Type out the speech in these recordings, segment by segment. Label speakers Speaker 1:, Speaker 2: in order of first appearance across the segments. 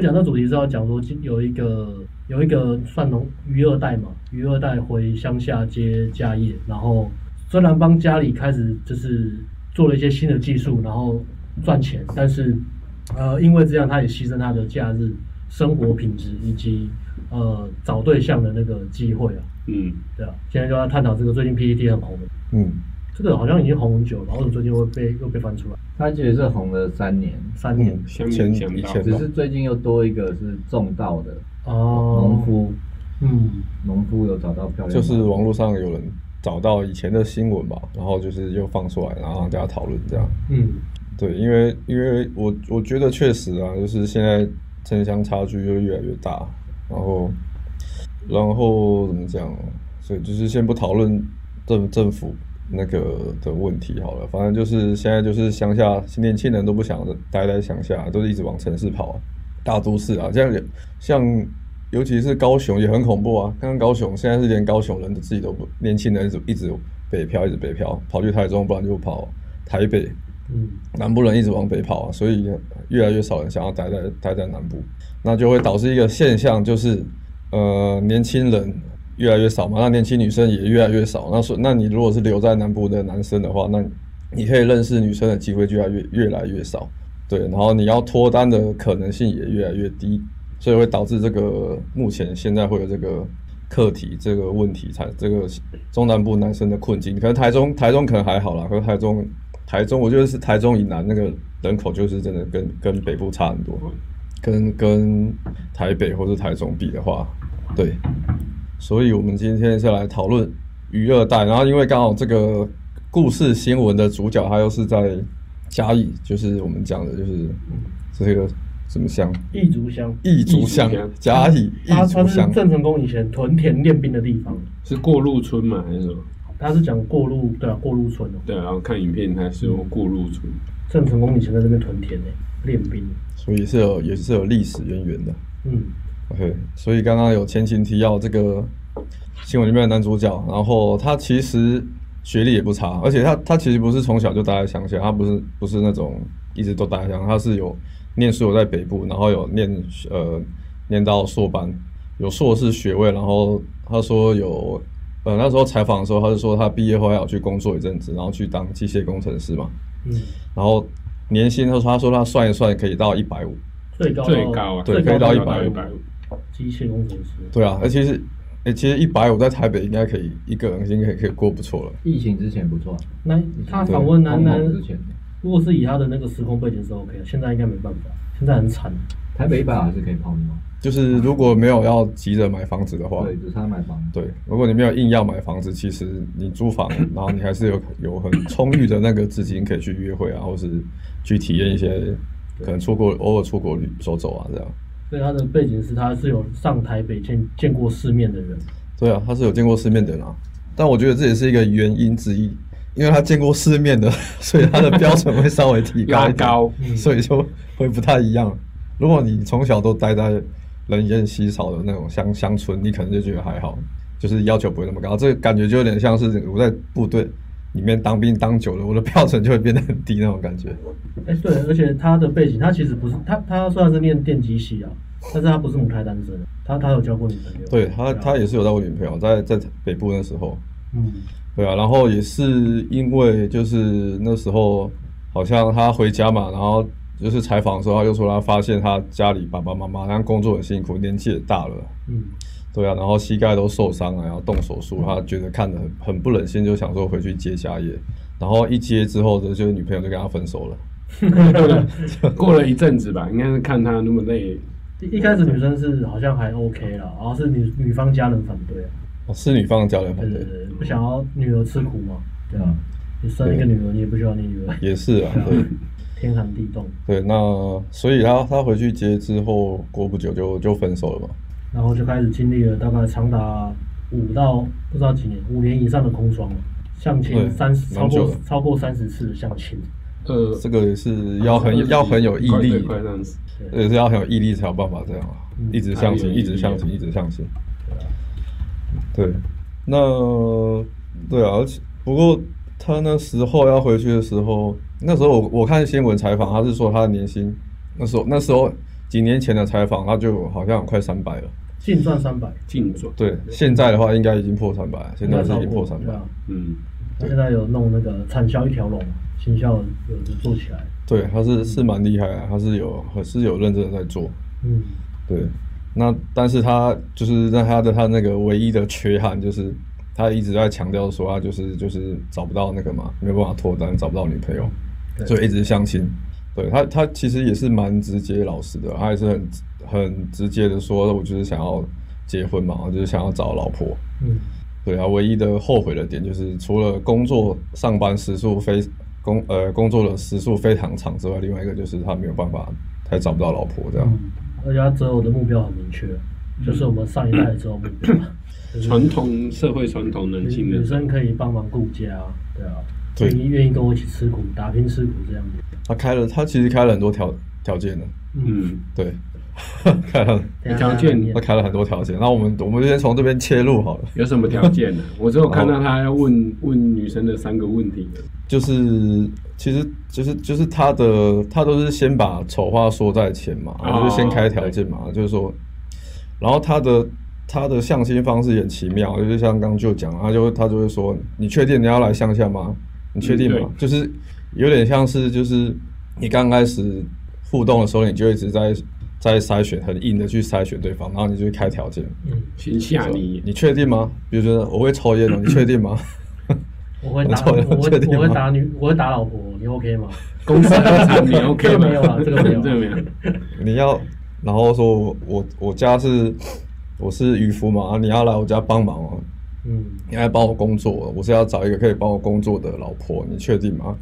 Speaker 1: 讲这主题是要讲说，今有一个有一个算农鱼二代嘛，鱼二代回乡下接家业，然后虽然帮家里开始就是做了一些新的技术，然后赚钱，但是呃，因为这样他也牺牲他的假日生活品质以及呃找对象的那个机会啊，
Speaker 2: 嗯，
Speaker 1: 对啊，现在就要探讨这个最近 PPT 很红的，
Speaker 3: 嗯，
Speaker 1: 这个好像已经红很久了，为什么最近会被又被翻出来？
Speaker 4: 他其实是红了三年，
Speaker 1: 三年、
Speaker 2: 想
Speaker 3: 前
Speaker 2: 没想
Speaker 3: 以
Speaker 2: 到
Speaker 3: 前
Speaker 4: 只
Speaker 3: 吧
Speaker 4: 是最近又多一个是种稻的
Speaker 1: 哦，
Speaker 4: 农夫，
Speaker 1: 嗯，
Speaker 4: 农夫有找到漂亮的，
Speaker 3: 就是网络上有人找到以前的新闻吧，然后就是又放出来，然后让大家讨论这样。
Speaker 1: 嗯
Speaker 3: 对，因为因为我我觉得确实啊，就是现在城乡差距又越来越大，然后然后怎么讲？所以就是先不讨论政政府那个的问题好了，反正就是现在就是乡下年轻人都不想待在乡下，都是一直往城市跑啊、大都市啊，这样也像。尤其是高雄也很恐怖啊！刚刚高雄现在是连高雄人自己都不，年轻人一直一直北漂，一直北漂，跑去台中，不然就跑台北，
Speaker 1: 嗯
Speaker 3: 南部人一直往北跑啊，所以越来越少人想要待在待在南部，那就会导致一个现象，就是呃年轻人越来越少嘛，那年轻女生也越来越少。那所那你如果是留在南部的男生的话，那你可以认识女生的机会就要越越来越少，对，然后你要脱单的可能性也越来越低，所以会导致这个目前现在会有这个课题这个问题才这个中南部男生的困境。可能台中台中可能还好啦，可是台中台中我觉得是台中以南那个人口就是真的跟跟北部差很多，跟跟台北或是台中比的话，对，所以我们今天是来讨论余热带，然后因为刚好这个故事新闻的主角他又是在嘉义，就是我们讲的就是
Speaker 1: 嗯
Speaker 3: 这个什么乡。
Speaker 1: 异族乡，
Speaker 3: 义竹乡
Speaker 2: 义竹乡，
Speaker 3: 甲乙义
Speaker 1: 它它
Speaker 3: 竹
Speaker 1: 是
Speaker 3: 乡，
Speaker 1: 郑成功以前屯田练兵的地方，
Speaker 2: 是过路村嘛还是什么？
Speaker 1: 他是讲过路，对啊，过路村哦。
Speaker 2: 对啊，然后看影片他是用过路村，
Speaker 1: 郑成功以前在这边屯田呢、练兵。
Speaker 3: 所以是有也是有历史渊源的。
Speaker 1: 嗯
Speaker 3: OK，所以刚刚有前情提要这个新闻里面的男主角，然后他其实学历也不差，而且他他其实不是从小就待在乡下，他不是不是那种一直都待在乡下，他是有念书有在北部，然后有念呃念到硕班，有硕士学位，然后他说有呃那时候采访的时候，他就说他毕业后还要去工作一阵子，然后去当机械工程师嘛，
Speaker 1: 嗯，
Speaker 3: 然后年薪他说他说他算一算可以到一百五，
Speaker 1: 最高
Speaker 2: 最高啊，
Speaker 3: 对
Speaker 1: 最
Speaker 3: 可以到
Speaker 1: 到
Speaker 3: 150
Speaker 2: 百五，
Speaker 1: 机械工程师。
Speaker 3: 对啊，而其实，诶，其实一百五在台北应该可以一个人应该可以过不错了。
Speaker 4: 疫情之前不错，
Speaker 1: 那他嗯访问
Speaker 4: 对
Speaker 1: 男男
Speaker 4: 红红之前，
Speaker 1: 如果是以他的那个时空背景是 OK 的，现在应该没办法，现在很惨。
Speaker 4: 台北一百还是可以泡妞，啊
Speaker 3: 就是如果没有要急着买房子的话，
Speaker 4: 对，只差买房，
Speaker 3: 对，如果你没有硬要买房子，其实你租房，然后你还是有有很充裕的那个资金可以去约会啊，或是去体验一些可能出国偶尔出国旅走走啊这样。
Speaker 1: 所以他的背景是他是有上台北见见过世面的人。
Speaker 3: 对啊，他是有见过世面的人啊，但我觉得这也是一个原因之一，因为他见过世面的，所以他的标准会稍微提高
Speaker 2: 拉
Speaker 3: 一点。
Speaker 2: 高，
Speaker 3: 所以就会不太一样。如果你从小都待在人烟稀少的那种乡乡村，你可能就觉得还好，就是要求不会那么高。这个感觉就有点像是我在部队里面当兵当久了，我的标准就会变得很低那种感觉。
Speaker 1: 哎、对，而且他的背景，他其实不是他，他虽然是念电机系啊，但是他不是母胎单身，啊他他有交过女朋友。
Speaker 3: 对他，他也是有带过女朋友，啊在在北部那时候，
Speaker 1: 嗯，
Speaker 3: 对啊，然后也是因为就是那时候好像他回家嘛，然后就是采访的时候，他就说他发现他家里爸爸妈妈，他工作很辛苦，年纪也大了，
Speaker 1: 嗯
Speaker 3: 对啊，然后膝盖都受伤了，然后动手术，他觉得看得很很不忍心，就想说回去接家业。然后一接之后，就是女朋友就跟他分手了。
Speaker 2: 过了过了一阵子吧，应该是看他那么累，
Speaker 1: 一一开始女生是好像还 OK 啦，然后是女女方家人反对啊，
Speaker 3: 哦，是女方的家人
Speaker 1: 对
Speaker 3: 反
Speaker 1: 对
Speaker 3: 对，
Speaker 1: 对，不想要女儿吃苦嘛，对
Speaker 3: 嗯
Speaker 1: 啊，你生一个女儿，你也不需要你 女儿，
Speaker 3: 也是啊， 对
Speaker 1: 天寒地冻，
Speaker 3: 对。那所以他他回去接之后，过不久就就分手了嘛。
Speaker 1: 然后就开始经历了大概长达五到不知道几年，五年以上的空窗了，相亲
Speaker 3: 对
Speaker 1: 三十超
Speaker 3: 蛮久
Speaker 1: 过
Speaker 3: 的
Speaker 1: 超过三十次的相亲，
Speaker 2: 呃，
Speaker 3: 这个也是要很要很有毅力，
Speaker 2: 快快这样子
Speaker 3: 也呃是要很有毅力才有办法这样啊，
Speaker 1: 嗯
Speaker 3: 一直相
Speaker 2: 还
Speaker 3: 信，
Speaker 2: 有毅力
Speaker 3: 一直相信，一直相信。对，那对啊，而且不过他那时候要回去的时候，那时候我我看新闻采访，他是说他的年薪，那时候那时候几年前的采访，他就好像有快三百了。
Speaker 1: 净赚三百，
Speaker 2: 净赚，
Speaker 3: 对，现在的话应该已经破三百，现在是已经破三百
Speaker 1: 对。啊
Speaker 2: 嗯，
Speaker 1: 他现在有弄那个产销一条龙，行销有有做起来，
Speaker 3: 对，他是是蛮厉害啊，他是有是有认真的在做。
Speaker 1: 嗯，
Speaker 3: 对，那但是他就是让他的他那个唯一的缺憾就是，他一直在强调说他就是就是找不到那个嘛，没有办法脱单，找不到女朋友，
Speaker 1: 对
Speaker 3: 所以一直相亲。对他，他其实也是蛮直接老实的，他也是很很直接的说，我就是想要结婚嘛，我就是想要找老婆。
Speaker 1: 嗯，
Speaker 3: 对啊，唯一的后悔的点就是，除了工作上班时数非工呃工作的时数非常长之外，另外一个就是他没有办法，他找不到老婆这样。
Speaker 1: 嗯，而且他择偶的目标很明确，就是我们上一代的择偶目标，就是
Speaker 2: 传统社会传统男
Speaker 1: 女
Speaker 2: 性的
Speaker 1: 女生可以帮忙顾家，对啊，
Speaker 3: 对
Speaker 1: 愿意愿意跟我一起吃苦，打拼吃苦这样子。
Speaker 3: 他开了，他其实开了很多条条件的，
Speaker 2: 嗯，
Speaker 3: 对， 开了
Speaker 1: 等一下
Speaker 2: 条件
Speaker 1: 再念
Speaker 3: 他开了很多条件。那我们我们就先从这边切入好了，
Speaker 2: 有什么条件呢、我只有看到他要问问女生的三个问题，
Speaker 3: 就是其实就是就是他的他都是先把丑话说在前嘛，
Speaker 2: 哦
Speaker 3: 就是先开条件嘛，就是说，然后他的他的相亲方式也很奇妙，就是像刚刚就讲，他就他就会说，你确定你要来乡下吗？你确定吗？
Speaker 2: 嗯
Speaker 3: 就是有点像是就是你刚开始互动的时候，你就一直在在筛选，很硬的去筛选对方，然后你就会开条件，
Speaker 1: 嗯，
Speaker 2: 先吓你一眼。
Speaker 3: 你确定吗？比如说我会抽烟的，你确定吗？
Speaker 1: 我会打，
Speaker 3: 我错了
Speaker 1: 我
Speaker 3: 确
Speaker 1: 会
Speaker 3: 定吗
Speaker 1: 我会打女，我会打老婆，你 OK 吗？
Speaker 2: 公司的产品 OK
Speaker 1: 这
Speaker 2: 吗？
Speaker 1: 个没有啊这个没有
Speaker 2: 这没有。
Speaker 3: 你要，然后说我我我家是我是渔夫嘛，啊你要来我家帮忙哦，
Speaker 1: 嗯，
Speaker 3: 你来帮我工作，我是要找一个可以帮我工作的老婆，你确定吗？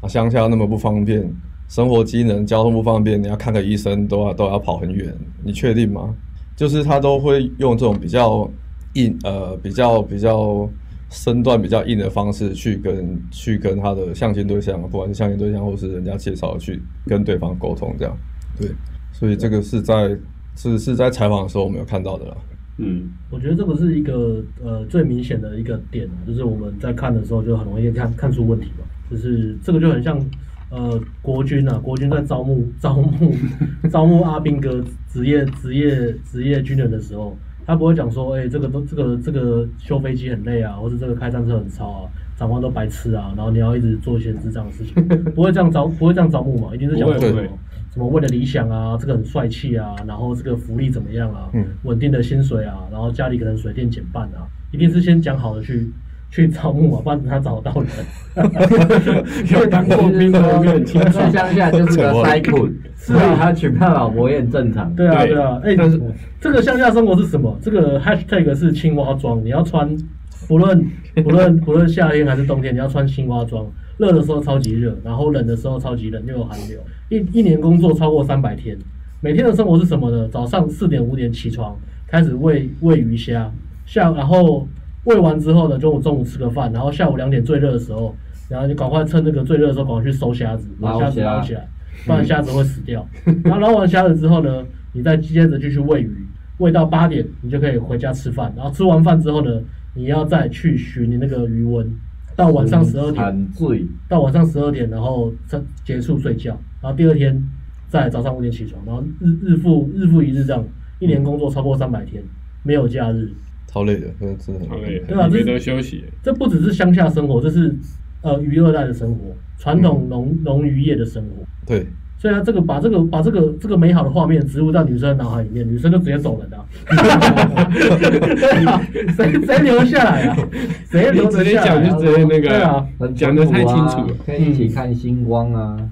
Speaker 3: 啊，乡下那么不方便，生活机能、交通不方便，你要看个医生都要都要跑很远，你确定吗？就是他都会用这种比较硬呃比较比较身段比较硬的方式去跟去跟他的相亲对象，不管是相亲对象或是人家介绍去跟对方沟通这样，对，所以这个是在是是在采访的时候我们有看到的啦，
Speaker 2: 嗯，
Speaker 1: 我觉得这个是一个呃最明显的一个点啊，就是我们在看的时候就很容易看看出问题嘛，就是这个就很像呃国军啊，国军在招募 招募招募阿兵哥职业职业职业军人的时候，他不会讲说，哎、这个都这个这个修飞机很累啊，或者这个开战车很吵啊，长官都白痴啊，然后你要一直做一些智障的事情，不会这样招不会这样招募嘛，一定是讲
Speaker 2: 不会
Speaker 1: 说什
Speaker 2: 不
Speaker 1: 么
Speaker 2: 会
Speaker 1: 什么为了理想啊，这个很帅气啊，然后这个福利怎么样啊，
Speaker 3: 嗯
Speaker 1: 稳定的薪水啊，然后家里可能水电减半啊，一定是先讲好的去去招募啊，不然他找得到人。
Speaker 2: 有当过兵的人很清楚。
Speaker 4: 在乡下就是个 cycle，所以他娶不到老婆也很正常。
Speaker 1: 对啊，
Speaker 2: 啊对
Speaker 1: 对啊，哎、
Speaker 3: 但是
Speaker 1: 这个乡下生活是什么？这个 hashtag 是青蛙装，你要穿，不论不论不论夏天还是冬天，你要穿青蛙装。热的时候超级热，然后冷的时候超级冷，又有寒流。一一年工作超过三百天，每天的生活是什么呢？早上四点五点起床，开始喂喂鱼虾，下然后喂完之后呢，中午中午吃个饭，然后下午两点最热的时候，然后就赶快趁那个最热的时候赶快去收虾子，把
Speaker 4: 捞
Speaker 1: 虾子
Speaker 4: 虾
Speaker 1: 捞起来。不然虾子会死掉。然后捞完虾子之后呢，你再接着继续喂鱼，喂到八点，你就可以回家吃饭。然后吃完饭之后呢，你要再去寻你那个余温，到晚上十二点，
Speaker 4: 很醉，
Speaker 1: 到晚上十二点，然后才结束睡觉。然后第二天再早上五点起床，然后日日复日复一日这样，一年工作超过三百天，没有假日。
Speaker 3: 超累的，真的真的
Speaker 2: 好
Speaker 3: 很
Speaker 2: 嘞，
Speaker 1: 对啊
Speaker 2: 没得休息。
Speaker 1: 这不只是乡下生活，这是呃渔二代的生活，传统农农渔业的生活。
Speaker 3: 对。
Speaker 1: 所以他这个把这个把这个这个美好的画面植入到女生的脑海里面，女生就直接走人 了。对啊，谁谁留下来啊？谁留
Speaker 2: 你
Speaker 1: 得
Speaker 2: 直接
Speaker 1: 下来、啊？
Speaker 2: 讲就直接那
Speaker 1: 对啊
Speaker 2: 个，，
Speaker 4: 很
Speaker 2: 讲的太清楚
Speaker 4: 痛苦
Speaker 2: 了
Speaker 4: 啊。可以一起看星光啊，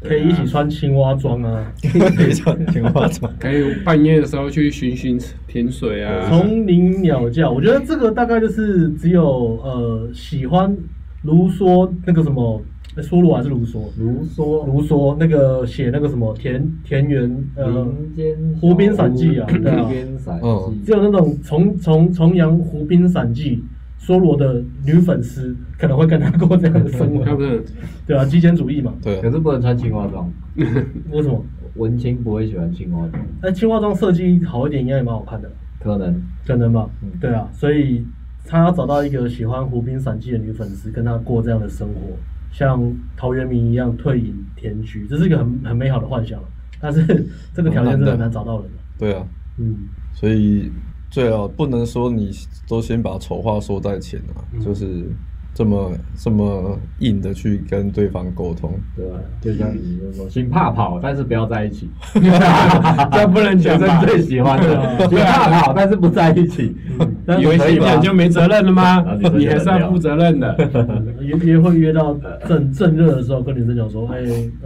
Speaker 1: 可以一起穿青蛙装啊。
Speaker 3: 非常听话讲，
Speaker 2: 可以半夜的时候去寻寻甜水啊。
Speaker 1: 丛林鸟叫，我觉得这个大概就是只有呃喜欢卢梭那个什么，诶梭罗还是卢梭？
Speaker 4: 如梭，
Speaker 1: 卢梭那个写那个什么田田园
Speaker 2: 嗯
Speaker 1: 呃，
Speaker 4: 林间
Speaker 1: 湖边散记啊对啊
Speaker 4: 湖边散
Speaker 3: 嗯
Speaker 1: 只
Speaker 4: 记，
Speaker 1: 有那种重重重阳湖滨散记梭罗的女粉丝可能会跟他过这样的生
Speaker 2: 要不
Speaker 1: 活，
Speaker 2: 然
Speaker 1: 对啊，极简主义嘛，
Speaker 3: 对
Speaker 4: 可，是不能穿青蛙装，
Speaker 1: 为什么？
Speaker 4: 文青不会喜欢青蛙装，
Speaker 1: 哎、青蛙装设计好一点应该也蛮好看的，
Speaker 4: 可能
Speaker 1: 可能吧
Speaker 4: 嗯？
Speaker 1: 对啊，所以他要找到一个喜欢湖滨散记的女粉丝，跟他过这样的生活，像陶渊明一样退隐田居，这是一个很很美好的幻想啊但是这个条件真的很难找到人啊。
Speaker 3: 对啊，
Speaker 1: 嗯，
Speaker 3: 所以最好不能说你都先把丑话说在前啊，
Speaker 1: 嗯
Speaker 3: 就是这么这么硬的去跟对方沟通。
Speaker 4: 对吧？就像你就说，请怕跑，但是不要在一起。
Speaker 2: 这不能
Speaker 4: 学
Speaker 2: 讲吧
Speaker 4: 生？最喜欢的，请怕跑，但是不在一起。但
Speaker 2: 以
Speaker 4: 是
Speaker 2: 为
Speaker 4: 可
Speaker 2: 洗
Speaker 4: 以吧啊
Speaker 2: 脸就没责任了吗
Speaker 4: 然后女？生 就
Speaker 2: 你还是要负责任的。
Speaker 1: 约约呃会约到呃正正热的时候，跟女生讲说，哎、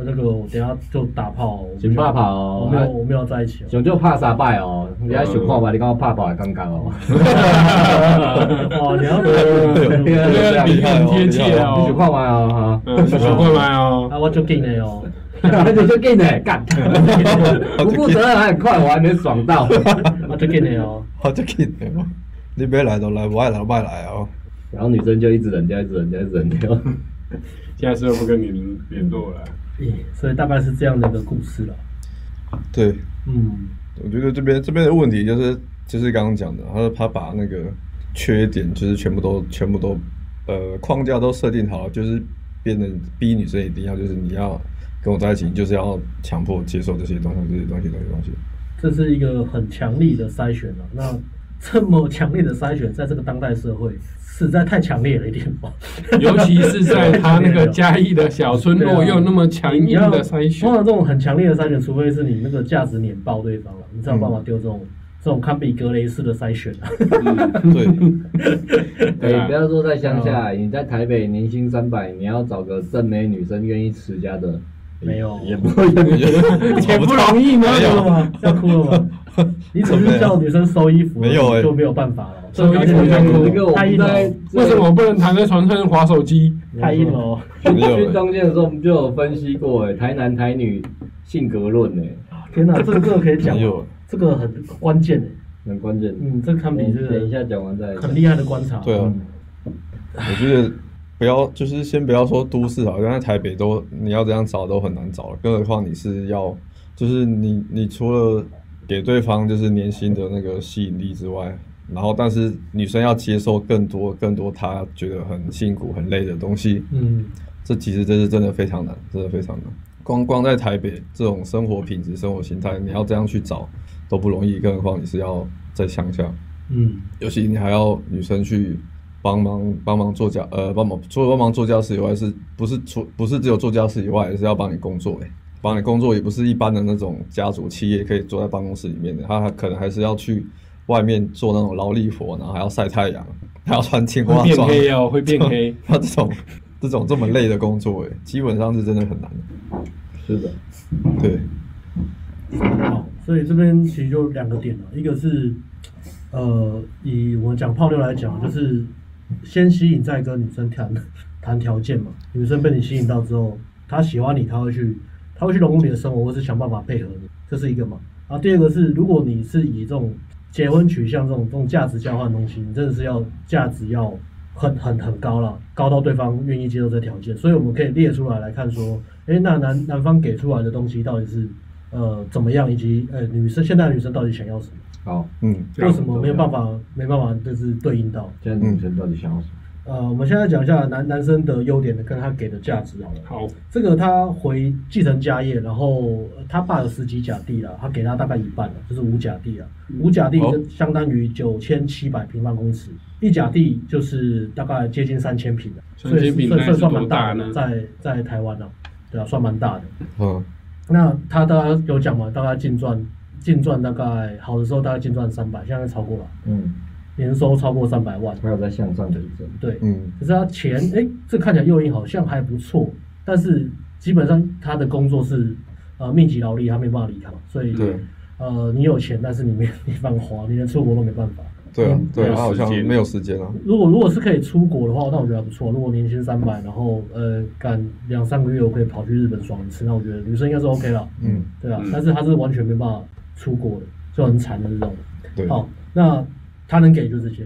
Speaker 1: 那个我等一下就打炮哦，
Speaker 4: 请爸爸哦
Speaker 1: 我没有我没有在一起 哦。
Speaker 4: 熊就怕啥拜哦，你要熊看吧，你刚刚怕跑还刚刚哦。
Speaker 1: 哦哇，你要
Speaker 4: 对啊
Speaker 2: 对啊，你很贴切
Speaker 4: 你熊
Speaker 2: 哦。
Speaker 4: 看完哦
Speaker 2: 嗯，你学过吗？哦，
Speaker 1: 啊，我就给你哦。
Speaker 4: 哈，那你就给你干，不负责任还很快，我还没爽到。
Speaker 1: 我就给你哦。
Speaker 3: 好，就给你嘛，你别来都来，不爱来不爱来啊。
Speaker 4: 然后女生就一直忍掉，一直忍掉，一直忍掉。
Speaker 2: 下次又不跟你联络了。
Speaker 1: 所以大概是这样的一个故事了。
Speaker 3: 对，
Speaker 1: 嗯，
Speaker 3: 我觉得这边这边的问题就是就是刚刚讲的，他他把那个缺点就是全部都全部都呃框架都设定好了，就是变得逼女生一定要就是你要跟我在一起，你就是要强迫接受这些东西，这些东西，这些东西。
Speaker 1: 这是一个很强力的筛选了、啊那这么强烈的筛选，在这个当代社会，实在太强烈了一点哦吧。
Speaker 2: 尤其是在他那个嘉义的小村落，又那么强
Speaker 1: 你
Speaker 2: 硬
Speaker 1: 要
Speaker 2: 的筛选
Speaker 1: 通，常这种很强烈的筛选，除非是你那个价值碾爆对方了、你才有办法丢这种、这种堪比格雷式的筛选、啊。
Speaker 3: 对，
Speaker 4: 对，嗯
Speaker 2: 对啊
Speaker 4: 哎不要说在乡下，你在台北年薪三百，你要找个正美女生愿意持家的，
Speaker 1: 没有
Speaker 4: 也不哎会愿意。
Speaker 2: 也不容易呢。
Speaker 3: 没
Speaker 1: 要哭
Speaker 3: 有
Speaker 1: 了吗？要哭了吗？你只是叫女生收衣服，
Speaker 3: 没有欸
Speaker 1: 就没有办法了。
Speaker 2: 收衣服
Speaker 1: 这个
Speaker 2: 就哭
Speaker 4: 这个我
Speaker 1: 太
Speaker 4: 们
Speaker 1: 硬
Speaker 4: 在
Speaker 1: 了，
Speaker 2: 为什么不能躺在床上划手机？
Speaker 1: 太硬了哦。
Speaker 3: 没
Speaker 4: 去
Speaker 3: 有，
Speaker 4: 中间的时候，我们就有分析过，哎，台男台女性格论，哎，
Speaker 1: 天哪，这个这个可以讲
Speaker 3: 没有
Speaker 1: 哦，这个很关键诶。
Speaker 4: 很关键。
Speaker 1: 嗯，这个堪比这
Speaker 4: 等
Speaker 1: 个
Speaker 4: 一下讲完再讲
Speaker 1: 很厉害的观察。
Speaker 3: 对啊
Speaker 1: 嗯，
Speaker 3: 我觉得不要就是先不要说都市好，像在台北都你要这样找都很难找了，更何况你是要就是你你除了给对方就是年薪的那个吸引力之外，然后但是女生要接受更多更多她觉得很辛苦很累的东西，
Speaker 1: 嗯，
Speaker 3: 这其实这是真的非常难，真的非常难。光光在台北这种生活品质、生活形态，你要这样去找都不容易，更何况你是要在乡下。
Speaker 1: 嗯，
Speaker 3: 尤其你还要女生去帮忙帮忙做家呃帮忙除了帮忙做家事以外，是不是除不是只有做家事以外，也是要帮你工作哎、帮你工作也不是一般的那种家族企业可以坐在办公室里面的，他还可能还是要去外面做那种劳力活，然后还要晒太阳，还要穿青
Speaker 2: 会
Speaker 3: 蛙
Speaker 2: 变
Speaker 3: 装，
Speaker 2: 黑哦，会变黑。
Speaker 3: 他这种这种这么累的工作哎、基本上是真的很难
Speaker 4: 是的，
Speaker 3: 对，
Speaker 1: 好，所以这边其实就两个点了，一个是呃，以我们讲泡妞来讲，就是先吸引再跟女生谈谈条件嘛，女生被你吸引到之后，她喜欢你，她会去她会去融入你的生活，或是想办法配合你，这是一个嘛。然后第二个是，如果你是以这种结婚取向这种这种价值交换的东西，你真的是要价值要很很很高了，高到对方愿意接受这条件，所以我们可以列出来来看说，诶，那男男方给出来的东西到底是呃怎么样，以及呃女生现在的女生到底想要什么，
Speaker 4: 好，
Speaker 3: 嗯，
Speaker 2: 对啊
Speaker 1: 为什么没有办法没办法就是对应到。
Speaker 4: 现在女生到底想要什么？
Speaker 1: 呃，我们现在讲一下男男生的优点跟他给的价值好了。
Speaker 2: 好，
Speaker 1: 这个他回继承家业，然后他爸有十几甲地啦，他给他大概一半了，就是五甲地啦。五甲
Speaker 2: 哦
Speaker 1: 地就相当于九千七百平方公尺，一甲地就是大概接近三千平的，所以
Speaker 2: 3000
Speaker 1: 所
Speaker 2: 平
Speaker 1: 以
Speaker 2: 大概
Speaker 1: 算
Speaker 2: 是
Speaker 1: 算
Speaker 2: 多
Speaker 1: 蛮大
Speaker 2: 大
Speaker 1: 的，
Speaker 2: 呢
Speaker 1: 在在台湾啊，对啊，算蛮大的。
Speaker 3: 嗯，
Speaker 1: 那他大概有讲嘛，大概净赚净赚大概好的时候大概净赚三百，现在超过了，
Speaker 4: 嗯，
Speaker 1: 年收超过三百万，
Speaker 4: 还有在向上的女生，
Speaker 1: 对，
Speaker 3: 嗯
Speaker 1: 可是他钱，哎、这看起来诱因好像还不错，但是基本上他的工作是呃密集劳力，他没办法离开嘛，所以
Speaker 3: 对
Speaker 1: 呃你有钱，但是你没有地方花，你连出国都没办法。
Speaker 3: 对啊
Speaker 2: 嗯没
Speaker 3: 对啊，
Speaker 2: 有
Speaker 3: 他好像
Speaker 2: 时间
Speaker 3: 没有时间啊，
Speaker 1: 如果如果是可以出国的话，那我觉得还不错。如果年薪三百，然后呃干两三个月我可以跑去日本爽一次，那我觉得女生应该是 OK 了，
Speaker 3: 嗯，
Speaker 1: 对啊，
Speaker 2: 嗯
Speaker 1: 但是他是完全没办法出国的，就很惨的这种。
Speaker 3: 对，
Speaker 1: 好，那他能给就这些，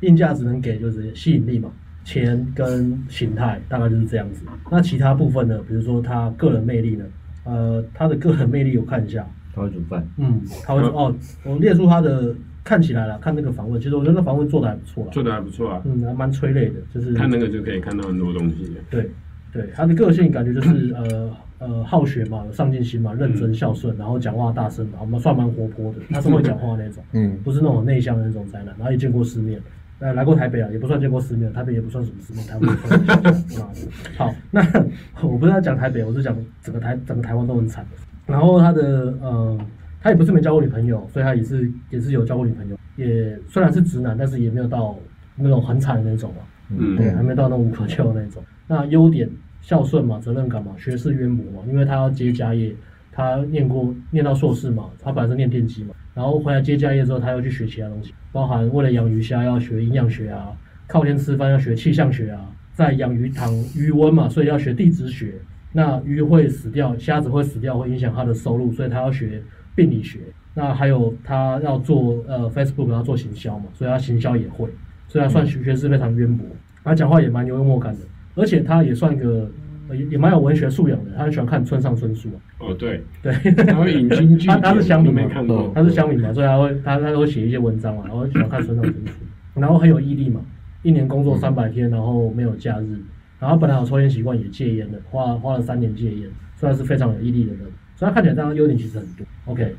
Speaker 1: 硬价值能给就这些，吸引力嘛，钱跟形态大概就是这样子。那其他部分呢，比如说他个人魅力呢，呃，他的个人魅力我看一下，
Speaker 4: 她会煮饭，
Speaker 1: 嗯，他会说哦，我列出他的看起来啦，看那个访问，其实我觉得那访问做的还不错啦，
Speaker 2: 做的还不错啊。
Speaker 1: 嗯，还蛮催泪的，就是
Speaker 2: 看那个就可以看到很多东西。
Speaker 1: 对对，他的个性感觉就是呃呃好学嘛，有上进心嘛，认真孝顺，然后讲话大声嘛，我们算蛮活泼的，他是会讲话那种，
Speaker 3: 嗯，
Speaker 1: 不是那种内向的那种宅男，然后也见过世面。呃，来过台北啊，也不算见过世面，台北也不算什么世面，台湾好，那 我不是要讲台北，我是讲整个台整个台湾都很惨。然后他的呃，他也不是没交过女朋友，所以他也是也是有交过女朋友，也虽然是直男，但是也没有到那种很惨的那种啊嘛。对，还
Speaker 2: 嗯
Speaker 1: 没到那种无可救的那种。那优点孝顺嘛，责任感嘛，学识渊博嘛，因为他要接家业，他念过念到硕士嘛，他本来是念电机嘛，然后回来接家业之后，他又去学其他东西，包含为了养鱼虾要学营养学啊，靠天吃饭要学气象学啊，在养鱼塘鱼温嘛，所以要学地质学。那鱼会死掉，虾子会死掉，会影响他的收入，所以他要学病理学。那还有他要做呃 Facebook 要做行销嘛，所以他行销也会，所以他算学学识非常渊博。他讲话也蛮有幽默感的，而且他也算个呃也也蛮有文学素养的，他很喜欢看村上春树啊，
Speaker 2: 哦对，
Speaker 1: 对，
Speaker 2: 他会引经据典，
Speaker 1: 他他是乡民
Speaker 2: 你
Speaker 1: 嘛
Speaker 2: 没看过
Speaker 1: 他，是乡民嘛，所以他会他他会写一些文章嘛，然后喜欢看村上春树，然后很有毅力嘛，一年工作三百天，然后没有假日，然后他本来有抽烟习惯也戒烟了，花花了三年戒烟，虽然是非常有毅力的人，所以他看起来当然优点其实很多。OK，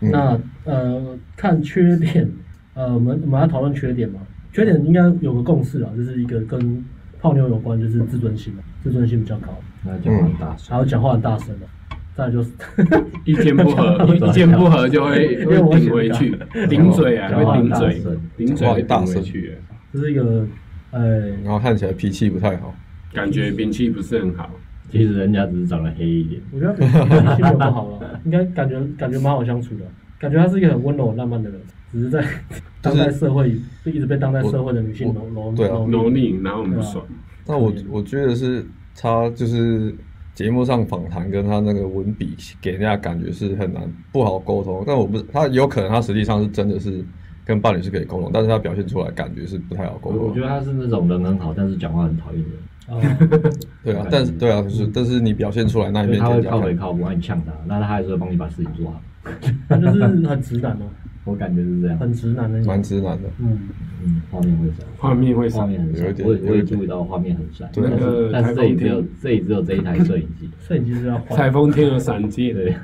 Speaker 3: 嗯
Speaker 1: 那呃看缺点，呃我们我们要讨论缺点嘛，缺点应该有个共识啊，就是一个跟泡妞有关，就是自尊心嘛，自尊心比较高，
Speaker 4: 那讲很大声。
Speaker 1: 然后讲话很大声的，再来就是。
Speaker 2: 一见不合，一见不合就会
Speaker 1: 因为我
Speaker 2: 会
Speaker 1: 喜
Speaker 2: 顶
Speaker 1: 欢
Speaker 2: 回
Speaker 1: 他
Speaker 2: 去，顶嘴啊，
Speaker 1: 讲话
Speaker 2: 会顶
Speaker 1: 大
Speaker 2: 嘴
Speaker 4: 声，
Speaker 2: 顶嘴
Speaker 3: 讲话
Speaker 2: 会
Speaker 3: 大
Speaker 2: 顶回
Speaker 3: 声
Speaker 2: 去，
Speaker 1: 这是一个呃，
Speaker 3: 然后看起来脾气不太好，
Speaker 2: 感觉脾气不是很好。
Speaker 4: 其实人家只是长得黑一点，
Speaker 1: 我觉得他脾气没有不好了， 应该感觉感觉蛮好相处的，啊感觉他是一个很温柔很浪漫的人，只 是在当代社会就一直被当代社会的女性
Speaker 3: 我
Speaker 1: 蹂蹂
Speaker 3: 对啊
Speaker 1: 蹂
Speaker 2: 蹂
Speaker 1: 躏。
Speaker 2: 躏，然后很不爽。
Speaker 3: 那我
Speaker 4: 嗯
Speaker 3: 我觉得是他就是节目上访谈跟他那个文笔给人家感觉是很难不好沟通，但我不是他有可能他实际上是真的是跟伴侣是可以沟通，但是他表现出来感觉是不太好沟
Speaker 4: 我我觉
Speaker 3: 通。
Speaker 4: 得他是那种人很好，但是讲话很讨厌的人，
Speaker 1: 啊，
Speaker 3: 对啊，但是对啊，就是但是你表现出来那一
Speaker 4: 因为
Speaker 3: 面
Speaker 4: 嗯他
Speaker 3: 给
Speaker 4: 会
Speaker 3: 人家
Speaker 4: 靠北
Speaker 3: 看，
Speaker 4: 靠不，你呛他，那他还是会帮你把事情做好。
Speaker 1: 他就是很直男哦，
Speaker 4: 我感觉是这样，
Speaker 1: 很直男的那种。
Speaker 3: 蛮直男的。
Speaker 1: 嗯，
Speaker 4: 嗯，画面会闪，
Speaker 2: 画面会
Speaker 4: 画
Speaker 2: 闪，
Speaker 4: 面很
Speaker 3: 有一
Speaker 4: 闪，
Speaker 3: 点
Speaker 4: 我也我
Speaker 3: 有一
Speaker 4: 也
Speaker 3: 点
Speaker 4: 注意到画面很闪，
Speaker 3: 对
Speaker 4: 但是
Speaker 2: 那个
Speaker 4: 但是这里只
Speaker 2: 台
Speaker 4: 有
Speaker 2: 风
Speaker 4: 这里只有这一台摄影 机，
Speaker 1: 摄影机是要换
Speaker 2: 台风天有闪电
Speaker 4: 对，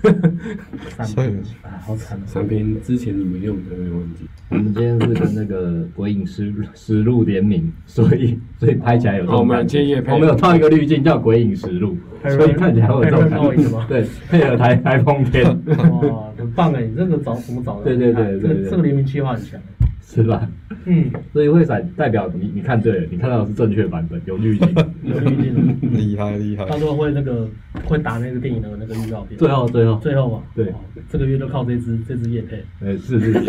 Speaker 1: 散
Speaker 3: 所以
Speaker 1: 啊，好惨哦。
Speaker 2: 闪片之前怎么用都没问题。
Speaker 4: 我们今天是跟那个鬼影实实录联名，所以所以拍起来有这
Speaker 2: 哦我
Speaker 4: 种
Speaker 2: 们
Speaker 4: 感觉。
Speaker 2: 建业配
Speaker 4: 我们有套一个滤镜叫鬼影实录，
Speaker 1: 配合
Speaker 4: 所以看起来会有这种
Speaker 1: 配合
Speaker 4: 感
Speaker 1: 倒影
Speaker 4: 觉
Speaker 1: 吗。
Speaker 4: 对，配合台台 风天，
Speaker 1: 哇，很棒哎！你这个找怎么找的？
Speaker 4: 对对对对对
Speaker 1: 这个这个联名计划很强。欸
Speaker 4: 是吧？
Speaker 1: 嗯，
Speaker 4: 所以会闪代表你你看对了，你看到的是正确版本，有 滤镜。
Speaker 1: 有预定了。
Speaker 3: 厉害厉害，
Speaker 1: 到时候会那个会打那个电影的那个预告片。
Speaker 4: 最后最后，
Speaker 1: 最后嘛，
Speaker 4: 对
Speaker 1: 哦，这个月都靠这支这支叶配，
Speaker 4: 呃，是是是，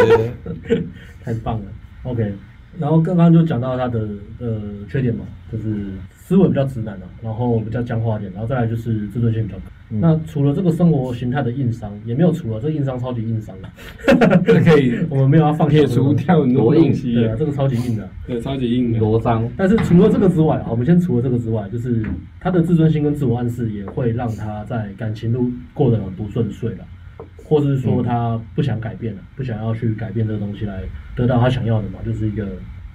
Speaker 1: 太棒了。OK，然后刚刚就讲到他的呃缺点嘛，就是思维比较直男啊，然后比较僵化一点，然后再来就是自尊心比较高。
Speaker 3: 嗯
Speaker 1: 那除了这个生活形态的硬伤，也没有除了这硬伤超级硬伤 的，
Speaker 2: 这可以
Speaker 1: 我们没有要放弃
Speaker 2: 撇除掉很多东西，
Speaker 1: 对啊，这个超级硬的啊、
Speaker 2: 对，超级硬的。
Speaker 4: 罗章
Speaker 1: 但是除了这个之外，啊好，我们先除了这个之外，就是他的自尊心跟自我暗示也会让他在感情路过得很不顺遂了，或是说他不想改变了，不想要去改变这个东西来得到他想要的嘛，就是一个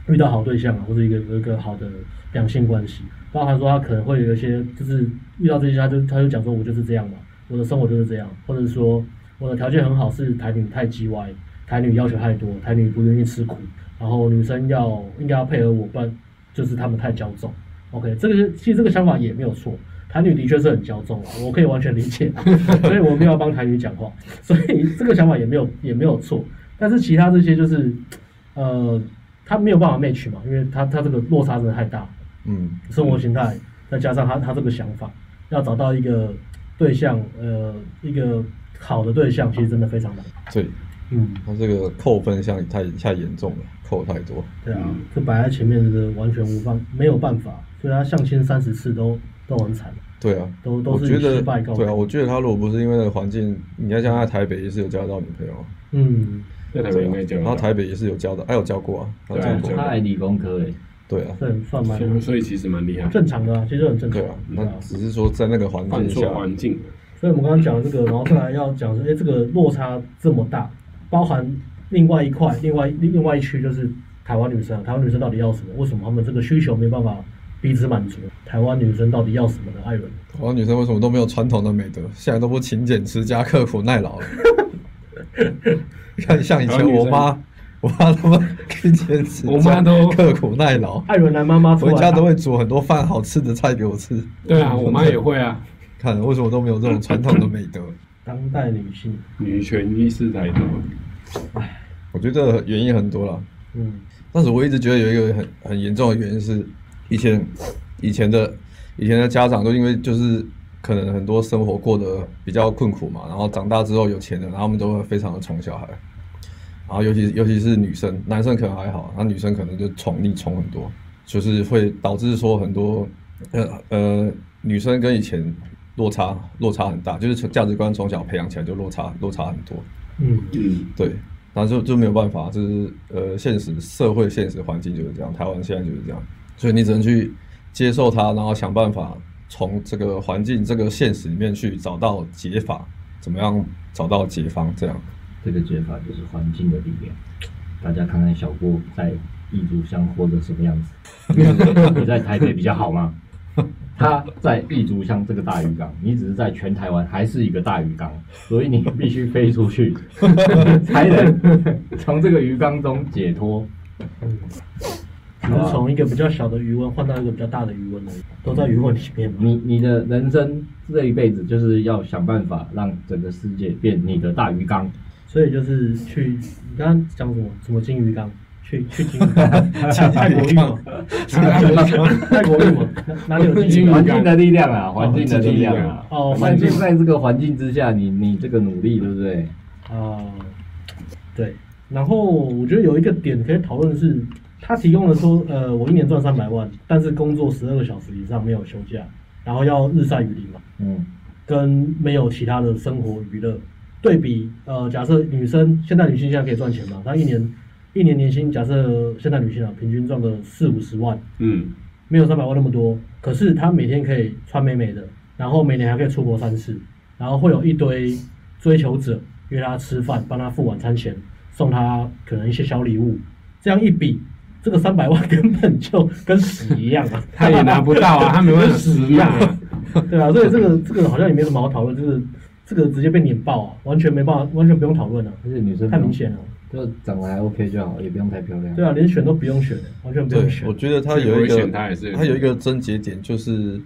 Speaker 1: 遇到好对象啊，或者一个有一个好的两性关系。包含说他可能会有一些，就是遇到这些，他就他就讲说我就是这样嘛，我的生活就是这样，或者说我的条件很好，是台女太叽歪，台女要求太多，台女不愿意吃苦，然后女生要应该要配合我，不然就是她们太骄纵。OK，这个是其实这个想法也没有错，台女的确是很骄纵啊，我可以完全理解，啊 所以我没有要帮台女讲话， 所以这个想法也没有也没有错，但是其他这些就是，呃，他没有办法 match 嘛，因为他他这个落差真的太大，
Speaker 3: 嗯，
Speaker 1: 生活形态，再加上他他这个想法，要找到一个对象，呃，一个好的对象，其实真的非常难。
Speaker 3: 所以
Speaker 1: 嗯，
Speaker 3: 他这个扣分项太太严重了，扣太多。
Speaker 1: 对啊，这摆在前面的完全无法没有办法，所以他相亲三十次都都很惨。
Speaker 3: 对啊，
Speaker 1: 都都
Speaker 3: 我
Speaker 1: 是以
Speaker 3: 觉得
Speaker 1: 失败告
Speaker 3: 对啊，
Speaker 1: 终
Speaker 3: 我觉得他如果不是因为那个环境，你看像他在台北也是有交到女朋友啊，
Speaker 1: 嗯，
Speaker 2: 在台
Speaker 3: 对
Speaker 2: 北
Speaker 3: 啊
Speaker 2: 应该交
Speaker 3: 然后台北也是有交的，哎，有交过啊，他有
Speaker 2: 对啊
Speaker 3: 交
Speaker 2: 交
Speaker 3: 过
Speaker 4: 他，还理工科欸诶，
Speaker 3: 对啊，
Speaker 1: 这算蛮
Speaker 2: 北，所以其实蛮厉害。
Speaker 1: 正常的啊，其实很正常
Speaker 3: 对啊，。
Speaker 1: 对
Speaker 3: 那
Speaker 1: 啊
Speaker 3: 只是说在那个环
Speaker 2: 换
Speaker 3: 境下
Speaker 2: 错，环境，
Speaker 1: 所以我们刚刚讲这个，然后再来要讲说，哎，这个落差这么大，包含另外一块，另外另外一区就是台湾女生啊，台湾女生到底要什么？为什么她们这个需求没办法彼此满足。台湾女生到底要什么呢？艾伦，
Speaker 3: 台哦湾女生为什么都没有传统的美德？现在都不勤俭持家、刻苦耐劳了。 看像以前我妈，我妈他妈勤俭持家，
Speaker 2: 我妈都
Speaker 3: 刻苦耐劳，
Speaker 1: 艾伦来妈妈出
Speaker 3: 回
Speaker 1: 来
Speaker 3: 家
Speaker 1: 打，
Speaker 3: 都会煮很多饭好吃的菜给我吃。
Speaker 2: 对啊，我妈也会啊，
Speaker 3: 看为什么都没有这种传统的美德？
Speaker 1: 当代女性，
Speaker 2: 女权意识抬头。
Speaker 3: 我觉得原因很多啦，
Speaker 1: 嗯，
Speaker 3: 但是我一直觉得有一个很很严重的原因是，以前以前的以前的家长都因为就是可能很多生活过得比较困苦嘛，然后长大之后有钱了，然后他们都会非常的宠小孩，然后尤其尤其是女生，男生可能还好，然后女生可能就宠溺宠很多，就是会导致说很多呃呃女生跟以前落差落差很大，就是价值观从小培养起来就落差落差很多，
Speaker 1: 嗯，
Speaker 2: 嗯，
Speaker 3: 对，然后就就没有办法，就是呃，现实社会现实环境就是这样，台湾现在就是这样，所以你只能去接受它，然后想办法从这个环境、这个现实里面去找到解法，怎么样找到解方？这样，
Speaker 4: 这个解法就是环境的力量。大家看看小郭在异族乡活得什么样子？ 你在台北比较好吗？他在异族乡这个大渔港，你只是在全台湾还是一个大渔港，所以你必须飞出 去，才能从这个鱼缸中解脱。
Speaker 1: 只是从一个比较小的余温换到一个比较大的余温而已，都在余温里面嘛。
Speaker 4: 你你的人生这一辈子就是要想办法让整个世界变你的大鱼缸。
Speaker 1: 所以就是去，你刚刚讲什么？什么金鱼缸？去去金鱼 缸？泰国浴吗？泰国浴吗？哪哪里有金鱼
Speaker 4: 环
Speaker 1: 缸？
Speaker 4: 境的力量啊，环境的力量啊。
Speaker 1: 哦
Speaker 4: 环
Speaker 1: 环
Speaker 4: 境
Speaker 1: 境
Speaker 4: 在这个环境之下，你你这个努力，对不对？
Speaker 1: 啊，对。然后我觉得有一个点可以讨论是，他提供了说，呃，我一年赚三百万，但是工作十二个小时以上没有休假，然后要日晒雨淋嘛，
Speaker 4: 嗯，
Speaker 1: 跟没有其他的生活娱乐。对比，呃，假设女生现代女性现在可以赚钱嘛，她一年一年年薪，假设现代女性啊，平均赚个四五十万，
Speaker 2: 嗯，
Speaker 1: 没有三百万那么多，可是她每天可以穿美美的，然后每年还可以出国三次，然后会有一堆追求者约她吃饭，帮她付晚餐钱，送她可能一些小礼物，这样一比，这个三百万根本就跟屎一样啊！
Speaker 2: 她也拿不 到啊，她没办法实嘛。
Speaker 1: 对啊，所以这个这个好像也没什么好讨论，就是这个直接被碾爆啊，完全没办法，完全不用讨论啊，
Speaker 4: 而且女生
Speaker 1: 太明显了。
Speaker 4: 就长得还 OK 就好，也不用太漂亮。
Speaker 1: 对啊，连选都不用选，完全不
Speaker 3: 对
Speaker 1: 用，选
Speaker 3: 我。觉得它有一
Speaker 2: 所以
Speaker 3: 个
Speaker 2: 危险它也是，
Speaker 3: 它有一个症结点，就是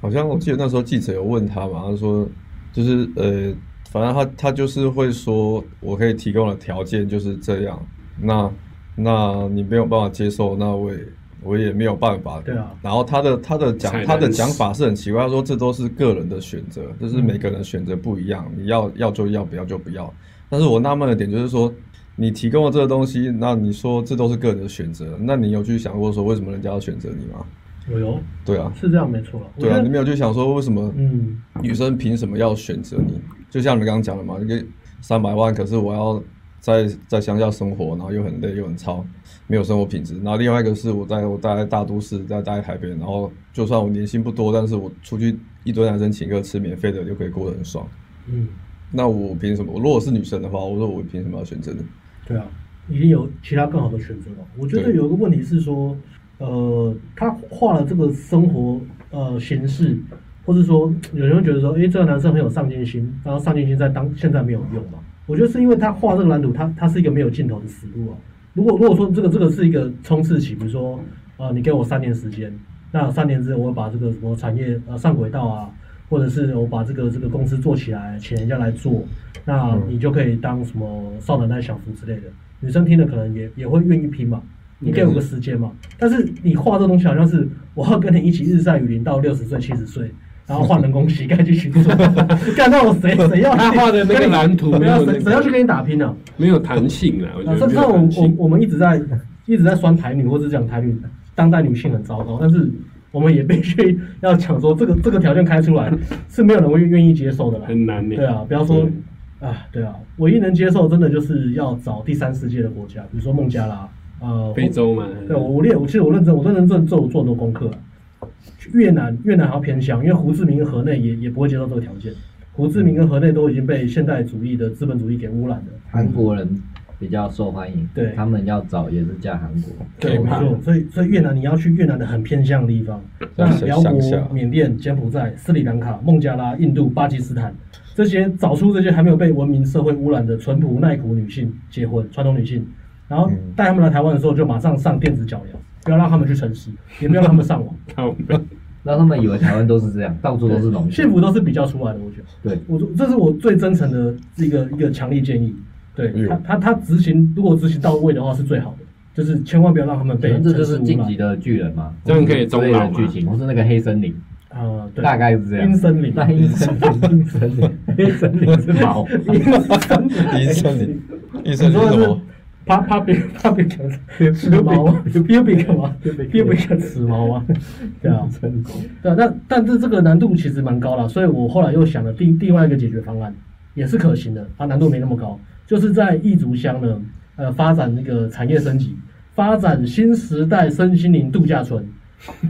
Speaker 3: 好像我记得那时候记者有问他嘛，他说就是呃，反正他他就是会说，我可以提供的条件就是这样，那那你没有办法接受，那我也我也没有办法。
Speaker 1: 对啊
Speaker 3: 然后他的他的
Speaker 2: 菜
Speaker 3: 讲
Speaker 2: 单
Speaker 3: 他的讲法是很奇怪，他说这都是个人的选择，就是每个人的选择不一样，你要要就要，不要就不要。但是我纳闷的点就是说，你提供了这个东西，那你说这都是个人的选择，那你有去想过说为什么人家要选择你吗？
Speaker 1: 我有
Speaker 3: 对啊，
Speaker 1: 哎是这样没错了。我
Speaker 3: 对啊，
Speaker 1: 觉
Speaker 3: 你
Speaker 1: 得
Speaker 3: 没有去想说为什么
Speaker 1: 嗯，
Speaker 3: 女生凭什么要选择你？就像你刚刚讲的嘛，一个三百万，可是我要在在乡下生活，然后又很累又很糙，没有生活品质。然后另外一个是我在我待在大都市，在待在台北，然后就算我年薪不多，但是我出去一堆男生请客吃免费的，就可以过得很爽。
Speaker 1: 嗯。
Speaker 3: 那我凭什么？如果我是女生的话，我说我凭什么要选 择你？
Speaker 1: 对啊，已经有其他更好的选择了。我觉得
Speaker 3: 对
Speaker 1: 有一个问题是说，呃，他画了这个生活呃形式，或是说有人会觉得说，诶，这个男生很有上进心，然后上进心在当现在没有用嘛？我觉得是因为他画这个蓝图，他他是一个没有尽头的死路啊。如果如果说这个这个是一个冲刺期，比如说呃，你给我三年时间，那三年之后我会把这个什么产业呃上轨道啊，或者是我把这个这个公司做起来，请人家来做，
Speaker 2: 嗯
Speaker 1: 那你就可以当什么少奶奶小福之类的。女生听了可能也也会愿意拼嘛，你给我个时间嘛。但是你画这东西好像是我要跟你一起日晒雨淋到六十岁七十岁。然后换人工膝盖去 去做，干到我谁谁要去
Speaker 2: 他画的那个蓝图没有
Speaker 1: 谁
Speaker 2: 那个
Speaker 1: 谁要去跟你打拼呢、啊？
Speaker 2: 没有弹性啊，我觉
Speaker 1: 啊，
Speaker 2: 得
Speaker 1: 这
Speaker 2: 没
Speaker 1: 这
Speaker 2: 有
Speaker 1: 我
Speaker 2: 弹
Speaker 1: 我
Speaker 2: 性。
Speaker 1: 我们一直在一直在酸台女，或者讲台女当代女性很糟糕，但是我们也必须要讲说，这个这个条件开出来是没有人会愿意接受的啦。
Speaker 2: 很难呢。
Speaker 1: 对啊，不要说
Speaker 2: 嗯
Speaker 1: 啊，对啊，唯一能接受真的就是要找第三世界的国家，比如说孟加拉，呃，
Speaker 2: 非洲嘛，
Speaker 1: 对，我我列，我其实我认真，我认真做做做很多功课、啊。去越南，越南还要偏乡，因为胡志明跟河内也也不会接受这个条件。胡志明跟河内都已经被现代主义的资本主义给污染了。
Speaker 4: 韩国人比较受欢迎，
Speaker 1: 对
Speaker 4: 他们要找也是嫁韩国，
Speaker 1: 对，没错。所以，所以越南你要去越南的很偏向的地方，那
Speaker 3: 像
Speaker 1: 辽
Speaker 3: 乡下
Speaker 1: 国、缅甸、柬埔寨、斯里兰卡、孟加拉、印度、巴基斯坦，这些找出这些还没有被文明社会污染的淳朴耐苦女性结婚，传统女性，然后带他们来台湾的时候，就马上上电子脚镣，不要让他们去城市，也不要让他们上网。
Speaker 2: 靠北
Speaker 4: 让他们以为台湾都是这样，到处都是农
Speaker 1: 幸
Speaker 4: 村。
Speaker 1: 福都是比较出来的，我觉得。
Speaker 4: 对，
Speaker 1: 我这这是我最真诚的一个一个强烈建议。对
Speaker 3: 哎呦
Speaker 1: 他他他执行，如果执行到位的话是最好的，就是千万不要让他们被
Speaker 4: 这就
Speaker 1: 城
Speaker 4: 是
Speaker 1: 市污
Speaker 4: 晋
Speaker 1: 染
Speaker 4: 级的巨人嘛，
Speaker 2: 这样可以终老吗
Speaker 4: 之类的剧情，或是那个黑森林，
Speaker 1: 啊，对，
Speaker 4: 大概是这样。
Speaker 1: 阴森林
Speaker 4: 那 阴森林，阴森林，黑森林是毛。
Speaker 3: 医生林，医生
Speaker 1: 你说
Speaker 3: 林是
Speaker 1: 的
Speaker 3: 什
Speaker 1: 是
Speaker 3: 么？
Speaker 1: 帕帕比帕比克时髦 吗？比比克吗？比比克时髦吗？对啊，对啊，但但是这个难度其实蛮高了，所以我后来又想了另另外一个解决方案，也是可行的，它难度没那么高，就是在异族乡呢，呃，发展那个产业升级，发展新时代身心灵度假村，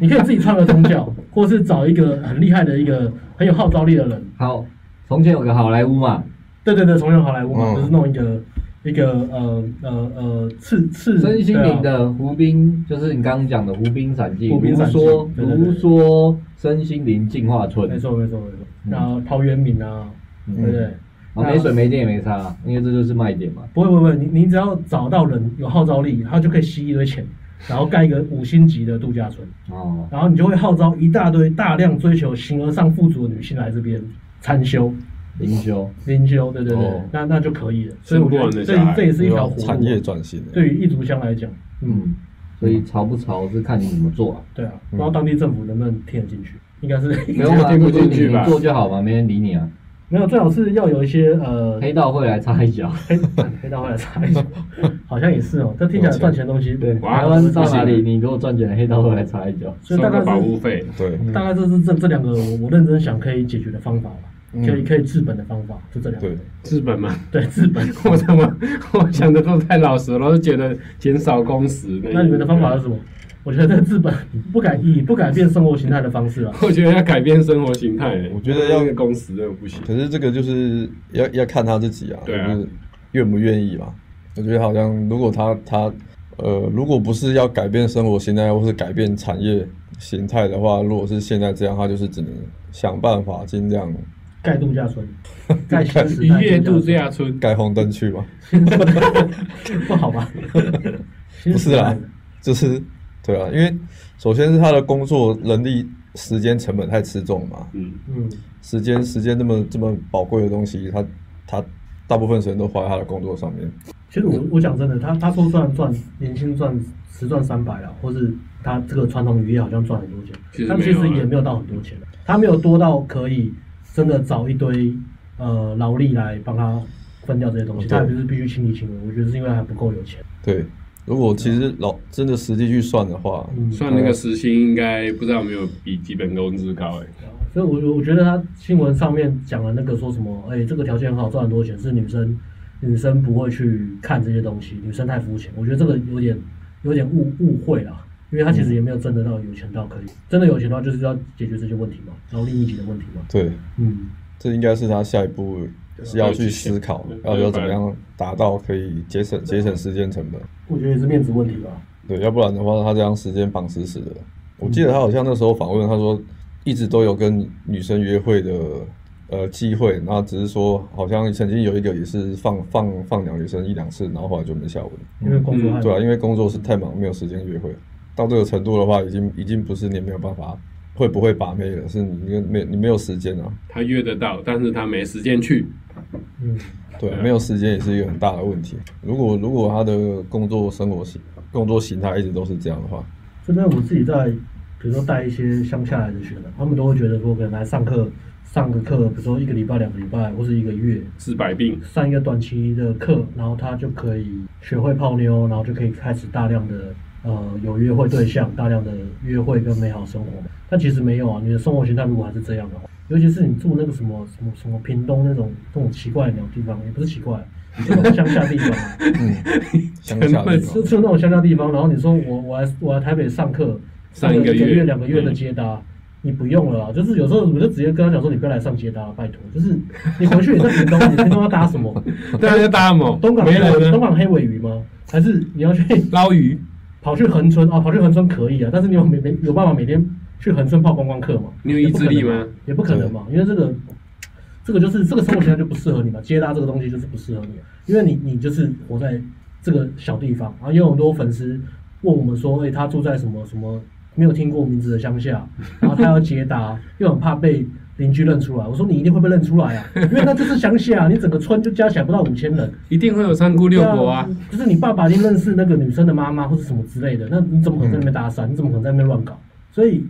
Speaker 1: 你可以自己创个宗教，或是找一个很厉害的一个很有号召力的人，
Speaker 4: 好，从前有个好莱坞嘛，
Speaker 1: 对对对，重游好莱坞嘛，
Speaker 3: 嗯
Speaker 1: 就是弄一个一个呃呃呃刺刺
Speaker 4: 身心灵
Speaker 1: 对啊
Speaker 4: 的湖滨，就是你刚刚讲的湖滨散记，
Speaker 1: 湖滨
Speaker 4: 如
Speaker 1: 散记
Speaker 4: 说
Speaker 1: 对对对
Speaker 4: 如说身心灵进化村，
Speaker 1: 没错没错没错。
Speaker 4: 嗯
Speaker 1: 然后陶渊明啊，对不对？
Speaker 4: 啊，没
Speaker 2: 嗯
Speaker 4: 水没电也没差，因为这就是卖点嘛。
Speaker 1: 不会不会不会，你你只要找到人有号召力，他就可以吸一堆钱，然后盖一个五星级的度假村，
Speaker 4: 哦，
Speaker 1: 然后你就会号召一大堆大量追求形而上富足的女性来这边参修。
Speaker 4: 灵修，
Speaker 1: 灵修，对对对，
Speaker 3: 哦
Speaker 1: 那那就可以了。所以我觉
Speaker 2: 生不完
Speaker 1: 得
Speaker 2: 的
Speaker 1: 这
Speaker 2: 小孩
Speaker 1: 这也是一条活
Speaker 3: 对啊
Speaker 1: 路
Speaker 3: 产业转型欸，
Speaker 1: 对于异族乡来讲，
Speaker 4: 嗯，所以潮不潮是看你怎么做啊。
Speaker 1: 对啊，不知道当地政府能不能听得进去，应该是
Speaker 4: 没有啊，
Speaker 2: 听不
Speaker 4: 就是
Speaker 2: 进去
Speaker 4: 你
Speaker 2: 吧
Speaker 4: 做就好嘛，没人理你啊。
Speaker 1: 没有，最好是要有一些呃
Speaker 4: 黑道会来插一脚，
Speaker 1: 黑 黑道会来查一下，好像也是哦。这听起来赚钱的东西，对
Speaker 2: 哇
Speaker 4: 台湾到
Speaker 2: 不行
Speaker 4: 哪里你给我赚钱，黑道会来插一脚。
Speaker 1: 所以
Speaker 2: 收
Speaker 1: 大概
Speaker 2: 个保
Speaker 1: 是
Speaker 2: 护费，
Speaker 3: 对，
Speaker 1: 大概这是这这两个我我认真想可以解决的方法吧，可以可以治本的方法，就这两个
Speaker 3: 对。
Speaker 2: 日本吗？
Speaker 1: 对治本。
Speaker 2: 我怎么我想的都太老实了，我都觉得减少工时。
Speaker 1: 那你们的方法是什么？我觉得治本 不改以不改变生活形态的方式 啊，
Speaker 2: 我觉得要改变生活形态、
Speaker 3: 我觉得要
Speaker 2: 那个工时真的不行。
Speaker 3: 可是这个就是要要看他自己啊，就
Speaker 2: 对啊
Speaker 3: 是愿不愿意嘛。我觉得好像如果他他呃，如果不是要改变生活形态或是改变产业形态的话，如果是现在这样，他就是只能想办法尽量
Speaker 1: 盖度假村，盖新时
Speaker 2: 一
Speaker 1: 代
Speaker 2: 月度
Speaker 1: 这
Speaker 2: 假
Speaker 1: 样
Speaker 2: 村，
Speaker 3: 盖红灯区嘛。
Speaker 2: 嗯
Speaker 1: 不好吧？
Speaker 3: 不
Speaker 1: 不
Speaker 3: 是啦， 就是对啊，因为首先是他的工作人力、时间成本太吃重嘛，
Speaker 2: 嗯，
Speaker 1: 嗯，
Speaker 3: 时间时间这么这么宝贵的东西，他他大部分时间都花在他的工作上面。
Speaker 1: 其实我
Speaker 2: 嗯
Speaker 1: 我讲真的，他他说赚赚年薪赚十赚三百了，啊或是他这个传统渔业好像赚很多钱
Speaker 2: 其，实
Speaker 1: 但
Speaker 2: 没
Speaker 1: 其
Speaker 2: 有啊
Speaker 1: 实也没有到很多钱，他没有多到可以真的找一堆呃劳力来帮他分掉这些东
Speaker 2: 哦
Speaker 1: 西，
Speaker 3: 对
Speaker 1: 他也就是必须亲力亲为。我觉得是因为他还不够有钱，
Speaker 3: 对，如果其实老真的实际去算的话，
Speaker 1: 嗯，
Speaker 2: 算那个时薪应该不知道有没有比基本工资高哎、
Speaker 1: 所以我我我觉得他新闻上面讲的那个说什么，哎、这个条件很好，赚很多钱，是女生女生不会去看这些东西，女生太肤浅。我觉得这个有点有点误误会啦，因为他其实也没有真的到有钱到可以，真的有钱到就是要解决这些问题嘛，劳力密集的问题嘛。
Speaker 3: 对，
Speaker 1: 嗯，
Speaker 3: 这应该是他下一步是要去思考，
Speaker 2: 要
Speaker 3: 要
Speaker 2: 去想
Speaker 3: 要怎么样达到可以节省节省时间成本。
Speaker 1: 我觉得也是面子问题吧。
Speaker 3: 对，要不然的话，他这样时间绑死死的。我记得他好像那时候访问，他说一直都有跟女生约会的呃机会，那只是说好像曾经有一个也是放放放鸟女生一两次，然后后来就没下文。
Speaker 1: 因为工作还
Speaker 3: 对啊，因为工作是太忙，没有时间约会。到这个程度的话，已经已经不是你没有办法会不会把妹了，是你没没你没有时间啊。
Speaker 2: 他约得到，但是他没时间去。
Speaker 1: 嗯，
Speaker 3: 对
Speaker 2: 对，啊
Speaker 3: 没有时间也是一个很大的问题。如果如果他的工作生活形工作形态一直都是这样的话，
Speaker 1: 这边我自己在，比如说带一些乡下来的学生，他们都会觉得说，可能来上课上个课，比如说一个礼拜、两个礼拜或是一个月，
Speaker 2: 治百病，
Speaker 1: 上一个短期的课，然后他就可以学会泡妞，然后就可以开始大量的呃有约会对象，大量的约会跟美好生活。但其实没有啊，你的生活形态如果还是这样的话，啊尤其是你住那个什么什么什么屏东那种这种奇怪的地方，也不是奇怪，就那种乡下地方啊，
Speaker 3: 乡下地
Speaker 1: 就
Speaker 3: 方
Speaker 1: 就那种乡下地方，然后你说我我来我来台北上课，
Speaker 2: 嗯上一个
Speaker 1: 个
Speaker 2: 月
Speaker 1: 两个月的接搭，你不用了啦，啊就是有时候我就直接跟他讲说，你不要来上街搭了，拜托，就是你回去你在屏东，你屏东要搭什么？
Speaker 2: 大家搭什么？
Speaker 1: 东港
Speaker 2: 没
Speaker 1: 黑尾
Speaker 2: 人
Speaker 1: 东
Speaker 2: 呢？
Speaker 1: 港黑尾鱼吗？还是你要去
Speaker 2: 捞鱼，
Speaker 1: 跑去恒春啊、跑去恒春可以啊，但是你有每每有办法每天去恒春泡观光客吗？
Speaker 2: 你有意志力吗？
Speaker 1: 也不可能嘛，因为这个这个就是这个生活形态就不适合你嘛，接搭这个东西就是不适合你，因为你你就是活在这个小地方啊。也有很多粉丝问我们说，哎、他住在什么什么没有听过名字的乡下，然后他要接搭， 又很怕被。邻居认出来，我说你一定会被认出来啊，因为那就是乡下、啊你整个村就加起来不到五千人，
Speaker 2: 一定会有三姑六婆啊
Speaker 1: 对！，就是你爸爸一定认识那个女生的妈妈或者什么之类的，那你怎么可能在那边搭
Speaker 2: 嗯
Speaker 1: 讪？你怎么可能在那边乱搞？所以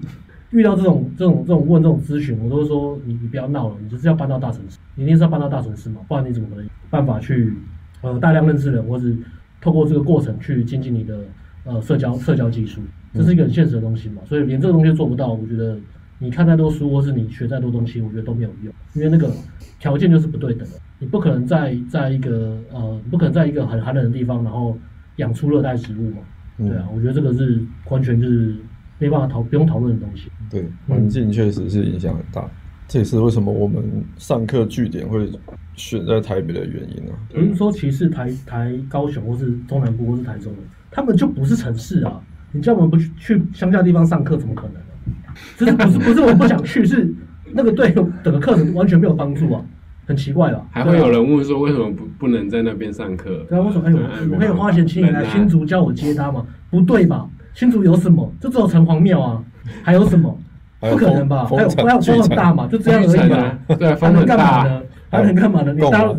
Speaker 1: 遇到这种这种这种问这种咨询，我都说你你不要闹了，你就是要搬到大城市，你一定是要搬到大城市嘛，不然你怎么可能有办法去呃大量认识人，或是透过这个过程去精进你的呃社交社交技术？这是一个很现实的东西嘛，所以连这个东西都做不到，我觉得你看再多书，或是你学再多东西，我觉得都没有用，因为那个条件就是不对等的。你不可能在在一个呃，你不可能在一个很寒冷的地方，然后养出热带植物嘛。
Speaker 3: 嗯
Speaker 1: 对啊，我觉得这个是完全就是没办法讨不用讨论的东西。
Speaker 3: 对，环境确实是影响很大，这也是为什么我们上课据点会选在台北的原因啊。
Speaker 1: 比如说歧视台台高雄或是中南部或是台中人，他们就不是城市啊！你叫我们不去去乡下地方上课，怎么可能呢、就是不是不是我不想去，是那个对整个课程完全没有帮助啊，很奇怪吧？
Speaker 2: 还会有人问说为什么不不能在那边上课？
Speaker 1: 对啊，为什么？哎、我我可以花钱请你来新竹教我接搭吗？不对吧？新竹有什么？就只有城隍庙啊，还有什么？
Speaker 3: 还有
Speaker 1: 不可能吧？
Speaker 3: 风
Speaker 1: 还有
Speaker 3: 风
Speaker 1: 还有风
Speaker 3: 场剧
Speaker 1: 很
Speaker 3: 场
Speaker 1: 大嘛，就这样而已嘛。
Speaker 2: 啊，对啊，
Speaker 1: 还
Speaker 2: 风
Speaker 1: 能
Speaker 2: 很
Speaker 1: 干嘛
Speaker 2: 大
Speaker 1: 呢。？还能干嘛呢？你
Speaker 3: 干
Speaker 1: 搭
Speaker 3: 嘛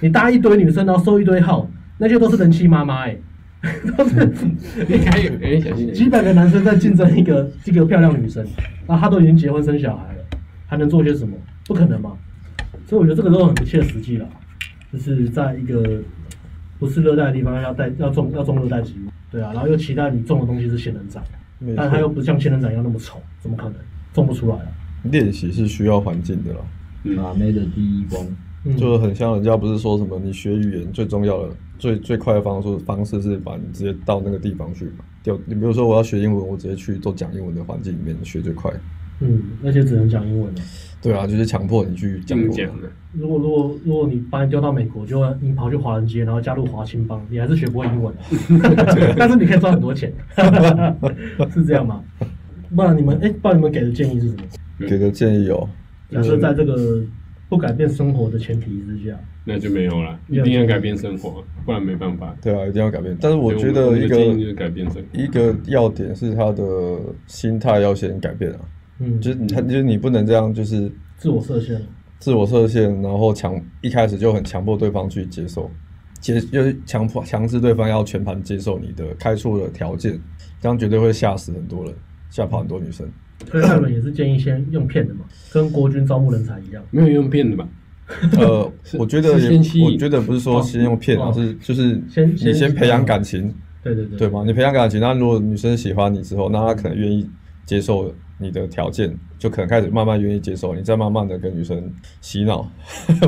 Speaker 1: 你搭一堆女生，然后收一堆号，那些都是人气妈妈哎， 都 是
Speaker 2: 你还有哎，小心
Speaker 1: 几
Speaker 2: 点。
Speaker 1: 百个男生在竞争一个一个漂亮女生，然后她都已经结婚生小孩了，还能做些什么？不可能嘛！所以我觉得这个都很不切实际了，就是在一个不是热带的地方要带要种要种热带植物，对啊，然后又期待你种的东西是仙人掌，
Speaker 3: 没
Speaker 1: 但它又
Speaker 3: 错，
Speaker 1: 不像仙人掌一样那么丑，怎么可能种不出来啊？
Speaker 3: 练习是需要环境的啦，
Speaker 2: 嗯
Speaker 4: 马妹的啊第一功，
Speaker 1: 嗯
Speaker 3: 就是很像人家不是说什么，你学语言最重要的、最最快的方式方式是把你直接到那个地方去嘛。就你比如说我要学英文，我直接去都讲英文的环境里面学最快。
Speaker 1: 嗯，而且只能讲英文了。
Speaker 3: 对啊，就是强迫你去讲
Speaker 2: 硬
Speaker 3: 国
Speaker 2: 讲啊
Speaker 3: 文
Speaker 2: 的，
Speaker 1: 如果如果如果你把你丢到美国，就你跑去华人街，然后加入华青帮，你还是学不会英文 的，但是你可以赚很多 钱，是这样吗？不然你们哎，不然你们给的建议是什么？
Speaker 2: 嗯
Speaker 3: 给个建议哦，
Speaker 1: 假设在这个不改变生活的前提之下，
Speaker 2: 那就没有了。一定要改变生活，啊不然没办法。
Speaker 3: 对啊，一定要改变。但是我
Speaker 2: 对
Speaker 3: 觉
Speaker 2: 们我
Speaker 3: 得
Speaker 2: 们的
Speaker 3: 一个
Speaker 2: 建议就是改变生活。
Speaker 3: 一个要点是他的心态要先改变啊，
Speaker 1: 嗯，
Speaker 3: 就是他就是你不能这样就是
Speaker 1: 自我设限，
Speaker 3: 自我设限，然后强一开始就很强迫对方去接受，接就是强迫强制对方要全盘接受你的开出的条件，这样绝对会吓死很多人，吓跑很多 女生。
Speaker 1: 所以他们也是建议先用骗的嘛，跟国军招募人才一样。
Speaker 2: 没有用变 的吧？
Speaker 3: 呃，我觉得
Speaker 2: 是先吸
Speaker 3: 也，
Speaker 2: 引
Speaker 3: 我觉得不是说先用骗啊，
Speaker 1: 哦
Speaker 3: 是就是
Speaker 1: 先
Speaker 3: 你先
Speaker 1: 先
Speaker 3: 培养感情，
Speaker 1: 对对对，
Speaker 3: 对吗？你培养感情，那如果女生喜欢你之后，那她可能愿意接受你的条件，就可能开始慢慢愿意接受，你再慢慢的跟女生洗脑，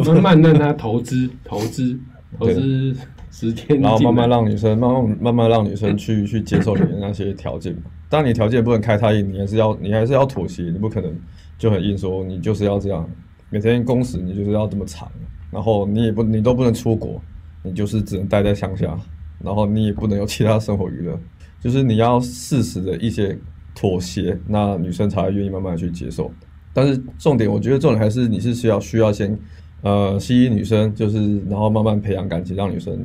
Speaker 2: 慢慢让他投资，投资，投资时间，
Speaker 3: 然后慢慢让女生慢慢慢慢让女生去去接受你的那些条件嘛。当然你条件不能开太硬，你还是要你还是要妥协，你不可能就很硬说你就是要这样，每天工时你就是要这么长，然后你也不你都不能出国，你就是只能待在乡下，然后你也不能有其他生活娱乐，就是你要适时的一些妥协，那女生才会愿意慢慢地去接受。但是重点，我觉得重点还是你是需要需要先，呃，吸引女生，就是然后慢慢培养感情，让女生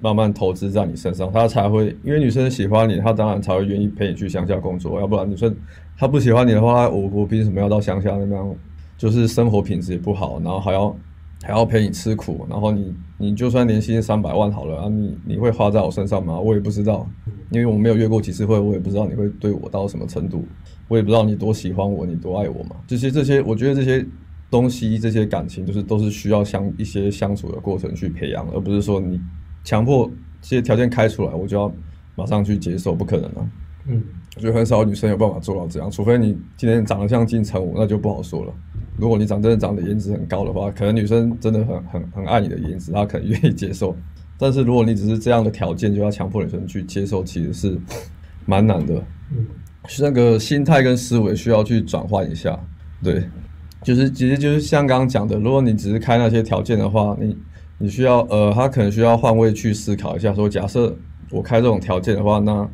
Speaker 3: 慢慢投资在你身上，她才会，因为女生喜欢你，她当然才会愿意陪你去乡下工作，要不然女生她不喜欢你的话，我我凭什么要到乡下那样，就是生活品质也不好，然后还要还要陪你吃苦，然后你你就算年薪三百万好了啊，你你会花在我身上吗？我也不知道，因为我没有约过几次会，我也不知道你会对我到什么程度，我也不知道你多喜欢我，你多爱我嘛。这些这些，我觉得这些东西，这些感情，就是都是需要相一些相处的过程去培养，而不是说你强迫这些条件开出来，我就要马上去接受，不可能啊。
Speaker 1: 嗯，
Speaker 3: 我觉得很少有女生有办法做到这样，除非你今天长得像金城武，那就不好说了。如果你长真的长得颜值很高的话，可能女生真的很很很爱你的颜值，她可能愿意接受。但是如果你只是这样的条件就要强迫女生去接受，其实是蛮难的。
Speaker 1: 嗯，
Speaker 3: 那个心态跟思维需要去转换一下。对，就是其实就是像刚刚讲的，如果你只是开那些条件的话，你你需要呃，他可能需要换位去思考一下说假设我开这种条件的话，那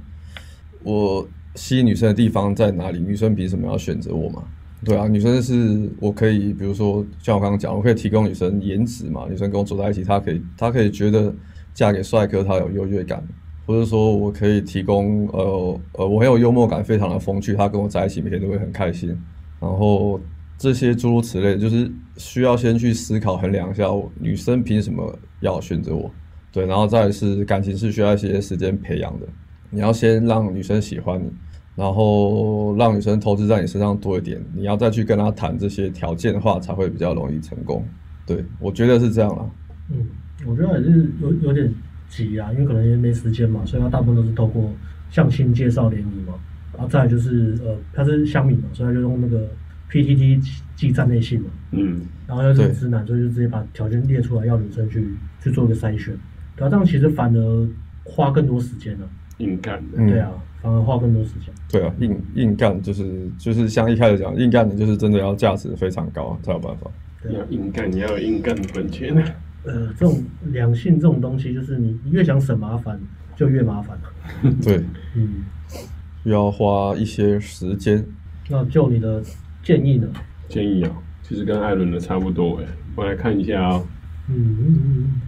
Speaker 3: 我吸引女生的地方在哪里？女生凭什么要选择我嘛？对啊，女生是我可以，比如说像我刚刚讲，我可以提供女生颜值嘛，女生跟我走在一起，她可以她可以觉得嫁给帅哥她有优越感，或者说我可以提供呃呃我很有幽默感，非常的风趣，她跟我在一起每天都会很开心，然后这些诸如此类，就是需要先去思考衡量一下，女生凭什么要选择我？对，然后再来是感情是需要一些时间培养的，你要先让女生喜欢你。然后让女生投资在你身上多一点，你要再去跟她谈这些条件的话，才会比较容易成功。对，我觉得是这样啦。
Speaker 1: 嗯，我觉得还是有有点急啊，因为可能也没时间嘛，所以他大部分都是透过相亲介绍联谊嘛，然后再来就是呃，他是乡民嘛，所以他就用那个 PTT 记站内信嘛，
Speaker 2: 嗯，
Speaker 1: 然后要是
Speaker 3: 对
Speaker 1: 直男，所以就直接把条件列出来，要女生去去做一个筛选，对啊，这样其实反而花更多时间了、啊
Speaker 2: 硬干的，
Speaker 3: 嗯
Speaker 1: 对啊，反而花更多时间。
Speaker 3: 对啊，硬硬干就是就是像一开始讲，硬干的就是真的要价值非常高才有办法。
Speaker 2: 要硬干，你要有硬干的本钱。啊
Speaker 1: 呃，这种两性这种东西，就是你你越想省麻烦，就越麻烦。
Speaker 3: 对，
Speaker 1: 嗯，
Speaker 3: 需要花一些时间。
Speaker 1: 那就你的建议呢？
Speaker 2: 建议哦，其实跟艾伦的差不多哎，我来看一下哦。
Speaker 1: 嗯嗯嗯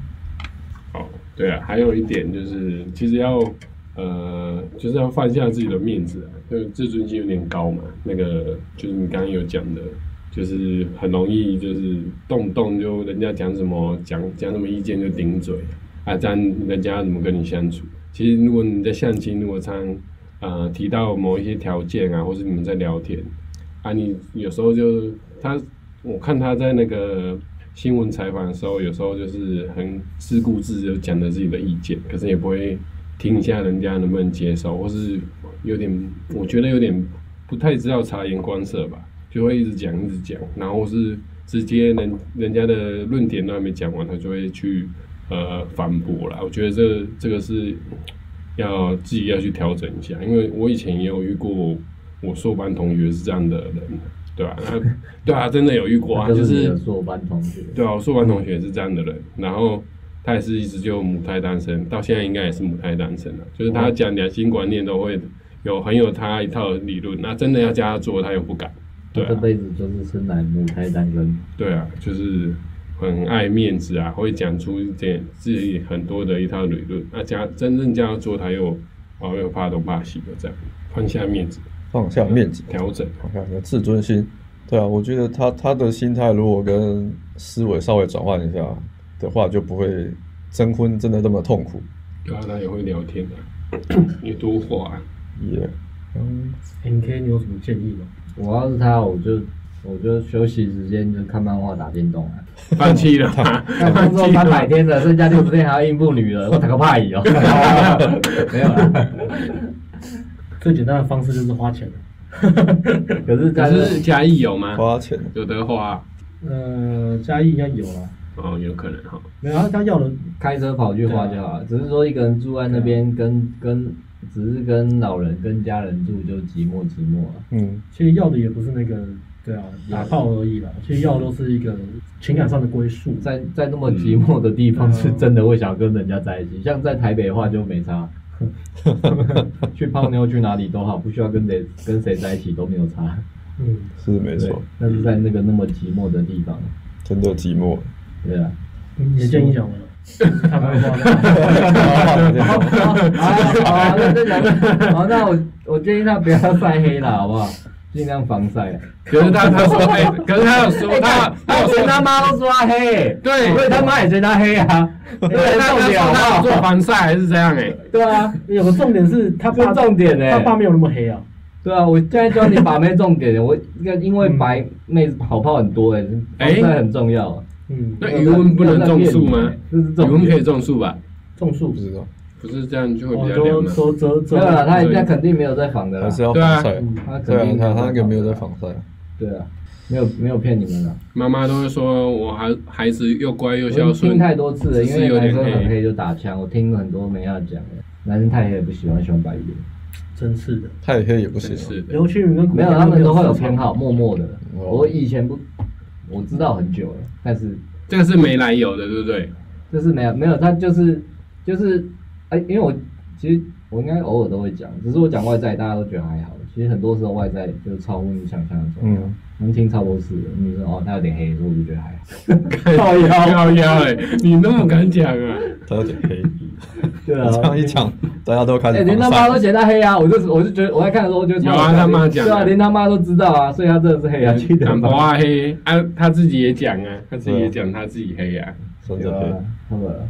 Speaker 2: 哦，对啊，还有一点就是，其实要呃，就是要放下自己的面子啊，就是自尊心有点高嘛。那个就是你刚刚有讲的，就是很容易就是动不动就人家讲什么讲讲什么意见就顶嘴啊，这样人家要怎么跟你相处？其实如果你在相亲，如果常常呃提到某一些条件啊，或是你们在聊天啊，你有时候就他，我看他在那个新闻采访的时候，有时候就是很自顾自就讲着自己的意见，可是也不会听一下人家能不能接受，或是有点，我觉得有点不太知道察言观色吧，就会一直讲一直讲，然后是直接人人家的论点都还没讲完，他就会去呃反驳啦。我觉得这这个是要自己要去调整一下，因为我以前也有遇过我硕班同学是这样的人，对吧、啊？对啊，真的有遇过啊，
Speaker 4: 这
Speaker 2: 就是
Speaker 4: 你
Speaker 2: 是
Speaker 4: 的硕班同学，
Speaker 2: 对啊，我硕班同学也是这样的人，然后他也是一直就母胎单身，到现在应该也是母胎单身了。就是他讲两性观念都会有很有他一套理论，那真的要叫他做，他又不敢。对
Speaker 4: 这
Speaker 2: 啊，
Speaker 4: 辈子就是生来母胎单身，
Speaker 2: 对啊，就是很爱面子啊，会讲出一点自己很多的一套理论。那加真正叫他做，他又哦又怕东怕西的这样，放下面子，
Speaker 3: 放下面子，
Speaker 2: 调整。
Speaker 3: 放下你的自尊心。对啊，我觉得他他的心态如果跟思维稍微转换一下的话，就不会征婚真的那么痛苦。
Speaker 2: 对啊，他也会聊天的、啊 也多话、啊。
Speaker 3: 也、嗯，
Speaker 1: 嗯，NK，你有什么建议吗？
Speaker 4: 我要是他，我就我就休息时间就看漫画、打电动啊。
Speaker 2: 放弃了 吧，
Speaker 4: 那工作三百天了，剩下六十天还要应付女人，我打个派 哦。没有啦，
Speaker 1: 最简单的方式就是花钱了。
Speaker 4: 可是
Speaker 2: 可
Speaker 4: 但
Speaker 2: 是
Speaker 4: 是
Speaker 2: 嘉义有 吗？
Speaker 3: 花钱。
Speaker 2: 有的话、
Speaker 1: 呃，嘉义应该有啦，
Speaker 2: 哦，有可能哈。
Speaker 1: 没有啊他要的
Speaker 4: 开车跑去花就好了，只是说一个人住在那边，跟跟只是跟老人跟家人住就寂寞寂寞啊。
Speaker 3: 嗯，
Speaker 1: 其实要的也不是那个，对啊，打炮而已啦。其实要的都是一个情感上的归宿。
Speaker 4: 在在那么寂寞的地方，是真的会想跟人家在一起。像在台北的话就没 差，去泡妞去哪里都好，不需要跟谁跟谁在一起都没有差。
Speaker 1: 嗯，
Speaker 3: 是没
Speaker 4: 对
Speaker 3: 错，，
Speaker 4: 那是在那个那么寂寞的地方，
Speaker 3: 真的寂寞。
Speaker 4: 对 啊。
Speaker 1: 你的建议讲完了， 他们花了
Speaker 4: 好啊，那这两个，好，那我我建议他不要晒黑了，好不好？尽量防晒。
Speaker 2: 可是他他说哎，可是他有说他他
Speaker 4: 他
Speaker 2: 有
Speaker 4: 谁
Speaker 2: 说
Speaker 4: 他妈都说他黑，
Speaker 2: 对
Speaker 4: 所以他妈也觉得他黑啊，对，
Speaker 2: 他
Speaker 4: 重
Speaker 2: 他
Speaker 4: 点
Speaker 2: 说他
Speaker 4: 好
Speaker 2: 有
Speaker 4: 不
Speaker 2: 做
Speaker 4: 好？
Speaker 2: 防晒还是这样哎，
Speaker 4: 对啊，
Speaker 1: 有个重点是他
Speaker 4: 这
Speaker 1: 爸
Speaker 4: 是重点欸
Speaker 1: 他
Speaker 4: 呢。
Speaker 1: 爸没有那么黑啊。
Speaker 4: 对啊，我现在教你把妹重点，我因
Speaker 2: 嗯
Speaker 4: 为白妹子好泡很多哎，防晒很重要。啊
Speaker 1: 嗯，
Speaker 2: 那余温不能种树吗？
Speaker 4: 这是
Speaker 2: 余
Speaker 4: 重
Speaker 2: 温可
Speaker 4: 点
Speaker 2: 以。种树吧？
Speaker 1: 种树
Speaker 3: 不知道，
Speaker 2: 不是这样就会
Speaker 1: 哦，
Speaker 2: 比较凉
Speaker 1: 都
Speaker 2: 吗？
Speaker 1: 都折折
Speaker 4: 对啊，他人家肯定没有在防的啦
Speaker 3: 还。是要防晒。
Speaker 1: 嗯
Speaker 4: 他肯
Speaker 3: 对啊
Speaker 4: 定，
Speaker 3: 他他那个没有在防晒。
Speaker 4: 对啊，没有没有骗你们了。
Speaker 2: 妈妈都会说我孩孩子又乖又孝
Speaker 4: 我听
Speaker 2: 顺，
Speaker 4: 太多次了，
Speaker 2: 只
Speaker 4: 因
Speaker 2: 是
Speaker 4: 为
Speaker 2: 有
Speaker 4: 男
Speaker 2: 点
Speaker 4: 生很
Speaker 2: 黑。
Speaker 4: 黑就打枪，我听很多没要讲的。男生太黑也不喜欢，喜欢白一点。
Speaker 1: 真是的，
Speaker 3: 太黑也不行
Speaker 2: 真
Speaker 3: 啊。
Speaker 2: 是的，
Speaker 1: 刘青云跟古
Speaker 4: 没有，
Speaker 1: 江
Speaker 4: 他们都
Speaker 1: 没
Speaker 4: 会有
Speaker 1: 四
Speaker 4: 偏好，默默的。
Speaker 3: 哦
Speaker 4: 我以前不，我知道很久了，但是
Speaker 2: 这个是没来由的，对不对？
Speaker 4: 就是没有没有，他就是就是，哎、因为我其实我应该偶尔都会讲，只是我讲外在，大家都觉得还好。其实很多时候外在就是超乎你想象的重要
Speaker 3: 嗯，
Speaker 4: 能听超多次的。你说哦，他有点黑，所以我就觉得还好。
Speaker 2: 靠腰 靠腰，哎，你那么敢讲啊？
Speaker 3: 他有点黑，
Speaker 4: 对
Speaker 3: 这
Speaker 1: 啊
Speaker 3: 样一讲，大家都开
Speaker 4: 哎、
Speaker 3: 始
Speaker 4: 连他
Speaker 3: 防
Speaker 4: 妈都
Speaker 3: 晒。
Speaker 4: 嫌他黑啊！我就我就觉得我在看的时候，我就
Speaker 2: 有啊他妈讲的
Speaker 4: 对啊，连他妈都知道啊，所以他真的是黑啊，去的
Speaker 2: 敢不啊黑啊？他自己也讲啊，
Speaker 4: 嗯
Speaker 2: 他自己也讲他自己黑啊。
Speaker 3: 真
Speaker 4: 有
Speaker 3: 的
Speaker 4: 啊
Speaker 3: 黑，，
Speaker 4: 那个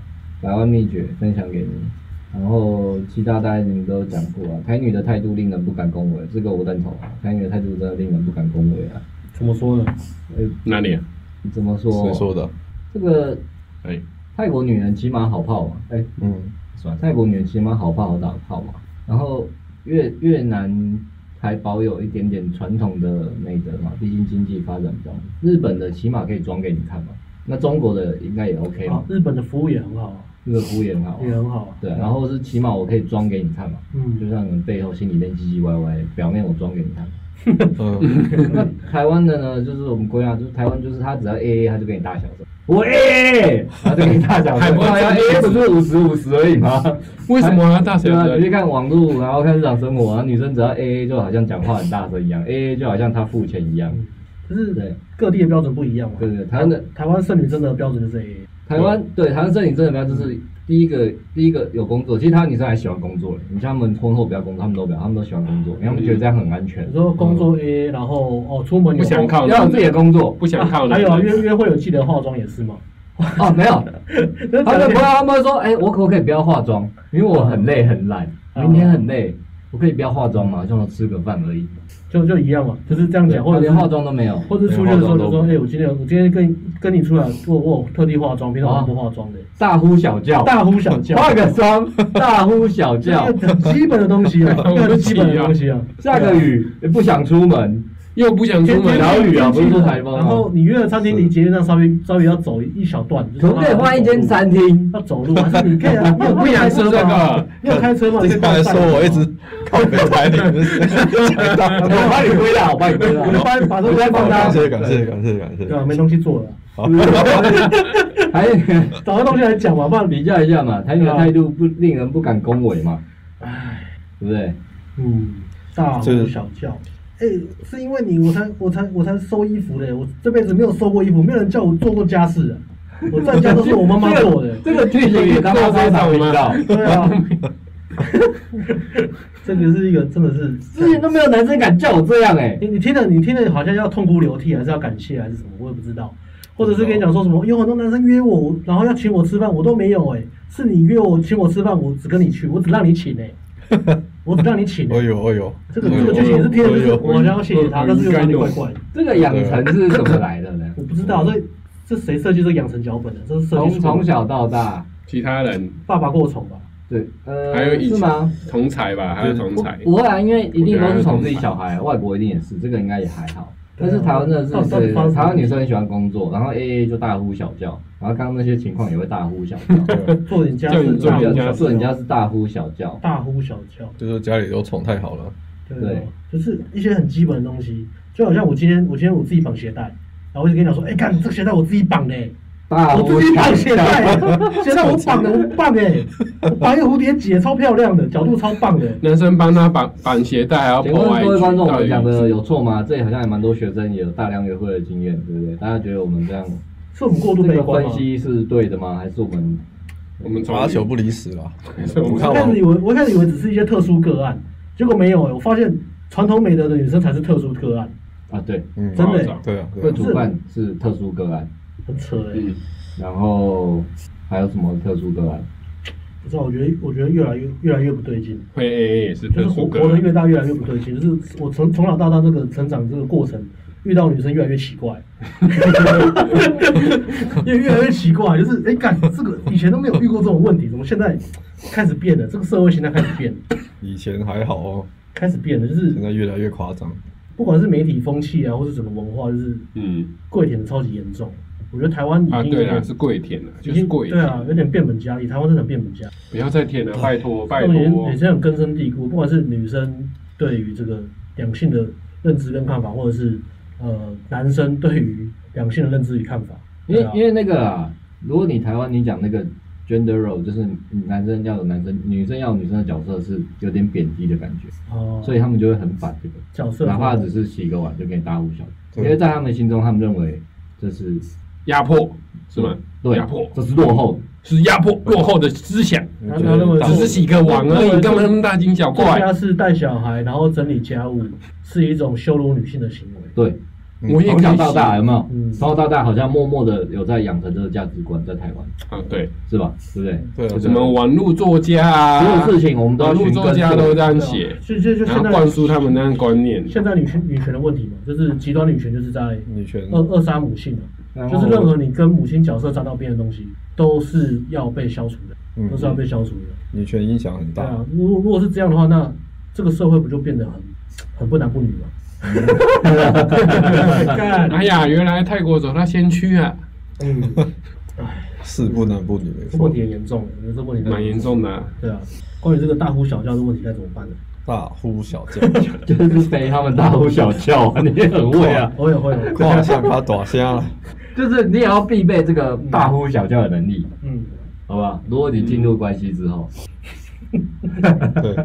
Speaker 4: 百万秘诀分享给你。然后其他大家你们都讲过啊，台女的态度令人不敢恭维，这个我认同啊。台女的态度真的令人不敢恭维啊。
Speaker 1: 怎么说呢？
Speaker 2: 哪里啊？
Speaker 4: 怎么说？
Speaker 1: 啊
Speaker 3: 谁说的？
Speaker 4: 这个
Speaker 2: 哎，
Speaker 4: 泰国女人骑马好泡嘛？哎，
Speaker 3: 嗯，
Speaker 4: 算了泰国女人骑马好泡好打泡嘛。然后越越南还保有一点点传统的美德嘛，毕竟经济发展中，日本的骑马可以装给你看嘛。那中国的应该也 OK
Speaker 1: 啊
Speaker 4: 嘛，，
Speaker 1: 日本的服务也很好啊，
Speaker 4: 这个敷衍好啊。
Speaker 1: 也很好啊。
Speaker 4: 哦对，然后是起码我可以装给你看嘛，
Speaker 1: 嗯
Speaker 4: 就像你们背后心里面唧唧歪歪，表面我装给你看。
Speaker 3: 嗯，
Speaker 4: 那台湾的呢，就是我们归纳，就是台湾就是他只要 A A 他就给你大小声，我 A A，他就给你大小
Speaker 2: 还
Speaker 4: 声，
Speaker 2: 不会
Speaker 4: 要 A A 不是五十五十而已吗？
Speaker 2: 为什么啊？大
Speaker 4: 对
Speaker 2: 神
Speaker 4: 啊，
Speaker 2: 的
Speaker 4: 你去看网络，然后看日常生活，然后女生只要 A A 就好像讲话很大声一样，A A 就好像她付钱一样。
Speaker 1: 可是
Speaker 4: 对
Speaker 1: 各地的标准不一样嘛。
Speaker 4: 对对，台湾的
Speaker 1: 台湾剩女真的标准就是 A，
Speaker 4: 台湾对台湾摄影真的比较
Speaker 1: 嗯
Speaker 4: 就是第一个第一个有工作，其实他女生还喜欢工作嘞。你像他们婚后不要工作，他们都不要，他们都喜欢工作，因为他们觉得这样很安全
Speaker 1: 你。说工作
Speaker 4: 嗯
Speaker 1: A，然后哦出门有
Speaker 2: 不想靠
Speaker 4: 要有自己的工作
Speaker 2: 不想靠
Speaker 1: 还有
Speaker 4: 哎
Speaker 1: 啊，
Speaker 2: 男
Speaker 1: 约
Speaker 2: 人
Speaker 1: 约会有记得化妆也是吗？
Speaker 4: 哦，没 有，他们不要，他们会说，哎、我可不可以不要化妆？因为我很累很懒，
Speaker 1: 哦
Speaker 4: 明天很累，我可以不要化妆嘛，就我吃个饭而已。
Speaker 1: 就就一样嘛，就是这样
Speaker 4: 对
Speaker 1: 讲，或
Speaker 4: 他
Speaker 1: 者
Speaker 4: 连
Speaker 1: 是
Speaker 4: 化，妆都没有。
Speaker 1: 或者是出去的时候就说，
Speaker 3: 连化妆都
Speaker 1: 哎，我今天我今天跟跟你出来，我我有特地化妆，平常
Speaker 4: 啊
Speaker 1: 我不化妆的，
Speaker 4: 大呼小叫，
Speaker 1: 大呼小叫，
Speaker 4: 化个妆，大呼 小
Speaker 1: 这
Speaker 4: 叫
Speaker 1: 个，很基本的东西 啊，这个很基本的东西啊，
Speaker 4: 下个雨
Speaker 1: 啊
Speaker 4: 也不想出门，
Speaker 2: 又不想出
Speaker 1: 天
Speaker 2: 门，
Speaker 1: 天
Speaker 2: 然后
Speaker 4: 聊雨啊不是说台风啊
Speaker 1: 然后你约的餐厅离捷运站稍微稍微要走一小段，就是
Speaker 4: 可不可以换一间餐厅？
Speaker 1: 要走路还是你可以 啊？你有
Speaker 2: 不想吃这个，
Speaker 1: 你有开车吗？
Speaker 3: 这
Speaker 1: 你可以
Speaker 3: 刚才
Speaker 1: 搭讪
Speaker 3: 说我一直靠北台你，不是 讲
Speaker 4: 哎
Speaker 3: 到
Speaker 4: 我帮你归啦，我帮你归啦，
Speaker 1: 我们帮你把东西
Speaker 4: 在帮他
Speaker 3: 感。谢感谢感谢感
Speaker 1: 对啊，
Speaker 3: 谢，
Speaker 1: 没东西做了，
Speaker 4: 还
Speaker 1: 找个东西来讲嘛，不然
Speaker 4: 比较一下嘛，台女的态度不令人不敢恭维嘛，
Speaker 1: 唉，
Speaker 4: 对不对？
Speaker 1: 嗯，大呼小叫。哎、是因为你我才我才我才收衣服嘞，我这辈子没有收过衣服，没有人叫我做过家事啊，我在家都是我妈妈做 的。
Speaker 4: 这个剧情也他妈非常频道，
Speaker 1: 对 啊，这个是一个真的是，
Speaker 4: 之前都没有男生敢叫我这样哎、
Speaker 1: 你你听了你听了好像要痛哭流涕，还啊是要感谢还是什么，我也不知道。或者是跟你讲说什么，有很多男生约我，然后要请我吃饭，我都没有哎、是你约我请我吃饭，我只跟你去，我只让你请哎、我只让你 请、
Speaker 3: 哦
Speaker 1: 欸。
Speaker 3: 呦哦呦，
Speaker 1: 这个这个剧情也是听了，就是我好像要谢谢他，但是又哪里怪怪的。
Speaker 4: 这个养成是怎么来的呢
Speaker 1: 我？不知道这这谁设计这个养成脚本的？这是设计
Speaker 4: 从
Speaker 1: 出来的
Speaker 4: 从小到大，
Speaker 2: 其他人
Speaker 1: 爸爸过宠吧？
Speaker 4: 对，呃，
Speaker 2: 还有以
Speaker 4: 是
Speaker 2: 前
Speaker 4: 吗？
Speaker 2: 同才吧，还有同
Speaker 4: 不
Speaker 2: 才，
Speaker 4: 不会啊，因为一定都是从自己小孩，啊外国一定也是，这个应该也还好。但是台湾真的是，
Speaker 1: 啊到底发生什么
Speaker 4: 台湾女生很喜欢工作，然后 A A 就大呼小叫，然后刚刚那些情况也会大呼小 叫，
Speaker 1: 做人家
Speaker 2: 叫你
Speaker 1: 是
Speaker 2: 做
Speaker 1: 大
Speaker 2: 人
Speaker 1: 呼
Speaker 2: 家
Speaker 1: 小
Speaker 2: 事
Speaker 4: 做人家
Speaker 1: 叫，
Speaker 4: 是大呼小叫，
Speaker 1: 大呼小叫，
Speaker 3: 就是家里都宠太好了，
Speaker 1: 对啊
Speaker 4: 对，
Speaker 1: 就是一些很基本的东西，就好像我今天我今天我自己绑鞋带，然后我就跟你讲说，哎，看这个鞋带我自己绑的欸，
Speaker 4: 大
Speaker 1: 我
Speaker 4: 呼
Speaker 1: 自己
Speaker 4: 小
Speaker 1: 绑鞋
Speaker 4: 叫。
Speaker 1: 带，鞋带我绑的，我棒哎，我绑一个蝴蝶结，超漂亮的，角度超棒的，
Speaker 2: 男生帮他绑绑鞋带，还要
Speaker 4: 请
Speaker 2: 破
Speaker 4: 问
Speaker 2: 坏
Speaker 4: 各位观众，我们讲
Speaker 2: 到
Speaker 4: 的
Speaker 2: 底
Speaker 4: 有错吗？这里好像也蛮多学生也有大量约会的经验，对不对？大家觉得我们这样
Speaker 1: 是我们过
Speaker 4: 这
Speaker 1: 度悲
Speaker 4: 个
Speaker 1: 观
Speaker 4: 分
Speaker 1: 吗？
Speaker 4: 析是对的吗？还是我们
Speaker 2: 我们从
Speaker 3: 罚球不离 十了。
Speaker 2: 我
Speaker 3: 我
Speaker 2: 们
Speaker 1: 我
Speaker 3: 看
Speaker 1: 开
Speaker 3: 网
Speaker 1: 始以为我开始以为只是一些特殊个案，结果没有哎、我发现传统美德的女生才是特殊个案，
Speaker 4: 啊？对，
Speaker 3: 嗯，
Speaker 1: 真的欸、
Speaker 3: 对啊，对
Speaker 4: 会
Speaker 3: 啊，
Speaker 4: 煮饭是特殊个案，
Speaker 1: 很扯哎、
Speaker 2: 嗯，
Speaker 4: 然后还有什么特殊个案？
Speaker 1: 不知道，我觉得我觉得越来越越来越不对劲，
Speaker 2: 会 A A 也是
Speaker 1: 就
Speaker 2: 特
Speaker 1: 是活
Speaker 2: 殊格
Speaker 1: 活得越大越来越不对劲，就是我从从小到大这个成长这个过程，遇到女生越来越奇怪， 越越来越奇怪，就是哎干、这个以前都没有遇过这种问题，怎么现在开始变了？这个社会形态开始变了，
Speaker 3: 以前还好哦，
Speaker 1: 开始变了，就是
Speaker 3: 现在越来越夸张。
Speaker 1: 啊不管是媒体风气啊，或是整个文化，就是
Speaker 2: 嗯，
Speaker 1: 跪舔的超级严重。我觉得台湾已
Speaker 2: 啊，
Speaker 1: 经有
Speaker 2: 对
Speaker 1: 点
Speaker 2: 啊，是跪舔啊，就
Speaker 1: 已
Speaker 2: 是
Speaker 1: 经
Speaker 2: 跪
Speaker 1: 对啊
Speaker 2: 舔，，
Speaker 1: 有点变本加厉，台湾真的变本加厉，
Speaker 2: 不要再舔
Speaker 4: 啊
Speaker 2: 了，拜托拜
Speaker 1: 他们也
Speaker 2: 托
Speaker 1: 也。是很根深蒂固，不管是女生对于这个两性的认知跟看法，或者是呃男生对于两性的认知与看法，
Speaker 4: 因为
Speaker 1: 对啊
Speaker 4: 因为那个啊，如果你台湾你讲那个 gender role，就是男生要有男生，女生要有女生的角色，是有点贬低的感觉，
Speaker 1: 哦，
Speaker 4: 所以他们就会很反这个。
Speaker 1: 角色
Speaker 2: 啊
Speaker 4: 哪怕只是洗个碗就给你大呼小叫，
Speaker 3: 对
Speaker 4: 因为在他们心中，他们认为这是
Speaker 2: 压迫是吗？
Speaker 4: 对
Speaker 2: 压迫
Speaker 4: 这是落后。
Speaker 2: 是压
Speaker 4: 嗯
Speaker 2: 迫落后的思想，
Speaker 3: 你
Speaker 1: 他
Speaker 3: 觉
Speaker 1: 他认为
Speaker 3: 得
Speaker 1: 对
Speaker 2: 只是洗个碗而
Speaker 1: 对
Speaker 2: 已，干嘛那么大惊小
Speaker 1: 做
Speaker 2: 怪？
Speaker 1: 家事带小孩，然后整理家务，是一种羞辱女性的行为。
Speaker 4: 对，
Speaker 3: 嗯
Speaker 2: 我也可
Speaker 4: 从
Speaker 2: 以
Speaker 4: 小
Speaker 2: 洗
Speaker 4: 到大有没有？
Speaker 1: 嗯
Speaker 4: 从小到大好像默默的有在养成这个价值观，在台湾
Speaker 2: 啊，对，
Speaker 4: 是吧？对不对？
Speaker 3: 对啊
Speaker 4: 这个
Speaker 2: 什么网络作家啊，
Speaker 4: 所有事情我们都要
Speaker 2: 网络
Speaker 4: 寻根
Speaker 2: 作家都这样
Speaker 1: 对啊
Speaker 2: 写，
Speaker 1: 就就就
Speaker 2: 然
Speaker 1: 现
Speaker 2: 后
Speaker 1: 在
Speaker 2: 灌输他们那样观念。
Speaker 1: 现在女权女权的问题嘛，就是极端女权就是在
Speaker 2: 嗯
Speaker 3: 女权
Speaker 1: 扼扼杀母性啊。
Speaker 4: 然后
Speaker 1: 就是任何你跟母亲角色沾到边的东西，都是要被消除的，
Speaker 3: 嗯
Speaker 1: 都是要被消除的。
Speaker 3: 女权影响很
Speaker 1: 对
Speaker 3: 大
Speaker 1: 啊，，如果如果是这样的话，那这个社会不就变得很很不男不女吗？干
Speaker 2: 哎呀，原来泰国走到先驱啊，
Speaker 1: 嗯，
Speaker 3: 是不男不女没
Speaker 1: 这
Speaker 3: 错
Speaker 1: 问题。很严重，我觉得这问题
Speaker 2: 蛮严。重的啊、
Speaker 1: 对啊，关于这个大呼小叫的问题该怎么办呢？
Speaker 3: 大呼小 叫，
Speaker 4: 就是被他们大呼小叫啊，你也很会
Speaker 2: 哦
Speaker 4: 啊，
Speaker 1: 我也会有，
Speaker 3: 胯下他打瞎了。
Speaker 4: 就是你也要必备这个大呼小叫的能力，
Speaker 1: 嗯，
Speaker 4: 好吧？如果你进入关系之后，
Speaker 3: 对，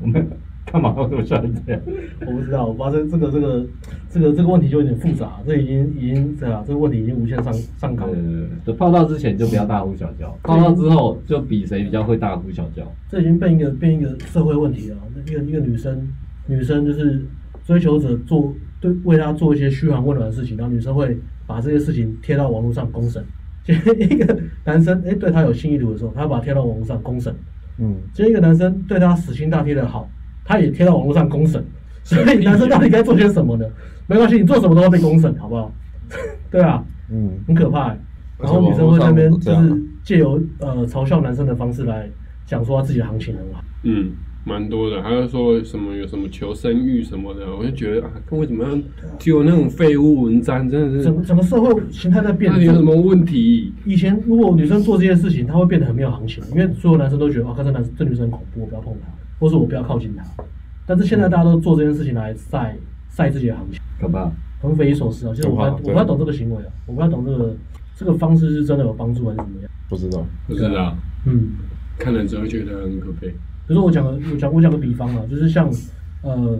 Speaker 4: 我们干嘛要这么笑 这样？
Speaker 1: 我不知道，我发现这个这个这个这个问题就有点复杂，这已经已经对啊，这个问题已经无限上上纲
Speaker 4: 对
Speaker 1: 了。
Speaker 4: 对对对，泡到之前呃就不要大呼小叫，泡到之后就比谁比较会大呼小叫。
Speaker 1: 这已经变一个变一个社会问题了。那一个一个女生，女生就是追求者做对为她做一些嘘寒问暖的事情，然后女生会把这些事情贴到网络上公审。就一个男生哎对她有性意图的时候，他把她贴到网络上公审；，
Speaker 3: 嗯，
Speaker 1: 就一个男生对她死心塌地的好，他也贴到网络上公审。所以男生到底该做些什么呢？没关系，你做什么都会被公审，好不 好？对啊，
Speaker 3: 嗯，
Speaker 1: 很可怕、欸。
Speaker 3: 而
Speaker 1: 然
Speaker 3: 且
Speaker 1: 后女生会在那边
Speaker 3: 网络上都这
Speaker 1: 就
Speaker 3: 样
Speaker 1: 是借由呃嘲笑男生的方式来讲说她自己的行情很好。
Speaker 2: 嗯，蛮多的。还有说什么有什么求生欲什么的，我就觉得啊，为什么要就那种废物文章，真的是
Speaker 1: 整个整个社会形态在变
Speaker 2: 到。底有什么问题？
Speaker 1: 以前如果女生做这件事情，她会变得很没有行情，因为所有男生都觉得啊，看这男这女生很恐怖，我不要碰她，或是我不要靠近她。但是现在大家都做这件事情来晒晒自己的行情，
Speaker 4: 可怕，
Speaker 1: 很匪夷所思啊！其实我不太
Speaker 3: 很好
Speaker 1: 我
Speaker 3: 对
Speaker 1: 不太懂这个行为啊，我不太懂这个这个方式是真的有帮助还是怎么样。
Speaker 3: 不知道，
Speaker 2: 不知道，
Speaker 1: 嗯，
Speaker 2: 看了之后觉得很可悲。
Speaker 1: 比如说我讲个我讲我讲个比方啊，就是像呃，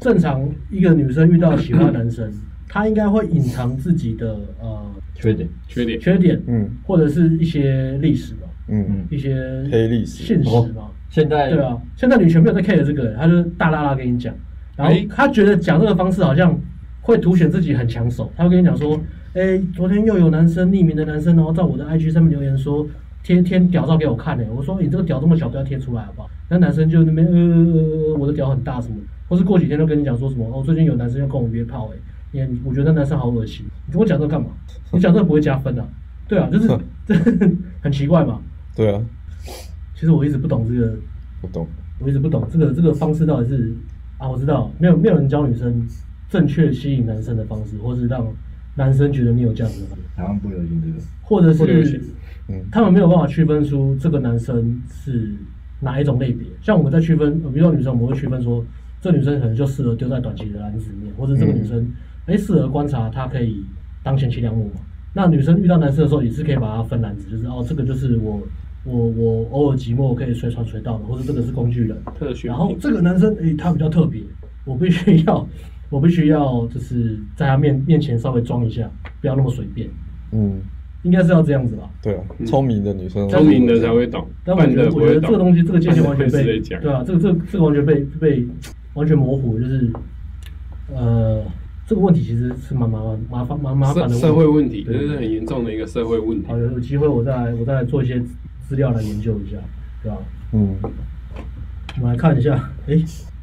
Speaker 1: 正常一个女生遇到喜欢的男生，她应该会隐藏自己的呃
Speaker 4: 缺点。
Speaker 2: 缺点，
Speaker 1: 缺点，
Speaker 3: 嗯
Speaker 1: 或者是一些历史吧，
Speaker 3: 嗯，
Speaker 1: 一些
Speaker 3: 黑历史
Speaker 1: 现实嘛。
Speaker 4: 现在
Speaker 1: 对啊，现在女权没有在 care 这个，她就是大拉拉跟你讲，然后
Speaker 2: 哎
Speaker 1: 她觉得讲这个方式好像会凸显自己很抢手，她会跟你讲说，哎、昨天又有男生匿名的男生，然后在我的 IG 上面留言说。贴贴屌照给我看呢、欸我说你这个屌这么小，不要贴出来好不好？那男生就那边呃呃，呃我的屌很大什么的，或是过几天就跟你讲说什么哦，最近有男生要跟我约炮哎、你我觉得那男生好恶心，你跟我讲这个干嘛？你讲这个不会加分啊？对啊，就是 很奇怪嘛。
Speaker 3: 对啊，
Speaker 1: 其实我一直不懂这个
Speaker 3: 不懂，
Speaker 1: 我一直不懂这个这个方式到底是啊，我知道没有没有人教女生正确吸引男生的方式，或是让男生觉得你有价值的方式，
Speaker 4: 台湾不流行这个，
Speaker 1: 或者
Speaker 2: 或者有
Speaker 1: 是
Speaker 2: 些
Speaker 3: 嗯
Speaker 1: 他们没有办法区分出这个男生是哪一种类别。像我们在区分，呃比如说女生，我们会区分说这女生可能就适合丢在短期的篮子里面，或者这个
Speaker 3: 嗯
Speaker 1: 女生哎适合观察，她可以当贤妻良母嘛。那女生遇到男生的时候，也是可以把它分篮子，就是哦，这个就是我我我偶尔寂寞可以随传随到的，或者这个是工具人，
Speaker 2: 特选
Speaker 1: 然后这个男生诶、他比较特别，我必须要，我必须要就是在他面面前稍微装一下，不要那么随便，
Speaker 3: 嗯，
Speaker 1: 应该是要这样子吧。
Speaker 3: 对啊，聪明的女生，
Speaker 2: 嗯聪明的才会懂，
Speaker 1: 但我
Speaker 2: 笨
Speaker 1: 觉
Speaker 2: 的
Speaker 1: 得，
Speaker 2: 不
Speaker 1: 我觉
Speaker 2: 会
Speaker 1: 得这个
Speaker 2: 懂
Speaker 1: 东。西，这个界限完全
Speaker 2: 半个
Speaker 1: 被
Speaker 2: 被谁讲
Speaker 1: 对啊，这个这个这个完全被被完全模糊，就是呃，这个问题其实是蛮麻烦麻烦蛮麻烦的
Speaker 2: 社社会问题，这
Speaker 1: 对
Speaker 2: 是很严重的一个社会问题
Speaker 1: 好，。有有机会我再来我再来做一些资料来研究一下，对吧、
Speaker 3: 嗯，
Speaker 1: 我们来看一下，诶，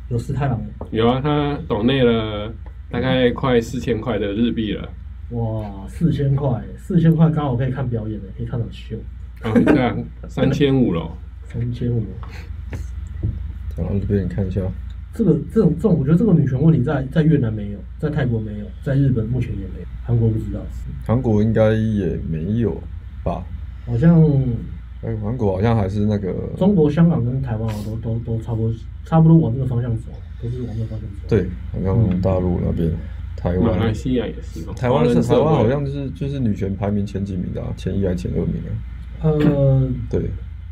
Speaker 1: 有四太郎耶，
Speaker 2: 有啊，他懂内了大概快四千块的日币了。
Speaker 1: 哇，四千块，四千块刚好可以看表演的，可以看场秀。
Speaker 2: 啊，对啊， 三千五了。
Speaker 1: 三千五，
Speaker 3: 然后这边你看一下，
Speaker 1: 这个这种这种，我觉得这个女权问题在在越南没有，在泰国没有，在日本目前也没有，韩国不知道，
Speaker 3: 韩国应该也没有吧？
Speaker 1: 好像
Speaker 3: 哎，韩国好像还是那个
Speaker 1: 中国、香港跟台湾好像都都都差不多，差不多往这个方向走，都是往这个方向走。
Speaker 3: 对，好像大陆那边、台
Speaker 2: 马来
Speaker 3: 湾。
Speaker 2: 西亚也是嘛，
Speaker 3: 台湾
Speaker 2: 华
Speaker 3: 是
Speaker 2: 人社
Speaker 3: 台
Speaker 2: 会
Speaker 3: 湾，好像就是就是女权排名前几名的、啊，前一还前二名啊？
Speaker 1: 呃，
Speaker 3: 对，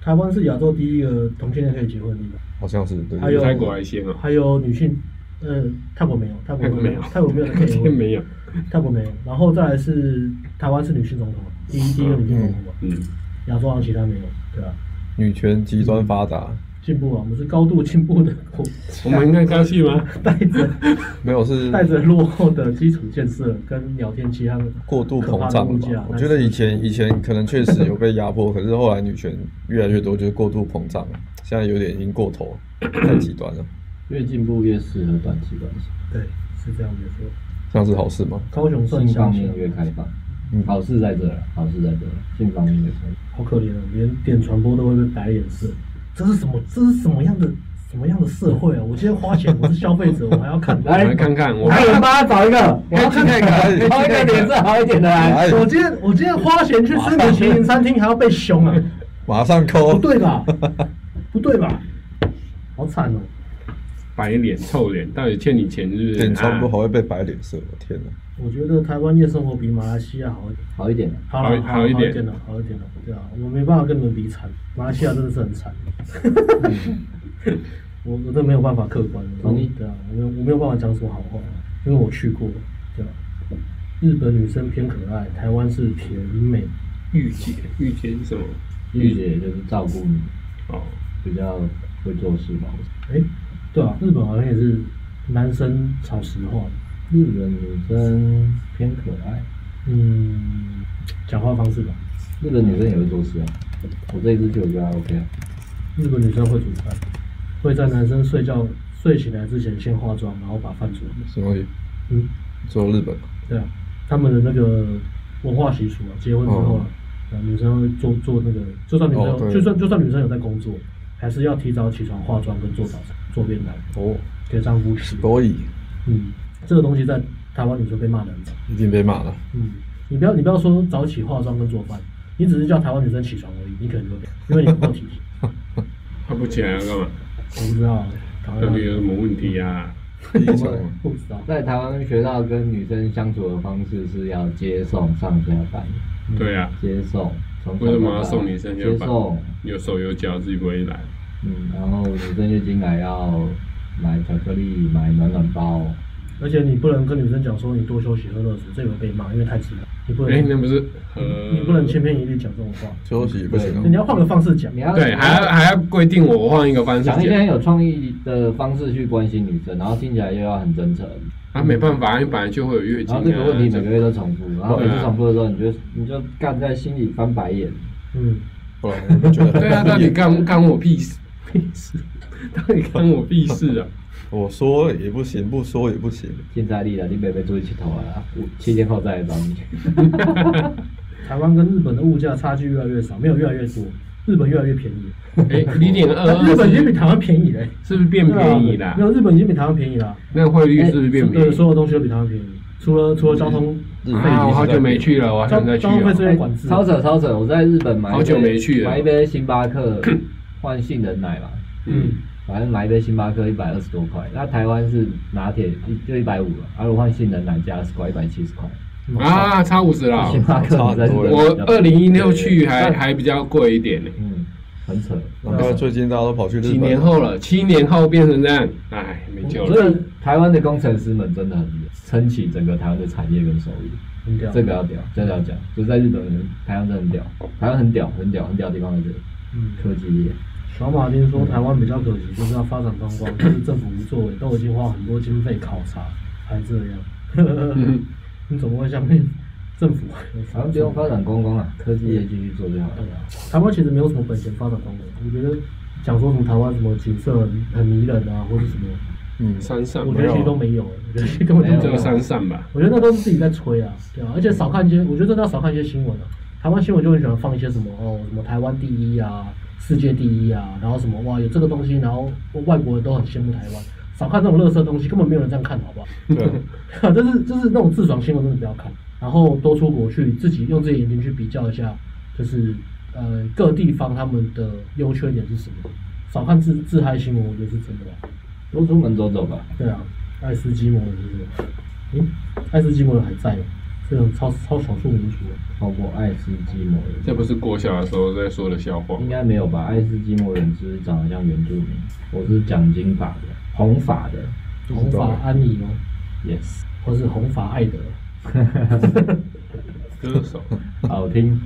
Speaker 1: 台湾是亚洲第一个同性恋可以结婚的地方，
Speaker 3: 好像是对。
Speaker 1: 还有
Speaker 2: 泰国还先哦，
Speaker 1: 还有女性，呃，泰国没有，泰国
Speaker 2: 泰国没有
Speaker 1: 泰国没有人可以结
Speaker 2: 今
Speaker 1: 婚，
Speaker 2: 天没有，
Speaker 1: 泰国没有。然后再来是台湾是女性总统，第一第一个女性总统嘛，
Speaker 2: 嗯，
Speaker 1: 亚洲好像其他没有，对啊，
Speaker 3: 女权极端发达，
Speaker 1: 进步啊，我们是高度进步的国，
Speaker 2: 我们应该高兴吗？
Speaker 1: 带着
Speaker 3: 没有是
Speaker 1: 带着落后的基础建设跟聊天其他的
Speaker 3: 过度膨
Speaker 1: 可怕的
Speaker 3: 胀
Speaker 1: 物
Speaker 3: 了
Speaker 1: 价
Speaker 3: 吧？我觉得以前以前可能确实有被压迫，可是后来女权越来越多，就是过度膨胀了，现在有点已经过头，太极端了，
Speaker 4: 越进步越适合短期关系，
Speaker 1: 对，是这样没错。
Speaker 3: 这样是好事吗？
Speaker 1: 高雄算
Speaker 4: 性
Speaker 1: 乡
Speaker 4: 方
Speaker 1: 下，
Speaker 4: 面越开放
Speaker 3: 嗯。
Speaker 4: 好事在这儿，好事在这儿，性方面越开放。
Speaker 1: 好可怜哦，连点传播都会被白眼色。这是什么？这是什么样的什么样的社会啊？我今天花钱，我是消费者，我还要看
Speaker 2: 我
Speaker 1: 来。
Speaker 2: 来看看，我
Speaker 4: 来，哎我们帮他找一个，我要看看， 找一个脸色好一点的来。
Speaker 3: 哎，
Speaker 1: 我今天我今天花钱去吃米其林餐厅，还要被凶啊？
Speaker 3: 马上
Speaker 1: 不
Speaker 3: 抠，
Speaker 1: 对啊吧？不对吧？好惨哦！
Speaker 2: 白脸臭脸，到底欠你钱是不是？
Speaker 3: 点穿不
Speaker 2: 啊
Speaker 3: 好会被白脸色，我天哪！
Speaker 1: 我觉得台湾夜生活比马来西亚好一点。
Speaker 4: 好一点的，
Speaker 1: 好了，
Speaker 2: 好
Speaker 1: 好
Speaker 2: 一
Speaker 1: 一
Speaker 2: 点
Speaker 1: 点了，好一点了，对啊，我没办法跟你们比惨，马来西亚真的是很 惨，嗯我我都没有办法客观，
Speaker 2: 哦
Speaker 4: 同意
Speaker 1: 对啊，我没有我没有办法讲什么好话，因为我去过，对啊，日本女生偏可爱，台湾是甜美，
Speaker 2: 御姐，御姐是什么？
Speaker 4: 御姐就是照顾你，
Speaker 2: 哦，
Speaker 4: 比较会做事吧。
Speaker 1: 哎，对啊，日本好像也是男生少实话，
Speaker 4: 日本女生偏可爱，
Speaker 1: 嗯，讲话方式吧，
Speaker 4: 日本女生也会做事啊。我这一次去，我觉得还 OK 啊。
Speaker 1: 日本女生会煮饭，会在男生睡觉睡起来之前先化妆，然后把饭煮好，
Speaker 3: 什么东西？
Speaker 1: 嗯。
Speaker 3: 说日本
Speaker 1: 对啊，他们的那个文化习俗啊，结婚之后啊，呃女生会做做那个，就算女生有、
Speaker 3: 哦对
Speaker 1: 就算就算女生有在工作，还是要提早起床化妆跟做早餐、做便当
Speaker 3: 哦，
Speaker 1: 给丈夫吃。
Speaker 3: 所以
Speaker 1: 嗯，这个东西在台湾女生被骂的很惨。
Speaker 3: 一定被骂了。
Speaker 1: 嗯，你不要你不要说早起化妆跟做饭，你只是叫台湾女生起床而已，你可能就被，因为你不够 体贴。
Speaker 2: 他不起来要干嘛？
Speaker 1: 我不知道，台湾
Speaker 2: 到底有什么问题啊？
Speaker 3: 第一场
Speaker 1: 不知道。
Speaker 4: 在台湾学到跟女生相处的方式是要接送上下班，
Speaker 3: 嗯
Speaker 2: 对啊，
Speaker 4: 接送从
Speaker 2: 为什么要送女生
Speaker 4: 接
Speaker 2: 就把
Speaker 4: 送，
Speaker 2: 有手有脚自己不会来？
Speaker 4: 嗯，然后女生月经来要买巧克力，买暖暖包，
Speaker 1: 而且你不能跟女生讲说你多休息喝热水，这个会被骂，因为太直了。你不能、
Speaker 2: 哎，那不是呃，
Speaker 1: 你不能千篇一律讲这种话，
Speaker 3: 休息不行
Speaker 1: 你
Speaker 3: 啊，
Speaker 1: 要换个方式讲
Speaker 4: 你。要
Speaker 2: 对，还要还要规定我换一个方式
Speaker 4: 想一些
Speaker 2: 讲
Speaker 4: 很有创意的方式去关心女生，然后听起来又要很真诚，
Speaker 2: 啊，没办法，你本来就会有月经
Speaker 4: 然
Speaker 2: 啊
Speaker 4: 后。这个问题每个月都重复，然后每
Speaker 2: 对
Speaker 4: 次
Speaker 2: 啊
Speaker 4: 重复的时候，你就你就干在心里翻白眼，
Speaker 1: 嗯。
Speaker 3: 不然我就觉得
Speaker 2: 对啊，到底干干我屁事？屁事？到底干我屁事啊？
Speaker 3: 我说也不行，不说也不行。
Speaker 4: 现在力了，你妹妹注意去投 啊，我七天后再来找你。
Speaker 1: 台湾跟日本的物价差距越来越少，没有越来越多，日本越来越便宜。
Speaker 2: 哎，零点二
Speaker 1: 但
Speaker 2: 二，
Speaker 1: 日本已经比台湾便宜嘞，
Speaker 2: 是不是变便宜啦
Speaker 1: 没？有，日本已经比台湾便宜了。
Speaker 2: 那汇率是不是变便
Speaker 1: 对，
Speaker 2: 宜？
Speaker 1: 所有东西都比台湾便宜，除了除了交通，
Speaker 3: 日本
Speaker 2: 啊，我好久没去了，我好
Speaker 1: 交
Speaker 2: 想再去
Speaker 1: 交通费是
Speaker 2: 哦。
Speaker 1: 被管制。
Speaker 4: 超扯超扯！我在日本买一杯
Speaker 2: 好久没去了
Speaker 4: 买一杯星巴克 换杏仁奶嘛，
Speaker 2: 嗯，
Speaker 4: 反正买一杯星巴克一百二十多块，那台湾是拿铁一就一百五了，而我换杏仁奶加二十块，一百七十块。
Speaker 2: 啊，差五十啦
Speaker 4: 星。巴克
Speaker 3: 差很
Speaker 4: 在日
Speaker 3: 多耶
Speaker 4: 本
Speaker 2: 我
Speaker 4: 比较
Speaker 2: 二零一六去还
Speaker 4: 对
Speaker 2: 还比较贵一点呢，
Speaker 4: 嗯，很扯。
Speaker 3: 难怪最近大家都跑去日本。
Speaker 2: 几年后了，七年后变成这样，哎，没救
Speaker 4: 所
Speaker 2: 了。
Speaker 4: 以台湾的工程师们真的很撑起整个台湾的产业跟收益，
Speaker 1: 很
Speaker 2: 嗯
Speaker 1: 屌
Speaker 4: 这个要屌，真的要讲，就是在日本人，台湾真的很屌，台湾很屌，很屌，很屌的地方在这里，
Speaker 1: 嗯，
Speaker 4: 科技业。
Speaker 1: 小马丁说台湾比较可惜，就是要发展观光，但是政府无作为，都已经花很多经费考察，还这样。
Speaker 2: 嗯
Speaker 1: 你怎么会相信政府？
Speaker 4: 台湾不用发展观光啊，科技业继续做就好了
Speaker 1: 对。啊，台湾其实没有什么本钱发展观光，我觉得讲说什么台湾什么景色很很迷人啊，或者什么，
Speaker 3: 嗯，
Speaker 2: 山上啊
Speaker 1: 我觉得其实都呃没有，我觉得其实根本
Speaker 4: 没
Speaker 1: 就
Speaker 2: 这
Speaker 1: 没
Speaker 2: 个
Speaker 1: 有。啊
Speaker 2: 山上吧，
Speaker 1: 我觉得那都是自己在吹啊，对啊，而且少看一些，我觉得真的要少看一些新闻啊。台湾新闻就很喜欢放一些什么哦，什么台湾第一啊，世界第一啊，然后什么哇有这个东西，然后外国人都很羡慕台湾。少看这种垃圾东西，根本没有人这样看，好不好？
Speaker 3: 对 啊，
Speaker 1: 就是就是那种自爽新闻真的不要看，然后多出国去自己用自己眼睛去比较一下，就是呃各地方他们的优缺点是什么，少看自自嗨新闻，我觉得是真的吧。
Speaker 4: 多出门走走吧。
Speaker 1: 对啊，爱斯基摩人是什么？嗯，爱斯基摩人还在吗？哦这种超超少数民族啊，
Speaker 4: 超过爱斯基摩人，
Speaker 2: 这不是国小的时候在说的笑话
Speaker 4: 应。该没有吧？爱斯基摩人只是长得像原住民，我是讲金发的，红发的
Speaker 1: 红发安妮哦，
Speaker 4: ，yes，
Speaker 1: 或是红发艾德，哦
Speaker 2: 歌手，
Speaker 4: 好听。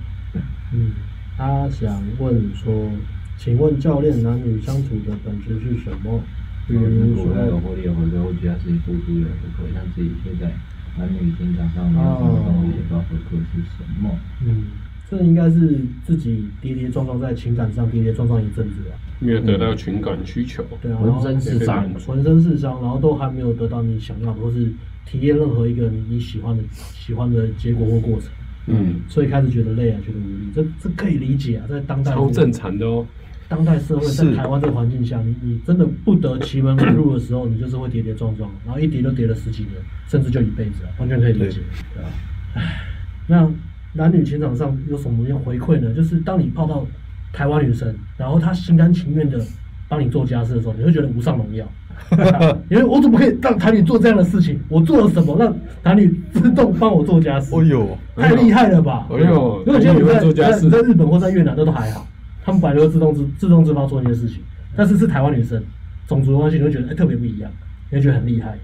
Speaker 1: 嗯，他想问说，请问教练男女相处的本质是什么？
Speaker 4: 有人说有活力有回归，或觉得自己付出有回馈，但自己却在男女情感上没有什么动力，也不知道回馈是什么。
Speaker 1: 嗯，这应该是自己跌跌撞撞在情感上跌跌撞撞一阵子啊，
Speaker 2: 没有得到情感需求，
Speaker 1: 对啊，然
Speaker 4: 浑
Speaker 1: 后
Speaker 4: 身是伤，
Speaker 1: 浑身是伤，然后都还没有得到你想要的，或是体验任何一个你你喜欢的喜欢的结果或过程，
Speaker 2: 嗯，
Speaker 1: 所以开始觉得累啊，觉得无力，这这可以理解啊，在当代
Speaker 2: 超正常的哦。
Speaker 1: 当代社会，在
Speaker 3: 是
Speaker 1: 台湾这个环境下，你你真的不得其门而入的时候，你就是会跌跌撞撞，然后一跌就跌了十几年，甚至就一辈子啊，完全可以理解，对吧、那男女情场上有什么样回馈呢？就是当你泡到台湾女生，然后她心甘情愿的帮你做家事的时候，你会觉得无上荣 耀，因为我怎么可以让台女做这样的事情？我做了什么让台女自动帮我做家事？
Speaker 3: 哦呦，
Speaker 1: 太厉害了吧！
Speaker 3: 哎
Speaker 2: 哎呦，
Speaker 1: 如果今天
Speaker 2: 你
Speaker 1: 你
Speaker 2: 会
Speaker 1: 在
Speaker 2: 做家
Speaker 1: 在
Speaker 2: 事
Speaker 1: 在，日本或在越南，那都还好，他们本来就会自动自自动自发做那些事情。但是是台湾女生，种族的关系，你会觉得、哎特别不一样，你会觉得很厉害。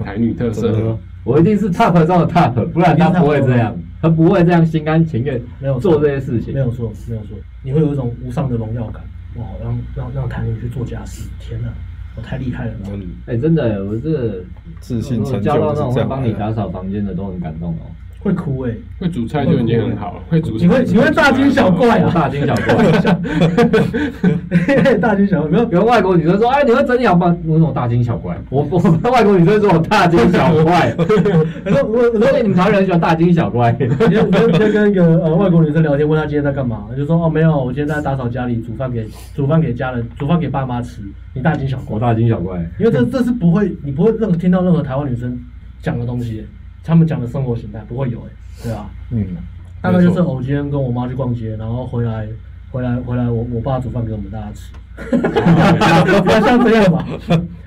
Speaker 2: 台女特
Speaker 3: 真的
Speaker 1: 嗯
Speaker 2: 色，
Speaker 4: 我一定是 top 中的 top，不然他不会这样，他不会这样心甘情愿
Speaker 1: 没有错
Speaker 4: 做这些事情
Speaker 1: 没。有错，没有错，你会有一种无上的荣耀感。哇，让让让台女去做家事，天哪，我太厉害了吧！
Speaker 4: 哎、真的，我这
Speaker 3: 自信成就
Speaker 4: 交到那
Speaker 3: 就是
Speaker 4: 种
Speaker 3: 这
Speaker 4: 会
Speaker 3: 样
Speaker 4: 帮你
Speaker 3: 来
Speaker 4: 打
Speaker 3: 的。
Speaker 4: 扫房间的都很感动哦。
Speaker 1: 会哭哎、
Speaker 2: 会煮菜就已经很好了，会煮菜
Speaker 1: 你会你会大惊小怪
Speaker 4: 我
Speaker 1: 啊！
Speaker 4: 大惊小怪，
Speaker 1: 大惊小怪，没有
Speaker 4: 有外国女生说：“哎，你会整理好吗？”我说：“我大惊小怪。我”我我外国女生说我大惊小怪，
Speaker 1: 可是我我
Speaker 4: 所 以你们台湾人喜欢大惊小 怪。
Speaker 1: 你就你就你就跟一个呃外国女生聊天，问她今天在干嘛，她就说哦没有，我今天在打扫家里，煮饭给煮饭给家人，煮饭给爸妈吃。你大惊小怪
Speaker 4: 我，大惊小怪，
Speaker 1: 因为这这是不会，你不会任何听到任何台湾女生讲的东西，他们讲的生活形态不会有哎、对啊，
Speaker 3: 嗯，
Speaker 1: 大概就
Speaker 3: 没
Speaker 1: 是
Speaker 3: 错
Speaker 1: 哦我今天跟我妈去逛街，然后回来回来回来我我爸煮饭给我们大家 吃，比较像这样吧。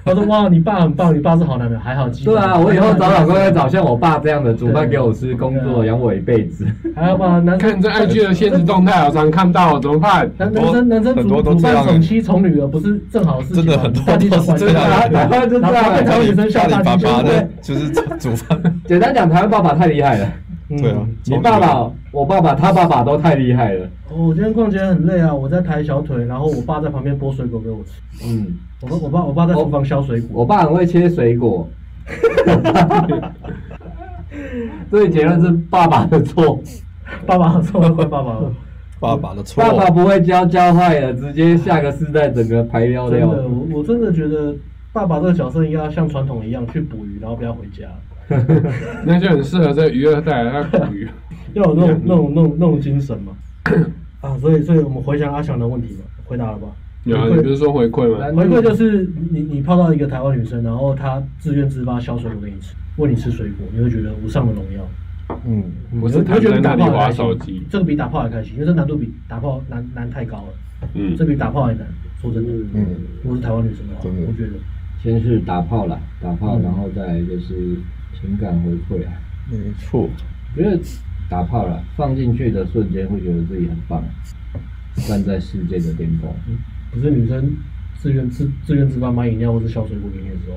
Speaker 1: 我说哇，你爸很棒，你爸是好男人，还好基本
Speaker 4: 对啊，我以后找老公要找像我爸这样的，煮饭给我吃，工
Speaker 1: 对
Speaker 4: 作
Speaker 1: 啊
Speaker 4: 养我一辈子。
Speaker 1: 还要把男生
Speaker 2: 看这 IG 的现实动态，好常看到，怎么 办？
Speaker 1: 男
Speaker 3: 多
Speaker 1: 男生男生
Speaker 3: 很
Speaker 1: 煮
Speaker 3: 多都
Speaker 1: 煮
Speaker 3: 这
Speaker 1: 饭
Speaker 3: 样
Speaker 1: 宠
Speaker 3: 欸
Speaker 1: 妻宠女儿，不是正好的事情啊
Speaker 3: 真的
Speaker 1: 吗
Speaker 3: 很多
Speaker 1: 大惊小
Speaker 3: 都
Speaker 1: 怪，
Speaker 3: 是这样
Speaker 1: 然后
Speaker 4: 台湾就这
Speaker 1: 然后被
Speaker 4: 样，
Speaker 1: 台湾女生笑
Speaker 3: 大
Speaker 1: 大
Speaker 3: 你爸
Speaker 1: 惊
Speaker 3: 爸
Speaker 1: 小
Speaker 3: 的
Speaker 1: 怪。，
Speaker 3: 就是煮饭，
Speaker 4: 简单讲，台湾爸爸太厉害了。
Speaker 3: 对啊
Speaker 1: 嗯，
Speaker 4: 你爸爸、我爸爸、他爸爸都太厉害了。
Speaker 1: 哦我今天逛街很累啊，我在抬小腿，然后我爸在旁边剥水果给我吃。
Speaker 4: 嗯，
Speaker 1: 我爸我爸我爸在厨房削水
Speaker 2: 哦
Speaker 1: 果。
Speaker 4: 我爸很会切 水果。所以结论是爸爸的错，
Speaker 1: 爸爸错了，怪爸爸
Speaker 2: 哦
Speaker 1: 了。
Speaker 3: 爸爸的错，
Speaker 4: 爸爸不会教教坏了，直接下个世代整个排掉
Speaker 1: 真
Speaker 4: 掉。
Speaker 1: 的，我我真的觉得爸爸这个角色应该要像传统一样去捕鱼，然后不要回家，
Speaker 2: 那就很适合在娱乐带来那捕 鱼。
Speaker 1: 要有那
Speaker 2: 嗯
Speaker 1: 种那种那种那种精神嘛。 啊，所以所以我们回想阿翔的问题嘛，回答了吧？
Speaker 2: 有啊，你不是说回馈吗？
Speaker 4: 男
Speaker 1: 回馈就是你你泡到一个台湾女生，然后她自愿自发削水果给你吃，喂你吃水果，你会觉得无上的荣耀。
Speaker 3: 嗯，
Speaker 2: 不是
Speaker 1: 你会
Speaker 2: 躺
Speaker 1: 觉得
Speaker 2: 在
Speaker 1: 比
Speaker 2: 那
Speaker 1: 打
Speaker 2: 里
Speaker 1: 炮还
Speaker 2: 划
Speaker 1: 开
Speaker 2: 手
Speaker 1: 心
Speaker 2: 机，，
Speaker 1: 这个比打炮还开心，因为这难度比打炮难难太高了，
Speaker 2: 嗯
Speaker 1: 这，比打炮还难。说真的，
Speaker 3: 嗯，
Speaker 1: 如果是台湾女生的话，
Speaker 3: 真的
Speaker 1: 我觉得
Speaker 4: 先是打炮啦，打炮，
Speaker 1: 嗯
Speaker 4: 然后再来就是情感回馈啊。
Speaker 3: 没错，
Speaker 4: 我觉得打炮啦，放进去的瞬间会觉得自己很棒，站在世界的巅峰。
Speaker 1: 不是女生自愿自自愿自发买饮料或者削水果给你的时候，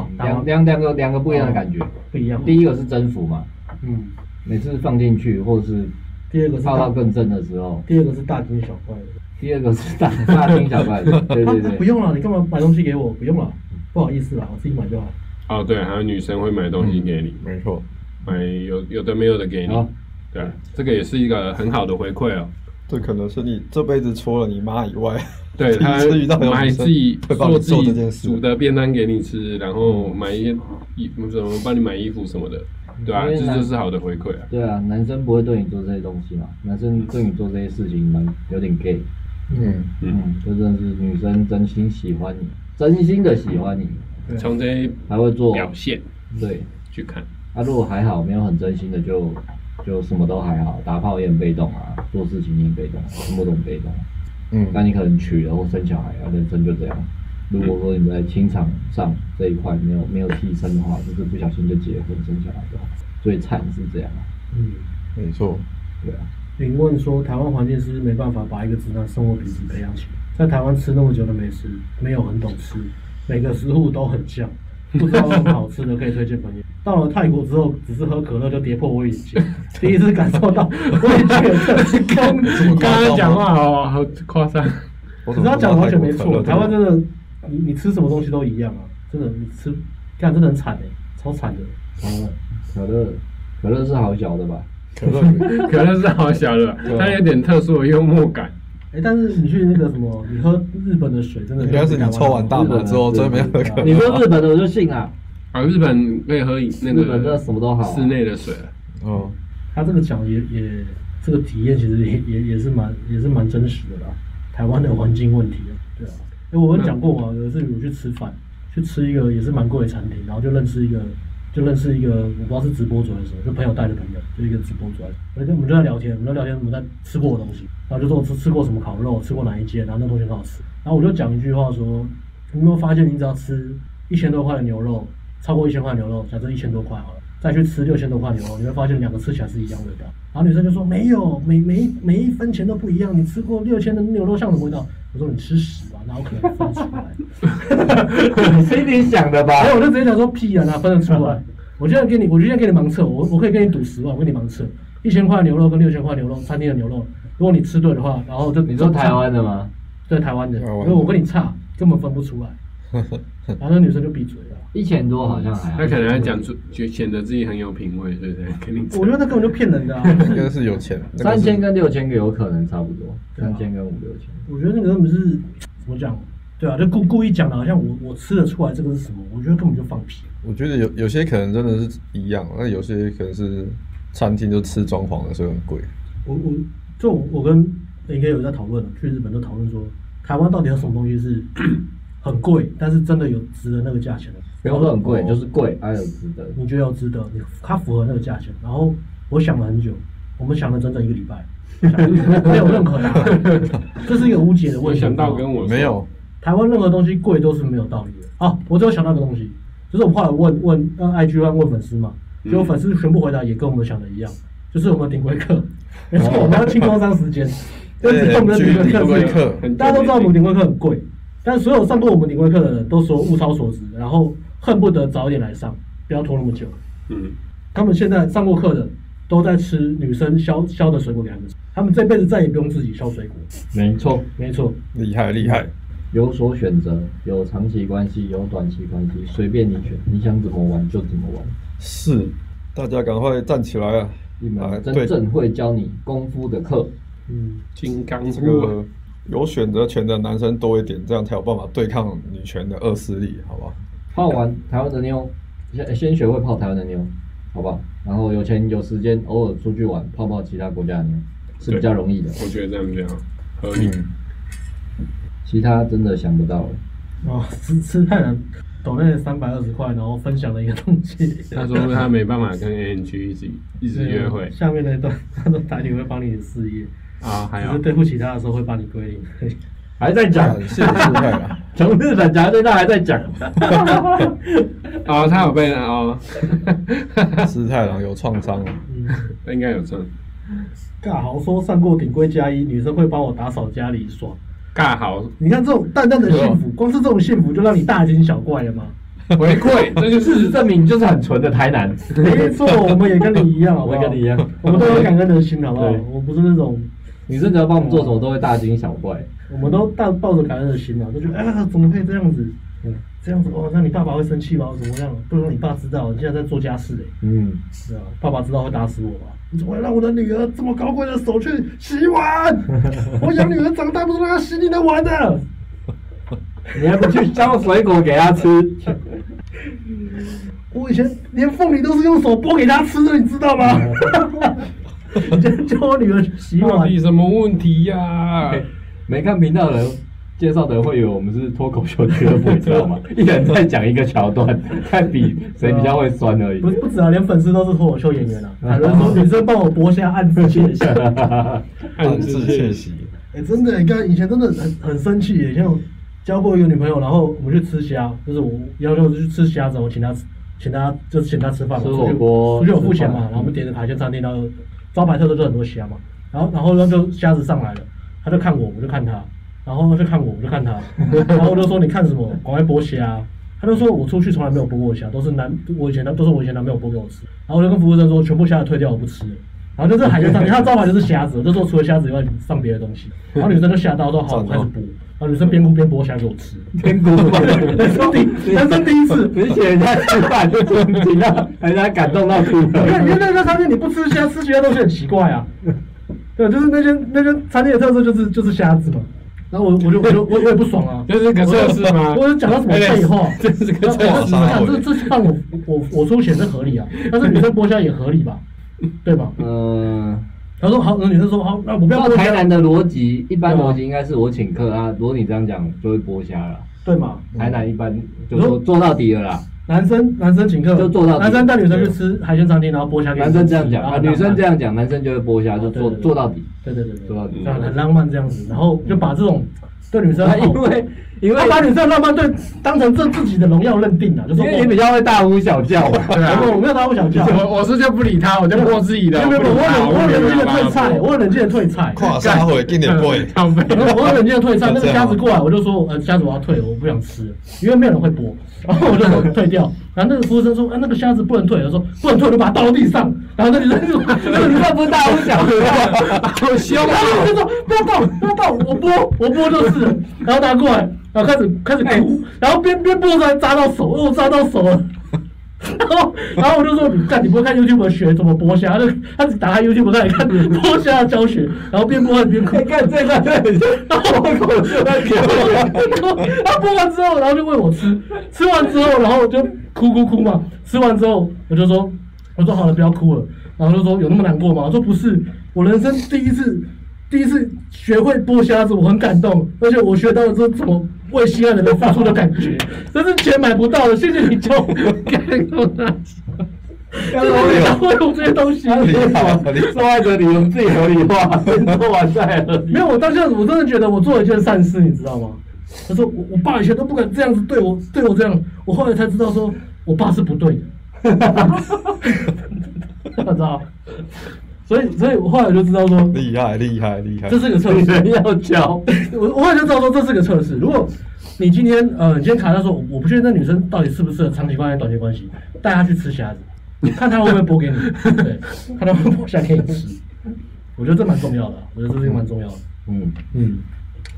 Speaker 1: 哦
Speaker 4: 嗯，
Speaker 1: 打哦完
Speaker 4: 两两两个两个不一样的感觉。
Speaker 1: 不一样。
Speaker 4: 第一个是征服嘛，
Speaker 1: 嗯，
Speaker 4: 每次放进去或是
Speaker 1: 第二个是
Speaker 4: 泡到
Speaker 1: 大，
Speaker 4: 更正的时候，
Speaker 1: 第二个是大惊小怪的。
Speaker 4: 第二个是大大惊小 怪，对对嗯
Speaker 1: 啊啊
Speaker 4: 对，
Speaker 1: 不用了，你干嘛买东西给我？不用了，不好意思啦，我自己买就好。
Speaker 2: 哦对，还有女生会买东西给你，
Speaker 3: 没错，
Speaker 2: 买有有的没有的给你
Speaker 4: 好，
Speaker 2: 对啊，这个也是一个很好的回馈哦。
Speaker 3: 这可能是你这辈子除了你妈以外，
Speaker 2: 对 他
Speaker 3: 第一次遇到有
Speaker 2: 买
Speaker 3: 女生
Speaker 2: 自己
Speaker 3: 会帮你
Speaker 2: 做自
Speaker 3: 做这
Speaker 2: 己
Speaker 3: 件事嗯
Speaker 2: 煮，的便当给你吃，然后买一些衣什么帮你买衣服什么的，对啊，
Speaker 4: 因为
Speaker 2: 这
Speaker 4: 男
Speaker 2: 就是好的回馈啊。
Speaker 4: 对啊，男生不会对你做这些东西嘛，男生对你做这些事情蛮有点 gay，
Speaker 3: 嗯，
Speaker 2: 嗯
Speaker 4: 嗯，就真的是女生真心喜欢你，真心的喜欢你，
Speaker 2: 从这些
Speaker 4: 还会做
Speaker 2: 表现
Speaker 4: 对。
Speaker 2: 去看，
Speaker 4: 啊，如果还好，没有很真心的就，就什么都还好，打炮也很被动啊，做事情也很被动、啊，什么都很被动、啊。
Speaker 3: 嗯，
Speaker 4: 那你可能娶了或生小孩啊，人生就这样。如果说你在情场上这一块没有没有提升的话，就是不小心就结婚生小孩的话，最惨是这样啊。
Speaker 1: 嗯，
Speaker 3: 没错，
Speaker 4: 对啊，
Speaker 1: 询问说台湾环境是不是没办法把一个直男生活品质培养起来？在台湾吃那么久的美食，没有很懂吃，每个食物都很像，不知道有什么好吃的可以推荐朋友。到了泰国之后，只是喝可乐就跌破我眼镜，第一次感受到味觉 的功能。
Speaker 3: 么夸
Speaker 2: 刚
Speaker 3: 张吗
Speaker 2: 刚讲话好好夸张，
Speaker 3: 我
Speaker 1: 可
Speaker 3: 怎
Speaker 1: 是
Speaker 3: 么
Speaker 1: 他讲的完全没
Speaker 3: 不知
Speaker 1: 错，
Speaker 3: 道
Speaker 1: 台
Speaker 3: 泰国
Speaker 1: 湾
Speaker 3: 可乐
Speaker 1: 真的，你你吃什么东西都一样啊，真的，你吃，看真的很惨哎、超惨的。
Speaker 4: 嗯，可乐，可乐是好小的吧？
Speaker 3: 可乐，
Speaker 2: 可能是好小的
Speaker 3: 对，啊
Speaker 2: 他有点特殊的幽默感。
Speaker 1: 哎、但是你去那个什么，你喝日本的水，真的
Speaker 3: 应该是你抽完大麻之后，真没有可
Speaker 4: 你
Speaker 3: 乐。
Speaker 4: 说日本的我就信 啊，
Speaker 2: 啊，日本可以喝饮那
Speaker 4: 日本真
Speaker 2: 个
Speaker 4: 的什么都好啊
Speaker 2: 室内的水，
Speaker 3: 嗯，
Speaker 1: 他这个讲也也这个体验其实也也也是蛮也是蛮真实的啦。台湾的环境问题啊，对啊。哎、我跟你讲过嘛，有一次我去吃饭，去吃一个也是蛮贵的餐厅，然后就认识一个就认识一个我不知道是直播主还是什么，就朋友带的朋友，就一个直播主来，啊我就我们就在聊天，我们在聊天我们在吃过的东西，然后就说我吃吃过什么烤肉，吃过哪一间，然后那东西很好吃，然后我就讲一句话说，你有没有发现你只要吃一千多块的牛肉，超过一千块的牛肉，假设一千多块好了。再去吃六千多块牛肉，你会发现两个吃起来是一样的味道。然后女生就说没有，每每一每一分钱都不一样。你吃过六千的牛肉像什么味道？我说你吃屎吧，那我可能分出 来。
Speaker 4: 你心里想的吧
Speaker 1: 然后我就直接讲说屁啊，哪分得出来？我现在给你，我现在给你盲测，我我可以跟你赌十万，我跟你盲测，一千块牛肉跟六千块牛肉，餐厅的牛肉，如果你吃对的话，然后就
Speaker 4: 你说台湾的吗？
Speaker 1: 对台湾的，
Speaker 3: 台
Speaker 1: 因
Speaker 3: 湾的
Speaker 1: 为我跟你差，根本分不 出来。然后那女生就闭嘴了。
Speaker 4: 一千多好像还好
Speaker 2: 他。可能还讲出，就显得自己很有品味，对不对？肯定
Speaker 1: 我觉得那根本就骗人的啊！
Speaker 3: 应该是有钱，那个
Speaker 4: 三
Speaker 3: 是
Speaker 4: 千跟六千个有可能差不多，
Speaker 1: 对啊
Speaker 4: 三千跟五六千。
Speaker 1: 我觉得那个根本是怎么讲？对啊，就故故意讲的，好像我我吃得出来这个是什么，我觉得根本就放屁。
Speaker 3: 我觉得有有些可能真的是一样，啊那有些可能是餐厅就吃装潢的，所以很贵。
Speaker 1: 我我就我我跟应该有在讨论了，去日本都讨论说，台湾到底有什么东西是 很贵，但是真的有值得那个价钱的？
Speaker 4: 不用说很贵，
Speaker 3: 哦
Speaker 4: 就是贵，还有值得。
Speaker 1: 你觉得有值得，你它符合那个价钱。然后我想了很久，我们想了整整一个礼拜，想没有任何答 案，这是一个无解的
Speaker 2: 我
Speaker 1: 问题。
Speaker 2: 想到跟我说
Speaker 3: 没有，
Speaker 1: 台湾任何东西贵都是没有道理的。啊，我只有想到一个东西，就是我们后来问问呃 IG 问问粉丝嘛，结果粉丝全部回答也跟我们想的一样，就是我们顶规课，没错， 我们要清工商时 间，就
Speaker 3: 对
Speaker 1: 是我们的哦顶规
Speaker 3: 顶规
Speaker 1: 课
Speaker 3: 课
Speaker 1: 是，大家都知道我们顶规课很贵，但所有上过我们顶规课的人都说物超所值，然后恨不得早一点来上，不要拖那么久。
Speaker 2: 嗯，
Speaker 1: 他们现在上过课的都在吃女生削削的水果给他们吃，他们这辈子再也不用自己削水果。
Speaker 4: 没错，
Speaker 1: 没错，
Speaker 3: 厉害厉害，
Speaker 4: 有所选择，有长期关系，有短期关系，随便你选，你想怎么玩就怎么玩。
Speaker 3: 是，大家赶快站起来啊！
Speaker 4: 一
Speaker 3: 来
Speaker 4: 门真
Speaker 3: 对
Speaker 4: 正会教你功夫的课，
Speaker 1: 嗯，
Speaker 2: 金刚
Speaker 3: 这
Speaker 2: 护
Speaker 3: 个有选择权的男生多一点，这样才有办法对抗女权的恶势力，好不好？
Speaker 4: 泡完台湾的妞，先先学会泡台湾的妞，好不好？然后有钱有时间，偶尔出去玩，泡泡其他国家的妞是比较容易的。
Speaker 2: 我觉得这样比较
Speaker 3: 嗯
Speaker 2: 合理。
Speaker 4: 其他真的想不到了。
Speaker 1: 哦，吃吃太难，抖那三百二十块，然后分享了一个东 西。
Speaker 2: 他说他没办法跟 ANG 一起一直约会
Speaker 1: 下面那段，他说台女会帮你的事业，
Speaker 2: 啊，还
Speaker 4: 哎
Speaker 1: 只是
Speaker 2: 有
Speaker 1: 对不起他的时候会帮你归零。
Speaker 4: 还在讲，
Speaker 3: 感谢苏派啊！
Speaker 4: 从日本讲到现在还在讲，
Speaker 2: 啊，他有被哦，
Speaker 3: 师太郎有创伤啊，
Speaker 1: 嗯，
Speaker 2: 应该有中。
Speaker 1: 尬豪说上过顶规加一，女生会帮我打扫家里，爽。
Speaker 2: 尬好
Speaker 1: 你看这种淡淡的幸福，光是这种幸福就让你大惊小怪 了吗？
Speaker 2: 回馈，这就
Speaker 4: 事实
Speaker 2: 是
Speaker 4: 证明就是很纯的台南。
Speaker 1: 没错，我们也跟你一样，好不好
Speaker 4: 我也跟你一样
Speaker 1: 我们都有感恩的心，好不好？
Speaker 4: 对
Speaker 1: 我不是那种，
Speaker 4: 女生只要帮我们做什么都会大惊小怪。
Speaker 1: 我们都抱抱着感恩的心啊，就觉得哎、呀，怎么可以这样子？
Speaker 4: 嗯
Speaker 1: 这样子哦，那你爸爸会生气吗？怎么样？不能让你爸知道，你现在在做家事哎、
Speaker 4: 嗯，
Speaker 1: 是啊，爸爸知道会打死我吧？你怎么会让我的女儿这么高贵的手去洗碗？ 我养女儿长大不是让她洗你的碗的。
Speaker 4: 你还不去削水果给她吃？
Speaker 1: 我以前连凤梨都是用手剥给她吃的，你知道 吗？你就叫我女儿去洗
Speaker 2: 到
Speaker 1: 碗
Speaker 2: 底，什么问题呀、
Speaker 4: 没看频道的人介绍的人会以为我们是脱口秀俱乐部，你知 道吗？一人在讲一个桥段，看比谁比较会酸而已。
Speaker 1: 不不止啊，连粉丝都是脱口秀演 员啊。有人说女生帮我剥虾，暗自窃喜。
Speaker 2: 暗
Speaker 3: 自
Speaker 2: 自窃喜
Speaker 3: 窃喜。
Speaker 1: 哎、真的、你看以前真的很很生气耶，像我交过一个女朋友，然后我们去吃虾，就是我要求去吃虾子，我请她吃，请她就是请她吃饭嘛，
Speaker 4: 吃
Speaker 1: 出去
Speaker 4: 火锅
Speaker 1: 出去我付钱嘛
Speaker 4: 吃，饭
Speaker 1: 然后我们点的海鲜餐厅，然后招牌特色就很多虾嘛，然后然后那就虾子上来了，她就看我，我就看她，然后她就看我，我就看她， 然后我就说你看什么，赶快剥虾。她就说：“我出去从来没有剥过虾，啊都是男我以前男都是我以前男朋友剥给我吃。”然后我就跟服务生说：“全部虾子退掉，我不吃了。”然后就这海鲜上面，他的招牌就是虾子，我就说除了虾子以外上别的东西。然后女生就吓到说好，我开始剥。然后女生边哭边剥虾给我吃，
Speaker 4: 天国吧，
Speaker 1: 人生第人生第一次。
Speaker 4: 只是请人家吃饭就尊敬让人家感动到 哭
Speaker 1: 你看，
Speaker 4: 了。
Speaker 1: 原来那餐厅你不吃虾，吃其他东西很奇怪 啊。对，就是那间那间餐厅的特色就是就是虾子嘛。然后我我就我就我我也不爽啊，
Speaker 2: 这是个测试吗？，
Speaker 1: 我就讲到什么废话
Speaker 2: 这是个啊测
Speaker 1: 然后
Speaker 2: 试
Speaker 1: 我
Speaker 2: 吗？
Speaker 1: 就这这饭我我我出钱是合 理啊，但是女生剥虾也合理吧，对吧？
Speaker 4: 嗯，
Speaker 1: 他说好，那女生说好，那我不要
Speaker 4: 照
Speaker 1: 剥
Speaker 4: 台
Speaker 1: 虾，
Speaker 4: 南的逻辑，一般逻辑应该是我请客啊，如果你这样讲就会剥虾了。
Speaker 1: 对嘛？
Speaker 4: 台南一般就说做到底了啦，
Speaker 1: 男生男生请客
Speaker 4: 就做到底
Speaker 1: 男生带女生去吃海鲜餐厅，然后剥虾给
Speaker 4: 男生这样讲
Speaker 1: 然后
Speaker 4: 啊，
Speaker 1: 很浪
Speaker 4: 女
Speaker 1: 漫
Speaker 4: 生这，样讲，男生就会剥虾，就
Speaker 1: 啊对
Speaker 4: 做
Speaker 1: 对对
Speaker 4: 做到底。
Speaker 1: 对对对对，
Speaker 4: 做到底
Speaker 1: 这样很浪漫这样子，然后就把这种对女生
Speaker 4: 啊，
Speaker 1: 好，
Speaker 4: 因为因为
Speaker 1: 他把女生浪漫对当成这自己的荣耀认定了，就
Speaker 4: 因
Speaker 1: 说
Speaker 4: 为你比较会大呼小叫 嘛。
Speaker 2: 对啊
Speaker 1: 我我没有拿我想叫，没有
Speaker 2: 我我是就不理他，我就过自己的。
Speaker 1: 没有，我
Speaker 2: 不
Speaker 1: 很我很冷静
Speaker 2: 理
Speaker 1: 的
Speaker 2: 他
Speaker 1: 退菜，我很冷静的退菜，
Speaker 3: 跨沙回定点贵，
Speaker 2: 浪费。
Speaker 1: 然后我很冷静的退菜，那
Speaker 3: 这
Speaker 1: 个
Speaker 3: 样
Speaker 1: 虾子过来，我就说，呃，虾子我要退，我不想吃了，因为没有人会剥。然后我就说退掉，然后那个服务生说，啊，那个虾子不能退，我说不能退，我就把它倒到地上。然后那女生就，那个女生
Speaker 4: 不大呼小叫，好凶
Speaker 1: 然后我就说不要动，不要动，我剥，我剥就是了。然后拿过来，然后开始开始哭，然后边边剥出来扎到手，哦，扎到手了。 然后，然后我就说：“你看，你不会看 YouTube 学怎么剥虾？”他 就他只打开 YouTube 开始看剥虾的教学，然后边剥边哭。
Speaker 4: 你看这 个很像脱口秀的节目，
Speaker 1: 他剥完之后，然后就喂我吃，吃完之后，然后我就哭哭哭嘛。吃完之后，我就说，我说好了，不要哭了。然后就说有那么难过吗？我说不是，我人生第一次，第一次学会剥虾子，我很感动，而且我学到了这怎么为心爱的人付出的感觉，这是钱买不到的。谢谢你教我，感动他。
Speaker 4: 刚
Speaker 1: 就是我想会用这些东西。
Speaker 4: 受害者理论自己合理化，做完再合理。
Speaker 1: 没有，我当下我真的觉得我做了一件善事，你知道吗？他说我我爸以前都不敢这样子对我对我这样，我后来才知道说我爸是不对的， 你知道吗？所以所以我后来就知道说
Speaker 3: 厉害厉害厉害
Speaker 1: 这！是个测
Speaker 4: 女
Speaker 1: 试，
Speaker 4: 人要教，
Speaker 1: 我我后来就知道说这是个测试。如果你今天呃你今天卡在说我我不确定那女生到底适不适合长期关系短期关系，带她去吃虾子，看她会不会剥给你， 对，看她会不会剥虾给你吃。我觉得这蛮重要的啊，我觉得这是一个蛮重要的。
Speaker 4: 嗯，
Speaker 1: 嗯，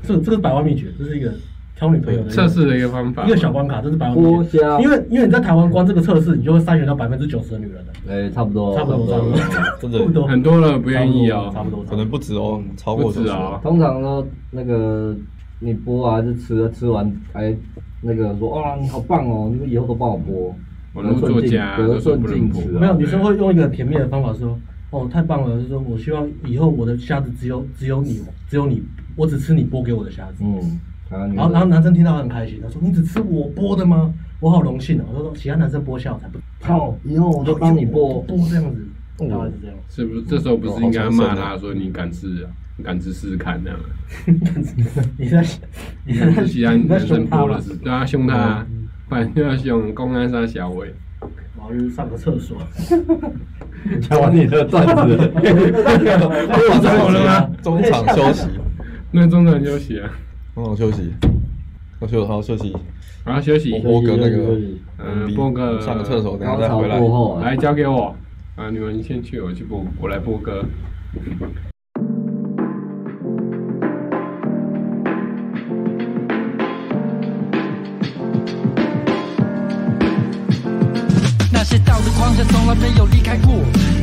Speaker 1: 这这个是百万秘诀，这是一个挑女朋友的一个
Speaker 2: 测试的一个方法，
Speaker 1: 一个小关卡，这是百万秘诀
Speaker 4: 剥虾。
Speaker 1: 因为因为你在台湾光这个测试，你就会筛选到百分之九十的女人了，
Speaker 4: 哎，差不多，
Speaker 1: 差不多差不多，
Speaker 3: 真的
Speaker 1: 差不多
Speaker 2: 很多人不愿意哦，
Speaker 1: 差不多，差
Speaker 3: 可
Speaker 1: 不多
Speaker 3: 能不止哦，超
Speaker 2: 不
Speaker 3: 过
Speaker 2: 止
Speaker 3: 90
Speaker 2: 啊。
Speaker 4: 通常都那个你剥啊，就吃了吃完，哎，那个说哇你好棒哦，你们以后都帮我剥，
Speaker 2: 我都作家
Speaker 4: 得寸进
Speaker 2: 都是不
Speaker 4: 尺
Speaker 2: 能剥
Speaker 1: 没有
Speaker 4: 啊。
Speaker 1: 女生会用一个很甜蜜的方法说，哦太棒了，就是说我希望以后我的虾子只有只有你，只有你，我只吃你剥给我的虾子。
Speaker 4: 嗯，台湾女
Speaker 1: 然后然后
Speaker 4: 人
Speaker 1: 男生听到很开心，他说你只吃我剥的吗？我好荣幸哦。我说其他男生剥虾我才不，
Speaker 4: 好，以后我都帮你剥。
Speaker 1: 剥这样子，大概是这样。
Speaker 2: 是不是？这时候不是应
Speaker 1: 哦
Speaker 2: 该骂他说你敢吃啊，你敢吃试试看这样啊？
Speaker 1: 你在你
Speaker 2: 你
Speaker 1: 在
Speaker 2: 敢吃其他
Speaker 1: 你在
Speaker 2: 男
Speaker 1: 凶
Speaker 2: 生
Speaker 1: 他
Speaker 2: 剥
Speaker 1: 吗
Speaker 2: 了？是？对啊，凶他啊，不然就要凶公安杀小伟。
Speaker 1: 我要去上个厕所。
Speaker 4: 讲完你的段 子，
Speaker 1: 哦
Speaker 3: 我
Speaker 2: 走了吗？
Speaker 3: 中场休息，
Speaker 2: 那中场休息啊，
Speaker 3: 中场休息，我休好好休息，
Speaker 2: 我要休息。
Speaker 3: 我播个那个
Speaker 2: 嗯
Speaker 3: MV，
Speaker 2: 播个
Speaker 3: 上个厕所，等一
Speaker 4: 高
Speaker 3: 下再
Speaker 4: 潮
Speaker 3: 回来。
Speaker 4: 过后啊
Speaker 2: 来，交给我啊！你们先去，我去播，我来播歌。
Speaker 5: 那些道德框架从来没有离开过。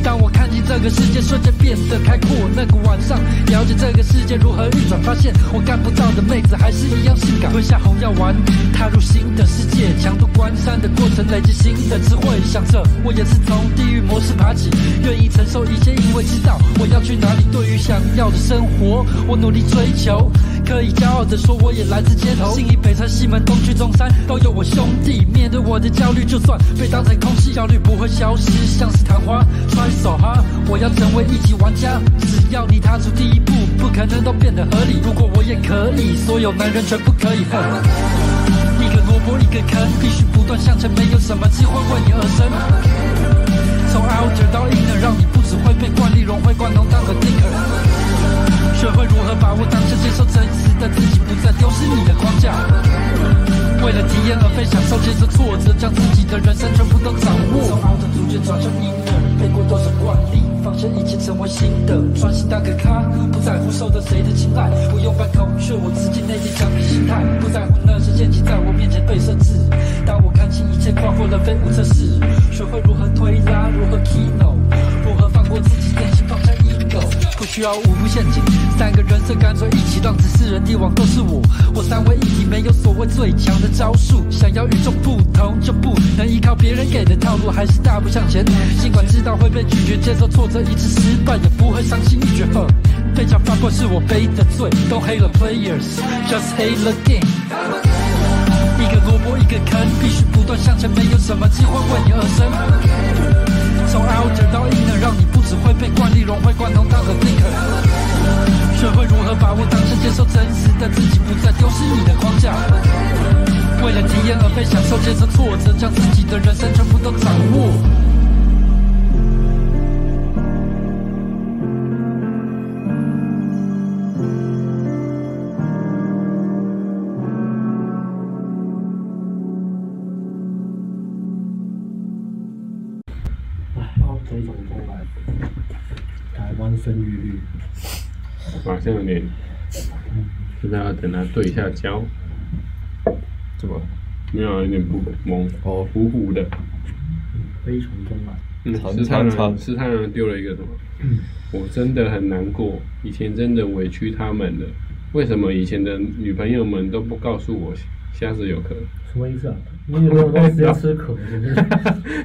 Speaker 5: 当让我看清这个世界瞬间变得开阔。那个晚上，了解这个世界如何运转，发现我干不到的妹子还是一样性感。喝下红药丸，踏入新的世界，强度关山的过程，累积新的智慧。想着我也是从地狱模式爬起，愿意承受一切，因为知道我要去哪里。对于想要的生活，我努力追求。可以骄傲地说，我也来自街头。信义、北城、西门、东区、中山，都有我兄弟。面对我的焦虑，就算被当成空气，焦虑不会消失，像是昙花。揣手哈，我要成为一级玩家。只要你踏出第一步，不可能都变得合理。如果我也可以，所有男人全部可以。哼一个萝卜一个坑，必须不断向前，没有什么机会为你而生。从 outer 到 inner，让你不只会被惯例融会贯通当个 thinker。学会如何把握当下，接受真实的自己，不再丢失你的框架。为了体验而非享受，接受挫折，将自己的人生全部都掌握。从 out 逐渐转向 inner，背过都是惯例，放下一切，成为新的，专心当个咖，不在乎受到谁的青睐，不用扮孔雀，我自己内心强的心态，不在乎那些陷阱在我面前被设置。当我看清一切，跨过了废物测试，学会如何推拉，如何 kino，如何放过自己，内心放下 ego。不需要五步陷阱，三个人设干脆一起让，只是人帝王都是我。我三位一体，没有所谓最强的招数。想要与众不同，就不能依靠别人给的套路，还是大步向前。尽管知道会被拒绝，接受挫折一次失败，也不会伤心欲绝。呵，被抢发过是我背的罪。Don't hate the players, just hate the game. 一个萝卜一个坑，必须不断向前，没有什么机会为你而生。从 outer 到 inner，让你不只会被惯例融会贯通，当个 thinker。学会如何把握当下，接受真实的自己，不再丢失你的框架。为了体验而非享受，接受挫折，将自己的人生全部都掌握。
Speaker 1: 这种都来，台湾生育率，
Speaker 2: 马上有点，不知道要等他对一下焦，
Speaker 3: 怎么？
Speaker 2: 没有啊有点不懵，
Speaker 3: 哦，
Speaker 2: 糊糊的。
Speaker 1: 非常中来。
Speaker 2: 嗯，
Speaker 3: 惨
Speaker 2: 斯泰
Speaker 3: 惨
Speaker 2: 人，斯泰人丢了一个什么？我真的很难过，以前真的委屈他们了。为什么以前的女朋友们都不告诉我虾子有壳？
Speaker 1: 什么意思啊？你有没有都直接吃壳？是不是？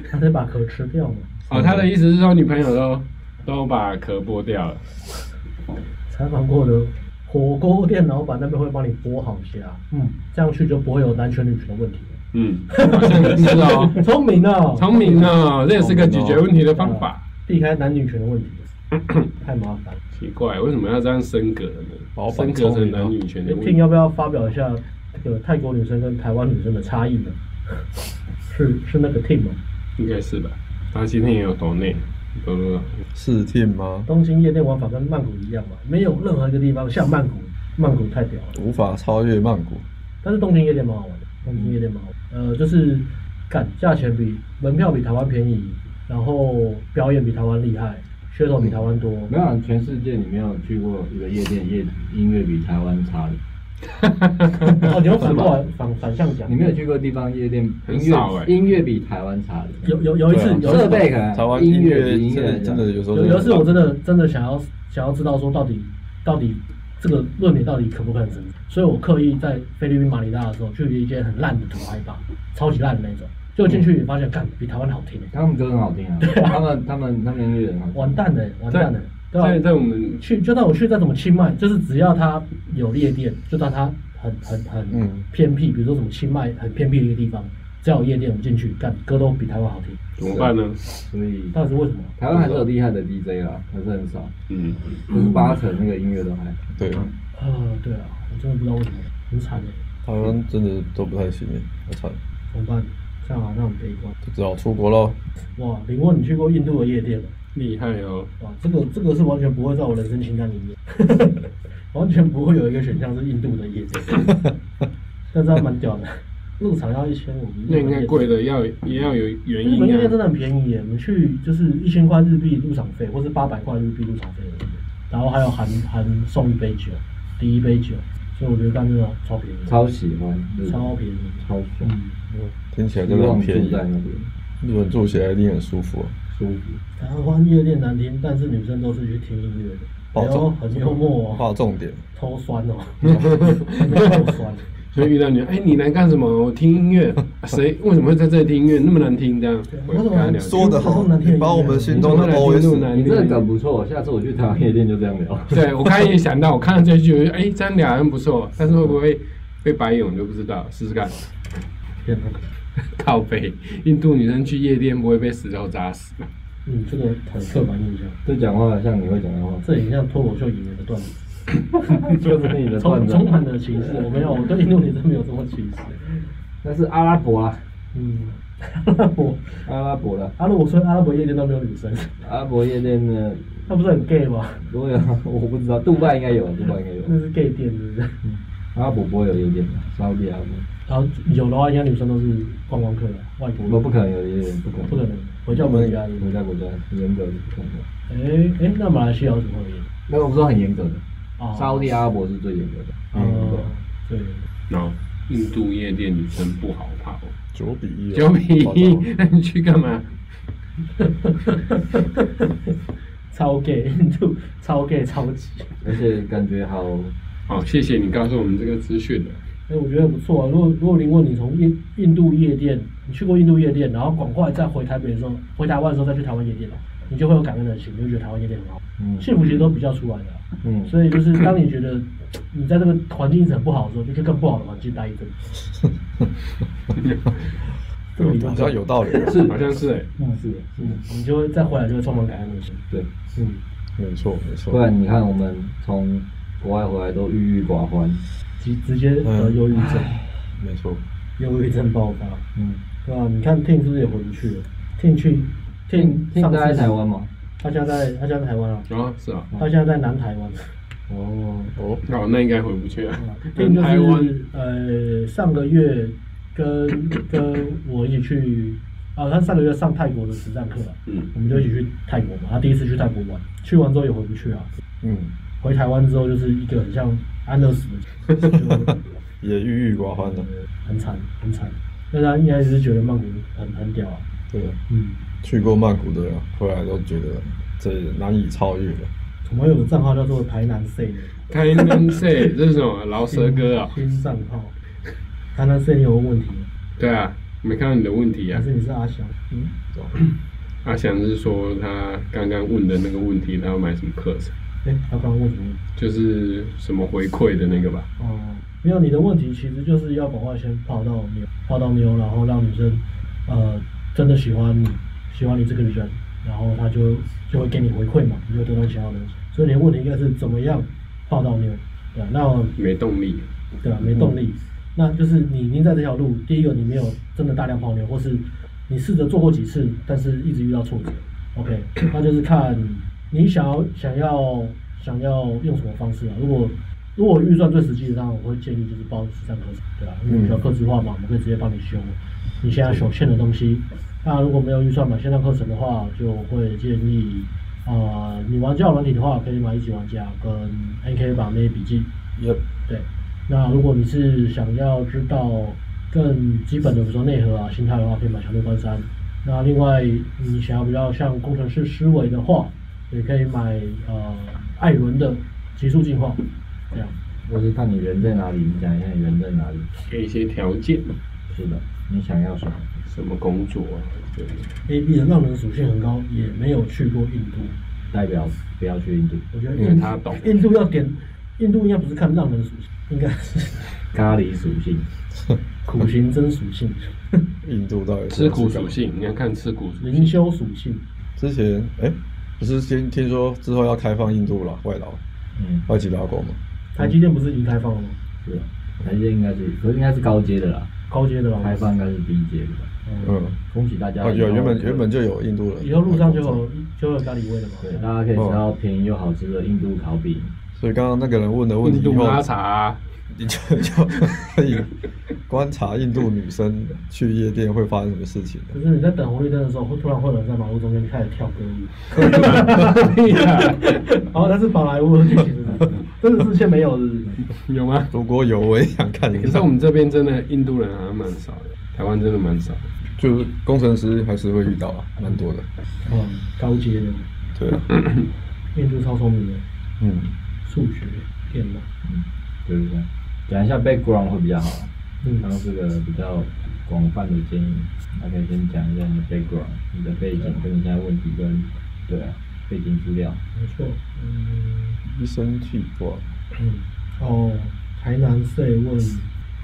Speaker 1: 他得把壳吃掉嘛？
Speaker 2: 哦，他的意思是说女朋友都都把壳剥掉了。
Speaker 1: 采访过的火锅店老板那边会帮你剥好虾，嗯，这样去就不会有男权女权的问题了。
Speaker 2: 嗯，好像 是哦，
Speaker 1: 聪明啊，
Speaker 2: 聪明哦，这也是个解决问题的方法。
Speaker 1: 避开男女权的问题，太麻烦了。
Speaker 2: 奇怪，为什么要这样升格呢？
Speaker 3: 老
Speaker 2: 升
Speaker 3: 板
Speaker 2: 格
Speaker 3: 聪
Speaker 2: 成
Speaker 3: 明哦
Speaker 2: 男女权的问
Speaker 1: 听
Speaker 2: 题
Speaker 1: 要。不要发表一下这个泰国女生跟台湾女生的差异呢？ 是是那个 team 吗？
Speaker 2: 应该是吧？他今天也有抖内，啊抖了
Speaker 3: 是 team 吗？
Speaker 1: 东京夜店玩法跟曼谷一样嘛，没有任何一个地方像曼谷，曼谷太屌了。
Speaker 3: 无法超越曼谷。
Speaker 1: 但是东京夜店蛮好玩的，东京夜店蛮好玩
Speaker 3: 嗯
Speaker 1: 的。呃，就是干价钱比门票比台湾便宜，然后表演比台湾厉害，噱头比台湾 多。
Speaker 4: 没有啊，全世界你没有去过一个夜店，夜音乐比台湾差的。
Speaker 1: 哦，你用反过来反反向讲
Speaker 4: 你，没有去过地方夜店，
Speaker 2: 很
Speaker 4: 音
Speaker 2: 少
Speaker 4: 乐
Speaker 2: 欸
Speaker 4: 音乐比台湾差的。
Speaker 1: 有有有一次，
Speaker 3: 对
Speaker 1: 有
Speaker 3: 啊
Speaker 1: 一次
Speaker 4: 设备可能
Speaker 3: 台湾
Speaker 4: 音乐比
Speaker 3: 真
Speaker 4: 音乐
Speaker 3: 的真的有时候
Speaker 1: 有有一次我真
Speaker 3: 的
Speaker 1: 的真的想要想要知道说到底到底这个论点到底可不可能成立，所以我刻意在菲律宾马尼拉的时候去一间很烂的土嗨吧，超级烂的那种，就进去也发现，干比台湾好听、欸，
Speaker 4: 他们歌很好听 啊，他们他们他们音乐很好听。
Speaker 1: 完蛋了、欸，完蛋了、对吧、
Speaker 2: 在在我们
Speaker 1: 去，就算我去再怎么清迈，就是只要它有夜店，就算它很很很
Speaker 3: 嗯
Speaker 1: 偏僻，比如说什么清迈很偏僻的一个地方，只要有夜店，我们进去干歌都比台湾好听，
Speaker 2: 怎么办呢？
Speaker 4: 所以
Speaker 1: 到底是为什么？
Speaker 4: 台湾还是有厉害的 DJ 啦，还是很少，
Speaker 2: 嗯，
Speaker 4: 就是八成那个音乐都还。
Speaker 3: 对，
Speaker 1: 呃，对啊，我真的不知道为什么，很惨的、欸
Speaker 3: 台湾真的都不太行耶，我操，
Speaker 1: 怎么办？这样好像很悲观。
Speaker 3: 就只好出国喽。
Speaker 1: 哇，林问你去过印度的夜店吗？
Speaker 2: 厉害哦。
Speaker 1: 哇，这个这个是完全不会在我人生清单里面， 完全不会有一个选项是印度的夜店， 但是还蛮屌的，入场要一千五，
Speaker 2: 那应该贵的要也要有原
Speaker 1: 日本
Speaker 2: 因
Speaker 1: 夜店真
Speaker 2: 啊。
Speaker 1: 的很便宜耶，我们去就是一千块日币入场费，或是八百块日币入场费而已，然后还有含含送一杯酒，第一杯酒，所以我觉得干这个超便宜，
Speaker 4: 超喜欢，就是
Speaker 1: 超便宜，
Speaker 4: 超爽，嗯
Speaker 1: 嗯，
Speaker 3: 听起来
Speaker 4: 希
Speaker 3: 真的
Speaker 4: 望
Speaker 3: 很便
Speaker 4: 住
Speaker 3: 宜
Speaker 4: 在，那边。
Speaker 3: 日本住起来一定很舒服啊、
Speaker 4: 舒服。
Speaker 1: 台湾夜店难听，但是女生都是去听音乐的。
Speaker 3: 暴
Speaker 1: 哎呦，
Speaker 3: 走
Speaker 1: 很幽默哦，
Speaker 3: 画重点，
Speaker 1: 头酸 哦，头酸。
Speaker 2: 所以遇到你，哎，你来干什么？我听音 乐。谁为什么会在这里听音乐？那么难听，这样。我
Speaker 1: 为什么
Speaker 2: 跟他聊
Speaker 3: 说得好，你把我们心中的
Speaker 2: 你从哪
Speaker 3: OS
Speaker 2: 来
Speaker 4: 你这个梗不错，下次我去台湾夜店就这样 聊。
Speaker 2: 对，我刚才也想到，我看到这句，我就哎，这样聊好像不错，但是会不会被白眼我就不知道，试试看。
Speaker 1: 天哪，
Speaker 2: 靠背，印度女生去夜店不会被石头砸死吗？
Speaker 1: 嗯，这个很刻板印象，
Speaker 4: 这讲话像你会讲的话，
Speaker 1: 这很像脱口秀演员的段子，
Speaker 4: 就是你 的段
Speaker 1: 充
Speaker 4: 子啊
Speaker 1: 充满了歧视。我没有，我对印度女生没有这么歧视。
Speaker 4: 那是阿拉伯啊，
Speaker 1: 嗯， 阿拉伯，
Speaker 4: 阿拉伯的
Speaker 1: 阿拉伯说阿拉伯夜店都没有女生，
Speaker 4: 阿拉伯夜店呢，
Speaker 1: 那不是很 gay 吗？
Speaker 4: 如果有我不知道，杜拜应该有，杜拜应该有，
Speaker 1: 那是 gay 店，是不是？
Speaker 4: 嗯阿拉伯不会有夜店的，沙特阿拉伯，
Speaker 1: 然后有的话，应该女生都是观光客了，外
Speaker 4: 我
Speaker 1: 国
Speaker 4: 们不可能有夜店，不可能，
Speaker 1: 不可能，回到我们家里。
Speaker 4: 国家国家严格是不可能的。
Speaker 1: 哎哎，那马来西亚有什么原因？
Speaker 4: 那个我说很严格的，
Speaker 1: 哦
Speaker 4: 沙特阿拉伯是最严格的。
Speaker 1: 哦，对，
Speaker 2: 然后印度夜店女生不好跑，
Speaker 3: 九比一，啊
Speaker 2: 九比
Speaker 3: 夸
Speaker 2: 一
Speaker 3: 张，
Speaker 2: 那你去干嘛？
Speaker 1: 超 gay，印度超 gay 超级。
Speaker 4: 而且感觉好，
Speaker 2: 好，哦谢谢你告诉我们这个资讯 了。
Speaker 1: 哎，我觉得不错啊。如果如果林问你从印印度夜店，你去过印度夜店，然后赶快再回台北的时候，回台湾的时候再去台湾夜店了，哦你就会有感恩的心，你就觉得台湾夜店很好，
Speaker 4: 嗯
Speaker 1: 幸福其实都比较出来的啊、
Speaker 4: 嗯，
Speaker 1: 所以就是当你觉得你在这个环境一直很不好的时候，就去更不好的环境待一阵。这个理论
Speaker 3: 好像有道理，啊
Speaker 4: 是
Speaker 2: 好像是哎、
Speaker 1: 嗯
Speaker 4: 是的，
Speaker 1: 嗯，你就会再回来就会充满感恩的心。
Speaker 4: 对，
Speaker 1: 嗯，
Speaker 3: 没错没错
Speaker 4: 不。然你看我们从国外回来都郁郁寡欢，
Speaker 1: 直直接得
Speaker 3: 嗯
Speaker 1: 忧郁症，
Speaker 3: 没错，
Speaker 1: 忧郁症爆发，
Speaker 4: 嗯，
Speaker 1: 对吧、你看 Tin 是不是也回不去了？Tin 去
Speaker 4: 听
Speaker 1: ，Tin
Speaker 4: 听
Speaker 1: 上
Speaker 4: 待在
Speaker 1: 次
Speaker 4: 台湾嗯嘛，
Speaker 1: 他现在在他现在在台湾啊，
Speaker 2: 哦，是啊、
Speaker 1: 他现在在南台湾。
Speaker 4: 哦，
Speaker 2: 哦，
Speaker 3: 哦，
Speaker 2: 那应该回不去了。
Speaker 4: 嗯
Speaker 1: Tin 就
Speaker 2: 台湾
Speaker 1: 是呃上个月跟 跟我一起去啊，他上个月上泰国的实战课啊，
Speaker 2: 嗯，
Speaker 1: 我们就一起去泰国嘛。他第一次去泰国玩，去完之后也回不去啊。
Speaker 3: 嗯，
Speaker 1: 回台湾之后就是一个很像安乐死的， 就
Speaker 3: 也郁郁寡欢啊的，
Speaker 1: 很惨很惨。但他应该是觉得曼谷很很屌啊，
Speaker 3: 对，
Speaker 1: 嗯。
Speaker 3: 去过曼谷的人回来都觉得这难以超越了。
Speaker 1: 我们有个账号叫做台南 C 的
Speaker 2: 台南 C 这是什么饶舌歌啊、
Speaker 1: 新账号。台南 C 你有问题吗？
Speaker 2: 对啊，没看到你的问题
Speaker 1: 还
Speaker 2: 啊。
Speaker 1: 是你是阿翔？嗯，
Speaker 2: 阿翔是说他刚刚问的那个问题，他要买什么课程？
Speaker 1: 哎、他刚刚问什么问题？
Speaker 2: 就是什么回馈的那个吧？
Speaker 1: 哦，没有，你的问题其实就是要赶快先泡到妞，泡到妞，然后让女生呃真的喜欢你，喜欢你这个人，然后她就就会给你回馈嘛，你就得到你想要的东西。所以你的问题应该是怎么样泡到妞？对、啊，那我
Speaker 2: 没动力，
Speaker 1: 对啊，没动力。那就是你已经在这条路，第一个你没有真的大量泡妞，或是你试着做过几次，但是一直遇到挫折。OK，那就是看你想要想要想要用什么方式啊？如果如果预算最实际的，当然我会建议就是报实战课程，对吧、因为比较克制化嘛，我们可以直接帮你修你现在所欠的东西。那如果没有预算买线上课程的话，就会建议呃，你玩交友软体的话，可以买一级玩家跟 NK 版那些笔记。
Speaker 3: 也
Speaker 1: 对，那如果你是想要知道更基本的，比如说内核啊、心态的话，可以买小六关三。那另外，你想要比较像工程师思维的话，也可以买呃艾伦的极速进化，这样。
Speaker 4: 或是看你人在哪里，你讲一下你人在哪里，
Speaker 2: 给一些条件，
Speaker 4: 是的，你想要什么？
Speaker 2: 什么工作啊？对，
Speaker 1: A B 的让人属性很高，也没有去过印度，
Speaker 4: 代表不要去印度，
Speaker 1: 我觉得
Speaker 2: 因为
Speaker 1: 印
Speaker 2: 他懂
Speaker 1: 印度要点，印度应该不是看让人属性，应该是
Speaker 4: 咖喱属性，
Speaker 1: 苦行僧属性、
Speaker 3: 印度到底是
Speaker 2: 吃苦
Speaker 3: 干
Speaker 2: 属
Speaker 3: 嘛？
Speaker 2: 性，你要看吃苦属性。
Speaker 1: 灵修属性。
Speaker 3: 之前哎，不是听听说之后要开放印度了，外劳
Speaker 4: 嗯，
Speaker 3: 外籍劳工嘛，
Speaker 1: 台积电不是已经开放了吗？
Speaker 4: 是的，台阶啊应该是，可是应该是高阶的啦，
Speaker 1: 高阶的吧？
Speaker 4: 开放应该是低阶的吧，
Speaker 3: 嗯，
Speaker 4: 恭喜大家，
Speaker 3: 哦有原本
Speaker 4: 以后
Speaker 3: 原本就有印度人，
Speaker 1: 以后路上就有就有咖喱味了嘛。
Speaker 4: 对，大家可以吃到
Speaker 3: 哦
Speaker 4: 便宜又好吃的印度烤饼，
Speaker 3: 所以刚刚那个人问的问题
Speaker 2: 印
Speaker 3: 以
Speaker 2: 度
Speaker 3: 后，
Speaker 2: 拉茶啊、
Speaker 3: 你就就可以观察印度女生去夜店会发生什么事 情。
Speaker 1: 就是你在等红绿灯的时候，会突然会有人在马路中间开始跳歌舞，
Speaker 2: 啊
Speaker 1: 然后但是宝莱坞的剧情是这样真的是现没有的，
Speaker 2: 有吗？
Speaker 3: 如果有，我也想看一
Speaker 2: 可是
Speaker 3: 下
Speaker 2: 我。们这边真的印度人好像蛮少的，台湾真的蛮少的。
Speaker 3: 就是工程师还是会遇到啊，蛮多的。
Speaker 1: 哇，高阶的，
Speaker 3: 对啊，
Speaker 1: 嗯面度超聪明的，
Speaker 3: 嗯，
Speaker 1: 数学、电脑，
Speaker 4: 对不对？讲一下 background 会比较好啊。
Speaker 1: 嗯
Speaker 4: 刚刚这个比较广泛的建议，大概先讲一下你的 background，你的背景跟你现在问题跟对啊背景资料。
Speaker 1: 没错，嗯
Speaker 3: 医生替挂，
Speaker 1: 嗯，哦，台南 C 问，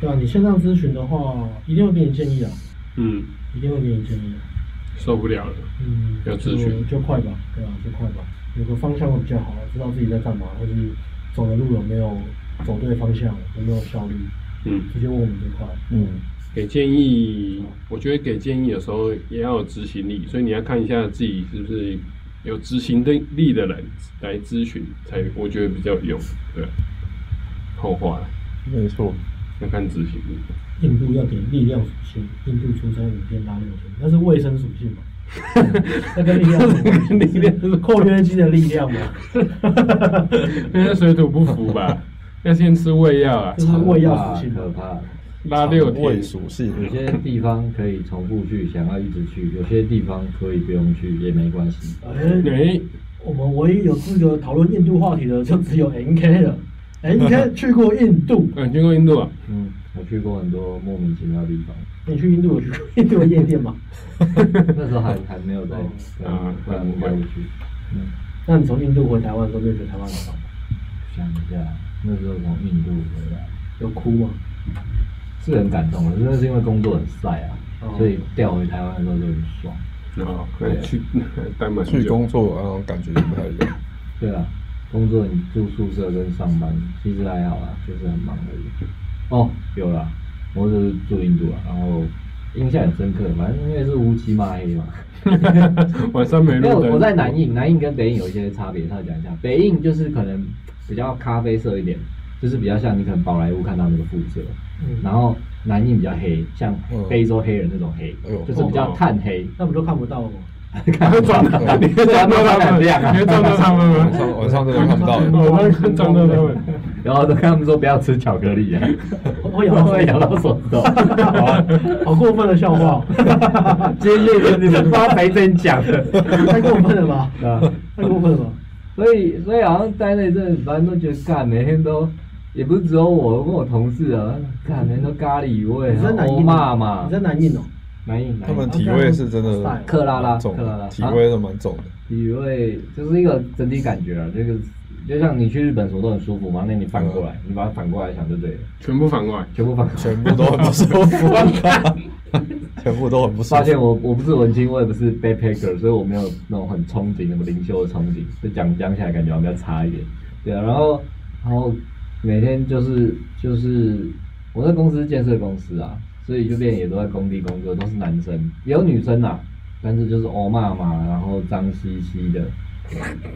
Speaker 1: 对啊，你线上咨询的话，一定会给你建议啊，
Speaker 2: 嗯，
Speaker 1: 一定会给你建议啊，
Speaker 2: 受不了了，
Speaker 1: 嗯，
Speaker 2: 要
Speaker 1: 就
Speaker 2: 咨询
Speaker 1: 就快吧，对啊，就快吧，有个方向会比较好，知道自己在干嘛，或是走的路有没有走对方向，有没有效率，
Speaker 2: 嗯，
Speaker 1: 直接问我们就快，
Speaker 3: 嗯，
Speaker 2: 给建议，我觉得给建议的时候也要有执行力，所以你要看一下自己是不是有执行的力的人来咨询，才我觉得比较有用。对，后话啦
Speaker 3: 没错，
Speaker 2: 要看执行力。
Speaker 1: 印度要点力量属性，印度出生五天拉六天，那是卫生属性 嘛？那跟力量有关系，力量就是括约肌的力量嘛，
Speaker 2: 因为水土不服吧，要先吃胃药啊
Speaker 1: 就，是胃药属性
Speaker 4: 可
Speaker 1: 嘛。
Speaker 4: 怕，
Speaker 2: 拉六
Speaker 3: 胃
Speaker 2: 天，
Speaker 3: 属性，
Speaker 4: 有些地方可以重复去，想要一直去；有些地方可以不用去也没关系。
Speaker 1: 哎，
Speaker 2: 哎，
Speaker 1: 我们唯一有资格讨论印度话题的就只有 N K 了。N K 去过印度，
Speaker 2: 嗯，去过印度啊，
Speaker 4: 嗯，我去过很多莫名其妙的地方，
Speaker 1: 你去印度，我去过印度的夜店嘛？
Speaker 4: 那时候还还没有在，不然哦啊不然我去。嗯，
Speaker 1: 那你从印度回台湾的时候，就觉得台湾好吗？
Speaker 4: 想一下，那时候从印度回来。
Speaker 1: 有哭吗？
Speaker 4: 是很感动的，真的是因为工作很晒啊，
Speaker 1: 哦
Speaker 4: 所以调回台湾的时候就很爽。
Speaker 2: 然后哦去待蛮
Speaker 3: 去
Speaker 2: 久，
Speaker 3: 工作然后感觉就不太一 样。
Speaker 4: 对啊，工作你住宿舍跟上班其实还好啦，就是很忙而已。哦，有啦，我就是住印度啊，然后印象很深刻，反正因为是乌漆嘛黑嘛。
Speaker 2: 晚上没
Speaker 4: 没有，
Speaker 2: 路灯。
Speaker 4: 我在南印，南印跟北印有一些差别，稍微讲一下。北印就是可能比较咖啡色一点，就是比较像你可能宝莱坞看到那个肤色，
Speaker 1: 嗯
Speaker 4: 然后南印比较黑，像
Speaker 3: 嗯
Speaker 4: 非洲黑人那种黑
Speaker 3: 哎呦，哦
Speaker 4: 就是比较炭黑。
Speaker 1: 那不都看不到了 吗？
Speaker 4: 看不到，你
Speaker 2: 别撞到他们，
Speaker 4: 啊
Speaker 2: 别撞到他们
Speaker 3: 晚
Speaker 2: 了。
Speaker 3: 上晚上真的看不到了，
Speaker 2: 我刚撞到他 们，
Speaker 4: 然后都跟他们说不要吃巧克 力啊，
Speaker 1: 我我咬到
Speaker 4: 会咬到手指 头。好啊
Speaker 1: 好过分的笑话，
Speaker 4: 接夜跟你们发白真讲 的
Speaker 1: 太过分了吧？
Speaker 4: 啊，
Speaker 1: 太过分了吧？
Speaker 4: 所以所以好像待那一阵子，反正都觉得干，每天都也不是只有我，我跟我同事啊，干每天都咖喱味，
Speaker 1: 你在
Speaker 4: 然
Speaker 1: 南
Speaker 4: 后
Speaker 1: 印
Speaker 4: 欧
Speaker 1: 吗
Speaker 4: 骂嘛
Speaker 1: 你，在南印哦，
Speaker 4: 南印南
Speaker 3: 他们
Speaker 4: 印
Speaker 3: 体味是真的
Speaker 4: 克拉拉
Speaker 3: 蛮重
Speaker 4: 克拉拉
Speaker 3: 的，体味都蛮重的。
Speaker 4: 体味就是一个整体感觉啊，这个就像你去日本什么都很舒服嘛，那你反过来，
Speaker 3: 嗯
Speaker 4: 你把它反过来想就对了，
Speaker 2: 全部反过来。
Speaker 4: 全部反过来。
Speaker 3: 全部都很不舒服， 全部都很不舒
Speaker 4: 发现
Speaker 3: 服。
Speaker 4: 我我不是文青，我也不是 backpacker，所以我没有那种很憧憬、什么灵修的憧憬，就讲讲起来感觉好像比较差一点。对啊，然后然后每天就是就是我在公司是建设公司啊，所以就变也都在工地工作，都是男生，也有女生啊，但是就是欧骂嘛，然后脏兮兮的。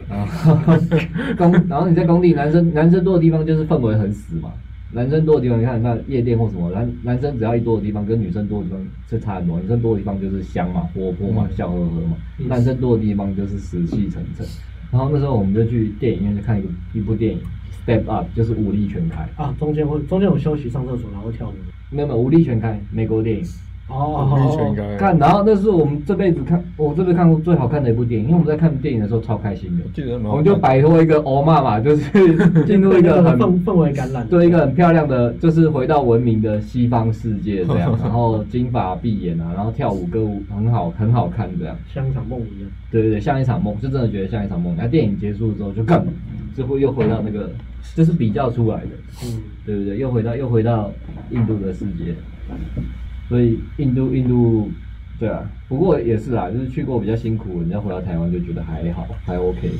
Speaker 4: 然后 工，然后你在工地，男生男生多的地方就是氛围很死嘛。男生多的地方，你看那夜店或什么，男男生只要一多的地方，跟女生多的地方是差很多。女生多的地方就是香嘛、活泼嘛、
Speaker 3: 嗯
Speaker 4: 笑呵呵嘛，男生多的地方就是死气沉沉。然后那时候我们就去电影院去看一个一部电影《Step Up》，就是武力全开，
Speaker 1: 啊，中间会中间有休息上厕所，然后跳舞。
Speaker 4: 没有没有武力全开，美国电影。
Speaker 1: 哦，
Speaker 3: 力全
Speaker 1: 哦
Speaker 3: 开，
Speaker 4: 看，然后那是我们这辈子看我这辈子看过最好看的一部电影，因为我们在看电影的时候超开心的
Speaker 3: 我，记得蛮好看的
Speaker 4: 我们就摆脱一个欧骂嘛，就是 进入一个 很
Speaker 1: 氛氛围感染，
Speaker 4: 对一个很漂亮的，就是回到文明的西方世界这样，然后金发碧眼啊，然后跳舞歌舞很好，很好看这样。
Speaker 1: 像一场梦一样。
Speaker 4: 对对对，像一场梦，就真的觉得像一场梦。那电影结束之后就更，就会又回到那个，就是比较出来的，
Speaker 1: 嗯，
Speaker 4: 对不对？又回到又回到印度的世界，所以印度印度，对啊，不过也是啊，就是去过比较辛苦，人家回到台湾就觉得还好，还 OK。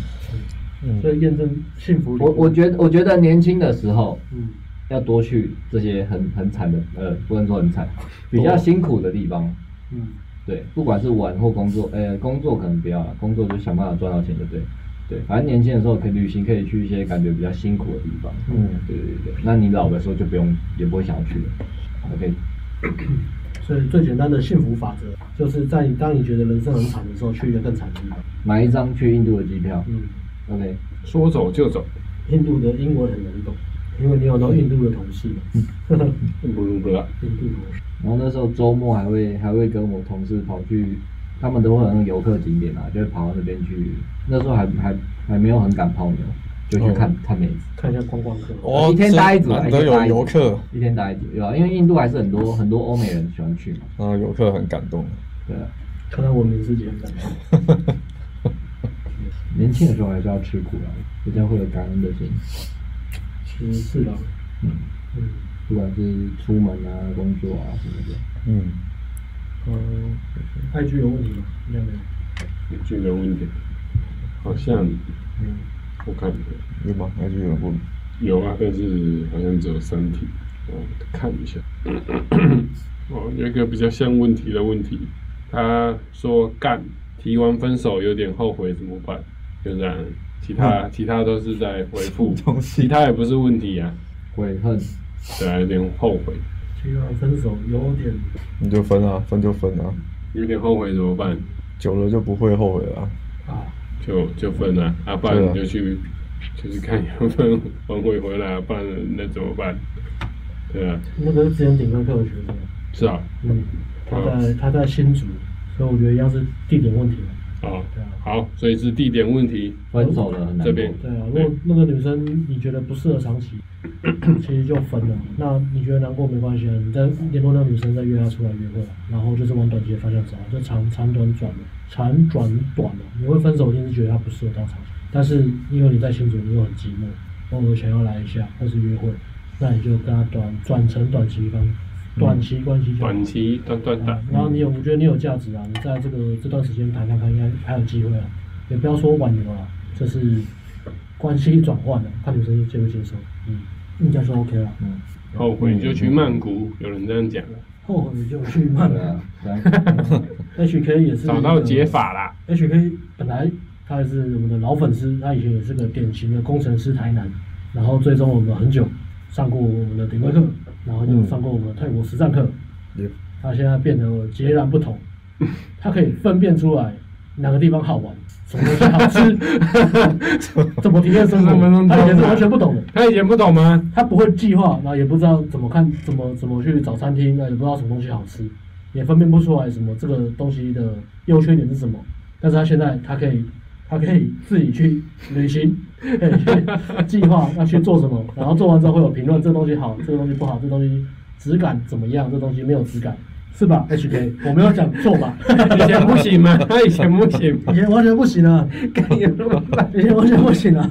Speaker 3: 嗯
Speaker 1: 所以验证幸福理
Speaker 4: 我
Speaker 1: 论。
Speaker 4: 我觉得我觉得年轻的时候，
Speaker 1: 嗯，
Speaker 4: 要多去这些很很惨的，呃，不能说很惨，
Speaker 1: 哦
Speaker 4: 比较辛苦的地方。
Speaker 1: 嗯，
Speaker 4: 对，不管是玩或工作，呃，工作可能不要了，工作就想办法赚到钱就对。对，反正年轻的时候可以旅行，可以去一些感觉比较辛苦的地方。
Speaker 3: 嗯
Speaker 4: 对对对。那你老的时候就不用，也不会想要去了。OK，
Speaker 1: 所以最简单的幸福法则，就是在你当你觉得人生很惨的时候，去一个更惨的地方。
Speaker 4: 买一张去印度的机票。
Speaker 1: 嗯，
Speaker 4: OK，
Speaker 2: 说走就走，
Speaker 1: 印度的
Speaker 4: 嗯
Speaker 1: 英文很难懂，因为你有很多印度的同事嘛。
Speaker 2: 不如不啦。
Speaker 1: 印度同事，
Speaker 4: 然后那时候周末还会还会跟我同事跑去，他们都会有那个游客景点啊，就会跑到那边去。那时候还还还没有很敢泡妞，就去看、看妹子，
Speaker 1: 看一下观光客。
Speaker 3: 哇
Speaker 4: 一天搭一
Speaker 3: 这
Speaker 4: 组啊
Speaker 3: 难
Speaker 4: 一
Speaker 3: 得
Speaker 4: 天
Speaker 3: 有
Speaker 4: 搭一组
Speaker 3: 游客，
Speaker 4: 一天待久，对吧？因为印度还是很多很多欧美人喜欢去嘛，
Speaker 3: 然后啊游客很感动。
Speaker 4: 对啊。
Speaker 1: 看到文明世界很感动。
Speaker 4: 年轻的时候还是要吃苦啊，比较会有感恩的心。
Speaker 1: 其实是的，
Speaker 4: 嗯，
Speaker 1: 嗯
Speaker 4: 不管是出门啊、工作啊什么的。
Speaker 3: 嗯，
Speaker 1: 嗯，爱剧有问题吗？应该没有。
Speaker 2: 这个问题好像
Speaker 1: 嗯，
Speaker 2: 我看
Speaker 3: 有吗？还是有人问？，
Speaker 2: 有啊，但是好像只有三题，我看一 下。哦，有一个比较像问题的问题，他说干提完分手有点后悔怎么办？就这样，其 他、其他都是在回复
Speaker 3: 东西
Speaker 2: 其他也不是问题啊，
Speaker 4: 悔恨，
Speaker 2: 对啊，有点后悔，
Speaker 1: 这个分手有点
Speaker 3: 你就分啊，分就分啊，
Speaker 2: 有点后悔怎么办？
Speaker 3: 久了就不会后悔了啊、
Speaker 1: 啊，
Speaker 2: 就就分了，啊，不然你就去，就是看有没 有反悔回来、啊，不然那怎么办？对啊，
Speaker 1: 那个是之前顶上课的学生，
Speaker 2: 是啊，
Speaker 1: 嗯，他在他在新竹，所以我觉得一样是地点问题嘛。
Speaker 2: 哦
Speaker 1: 对啊，
Speaker 2: 好，所以是地点问题，
Speaker 4: 分手了很难过。
Speaker 2: 这边
Speaker 1: 对啊，如果那个女生你觉得不适合长期，其实就分了。那你觉得难过没关系啊，你再联络那个女生，再约她出来约会，啊然后就是往短期的方向走，啊就长长短短的，长短短的。你会分手，一定是觉得她不适合当长期，但是因为你在新竹，你又很寂寞，偶尔想要来一下或是约会，那你就跟她短转成短期方短期关系就好。
Speaker 2: 短期短短短
Speaker 1: 啊，然后你有，我觉得你有价值啊，你在这个这段时间谈看看，应该还有机会啊，也不要说挽留啊，这是关系转换啊的，看女生接不接受，嗯，应该说 OK 了。
Speaker 4: 嗯，
Speaker 2: 后悔就去曼谷，有人这样讲了，
Speaker 1: 后悔就去慢
Speaker 4: 对
Speaker 1: 了
Speaker 4: 啊， 对啊
Speaker 1: ，HK 也是
Speaker 2: 找到解。法啦，
Speaker 1: HK 本来他也是我们的老粉丝，他以前也是个典型的工程师台南，然后追踪我们很久，上过我们的顶规课，然后又上过我们的泰国实战课，
Speaker 3: 也
Speaker 1: 他现在变得截然不同，他可以分辨出来哪个地方好玩，什么东西好吃，怎么体验生活
Speaker 2: 什么东，西
Speaker 1: 嗯他以前是完全不懂的。
Speaker 2: 他以前不懂吗？
Speaker 1: 他不会计划，然后也不知道怎么看，怎么怎么去找餐厅，呃那也不知道什么东西好吃，也分辨不出来什么这个东西的优缺点是什么。但是他现在他可以，他可以自己去 旅行，可以去计划要去做什么，然后做完之后会有评论，这个东西好，这个东西不好，这个东西质感怎么样，这个东西没有质感，是吧？HK，我没有讲错吧？
Speaker 2: 以前不行吗？他以前不行吗
Speaker 1: 以前完全不行啊，以前完全不行啊。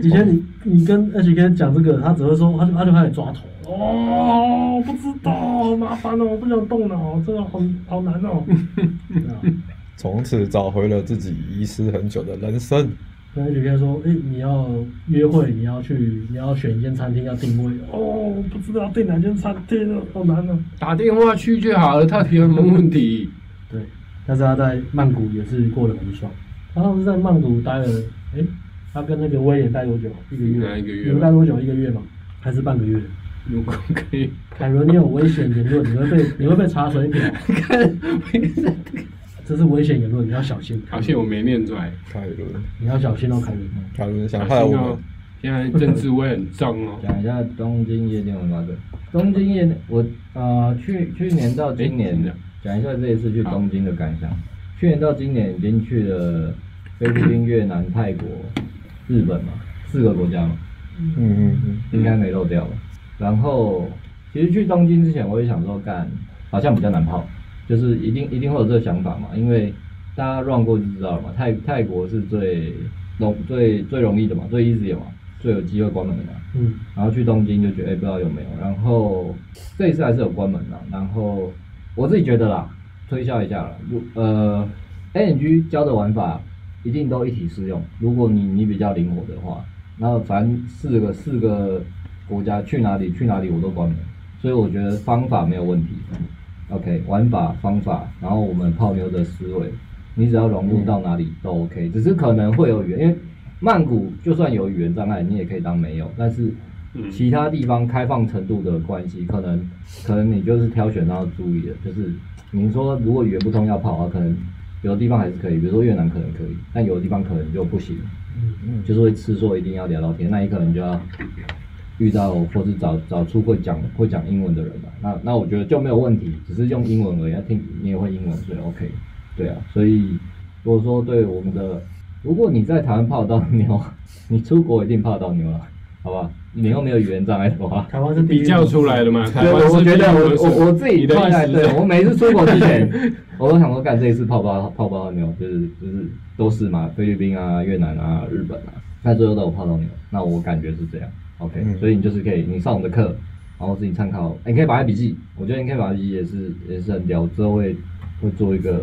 Speaker 1: 以前你你跟 HK 讲这个，他只会说，他就他就开始抓头。哦，不知道，好麻烦哦，我不想动脑，真的好好难哦。 对啊
Speaker 3: 从此找回了自己遗失很久的人生。
Speaker 1: 跟 HK 说，哎、你要约会，你要去，你要选一间餐厅，要定位。哦，我不知道订哪间餐厅了，好难哦。
Speaker 2: 打电话去就好了，到底有什么问题？
Speaker 1: 对，但是他在曼谷也是过得很爽。他当时在曼谷待了，哎、他跟那个威廉待多久？啊一个
Speaker 2: 应该
Speaker 1: 月，
Speaker 2: 一个月吧
Speaker 1: 你们待多久？一个月吗？还是半个月？
Speaker 2: 如果可以，
Speaker 1: 凯伦，你有危险言论，你会被你会被查水表。 这是危险言论，你要小心。
Speaker 2: 好像我没念出来，
Speaker 3: 凯伦，
Speaker 1: 你要小心哦，凯伦。
Speaker 3: 凯伦想害
Speaker 2: 小
Speaker 3: 我
Speaker 2: 心
Speaker 3: 们
Speaker 2: 哦，，现在政治味很重 哦。
Speaker 4: 讲一下东京夜店文化对，东京夜店，我呃去去年到
Speaker 2: 哎
Speaker 4: 今年
Speaker 2: 你讲，
Speaker 4: 讲一下这一次去东京的感想。去年到今年已经去了菲律宾、越南、泰国、日本嘛，四个国家嘛。
Speaker 3: 嗯嗯嗯，
Speaker 4: 应该没漏掉吧。然后其实去东京之前，我也想说干，好像比较难泡，就是一定一定会有这个想法嘛，因为大家 run 过就知道了嘛，泰泰国是最容最最容易的嘛，最 easy 的嘛，最有机会关门的嘛。
Speaker 1: 嗯，
Speaker 4: 然后去东京就觉得、哎不知道有没有，然后这一次还是有关门啦。然后我自己觉得啦，推销一下啦，如呃，ANG 教的玩法一定都一体适用，如果你你比较灵活的话，然后反正四个四个国家去哪里去哪里我都关门，所以我觉得方法没有问题。OK，玩法方法，然后我们泡妞的思维，你只要融入到哪里都 OK，、只是可能会有语言，因为曼谷就算有语言障碍，你也可以当没有，但是
Speaker 2: 嗯
Speaker 4: 其他地方开放程度的关系，可能可能你就是挑选到注意的，就是你说如果语言不通要跑啊，可能有的地方还是可以，比如说越南可能可以，但有的地方可能就不行，就是会吃说一定要聊到天，那你可能就要遇到或是找找出会讲会讲英文的人嘛，那那我觉得就没有问题，只是用英文而已。那听你也会英文，所以 OK。对啊，所以如果说对我们的，如果你在台湾泡得到妞， 你出国一定泡得到妞了，好吧？你又没有语言障碍的话，
Speaker 1: 台湾是第一
Speaker 2: 比
Speaker 1: 名
Speaker 2: 较出来的嘛。台
Speaker 4: 对，
Speaker 2: 湾
Speaker 4: 我
Speaker 2: 是
Speaker 4: 我觉
Speaker 2: 第一
Speaker 4: 得我
Speaker 2: 名
Speaker 4: 我我自己
Speaker 2: 你的
Speaker 4: 泡
Speaker 2: 意
Speaker 4: 下来，
Speaker 2: 思
Speaker 4: 对
Speaker 2: 是
Speaker 4: 我每次出国之 前，我都想说，干这一次泡泡泡泡妞，就是就是都是嘛，菲律宾啊、越南啊、日本啊，那最后都有泡到妞，那我感觉是这样。OK，、
Speaker 3: 嗯
Speaker 4: 所以你就是可以，你上我们的课，然后自己参考，哎你可以把它笔记，我觉得你可以把它笔记也是也是很屌，之后会会做一个，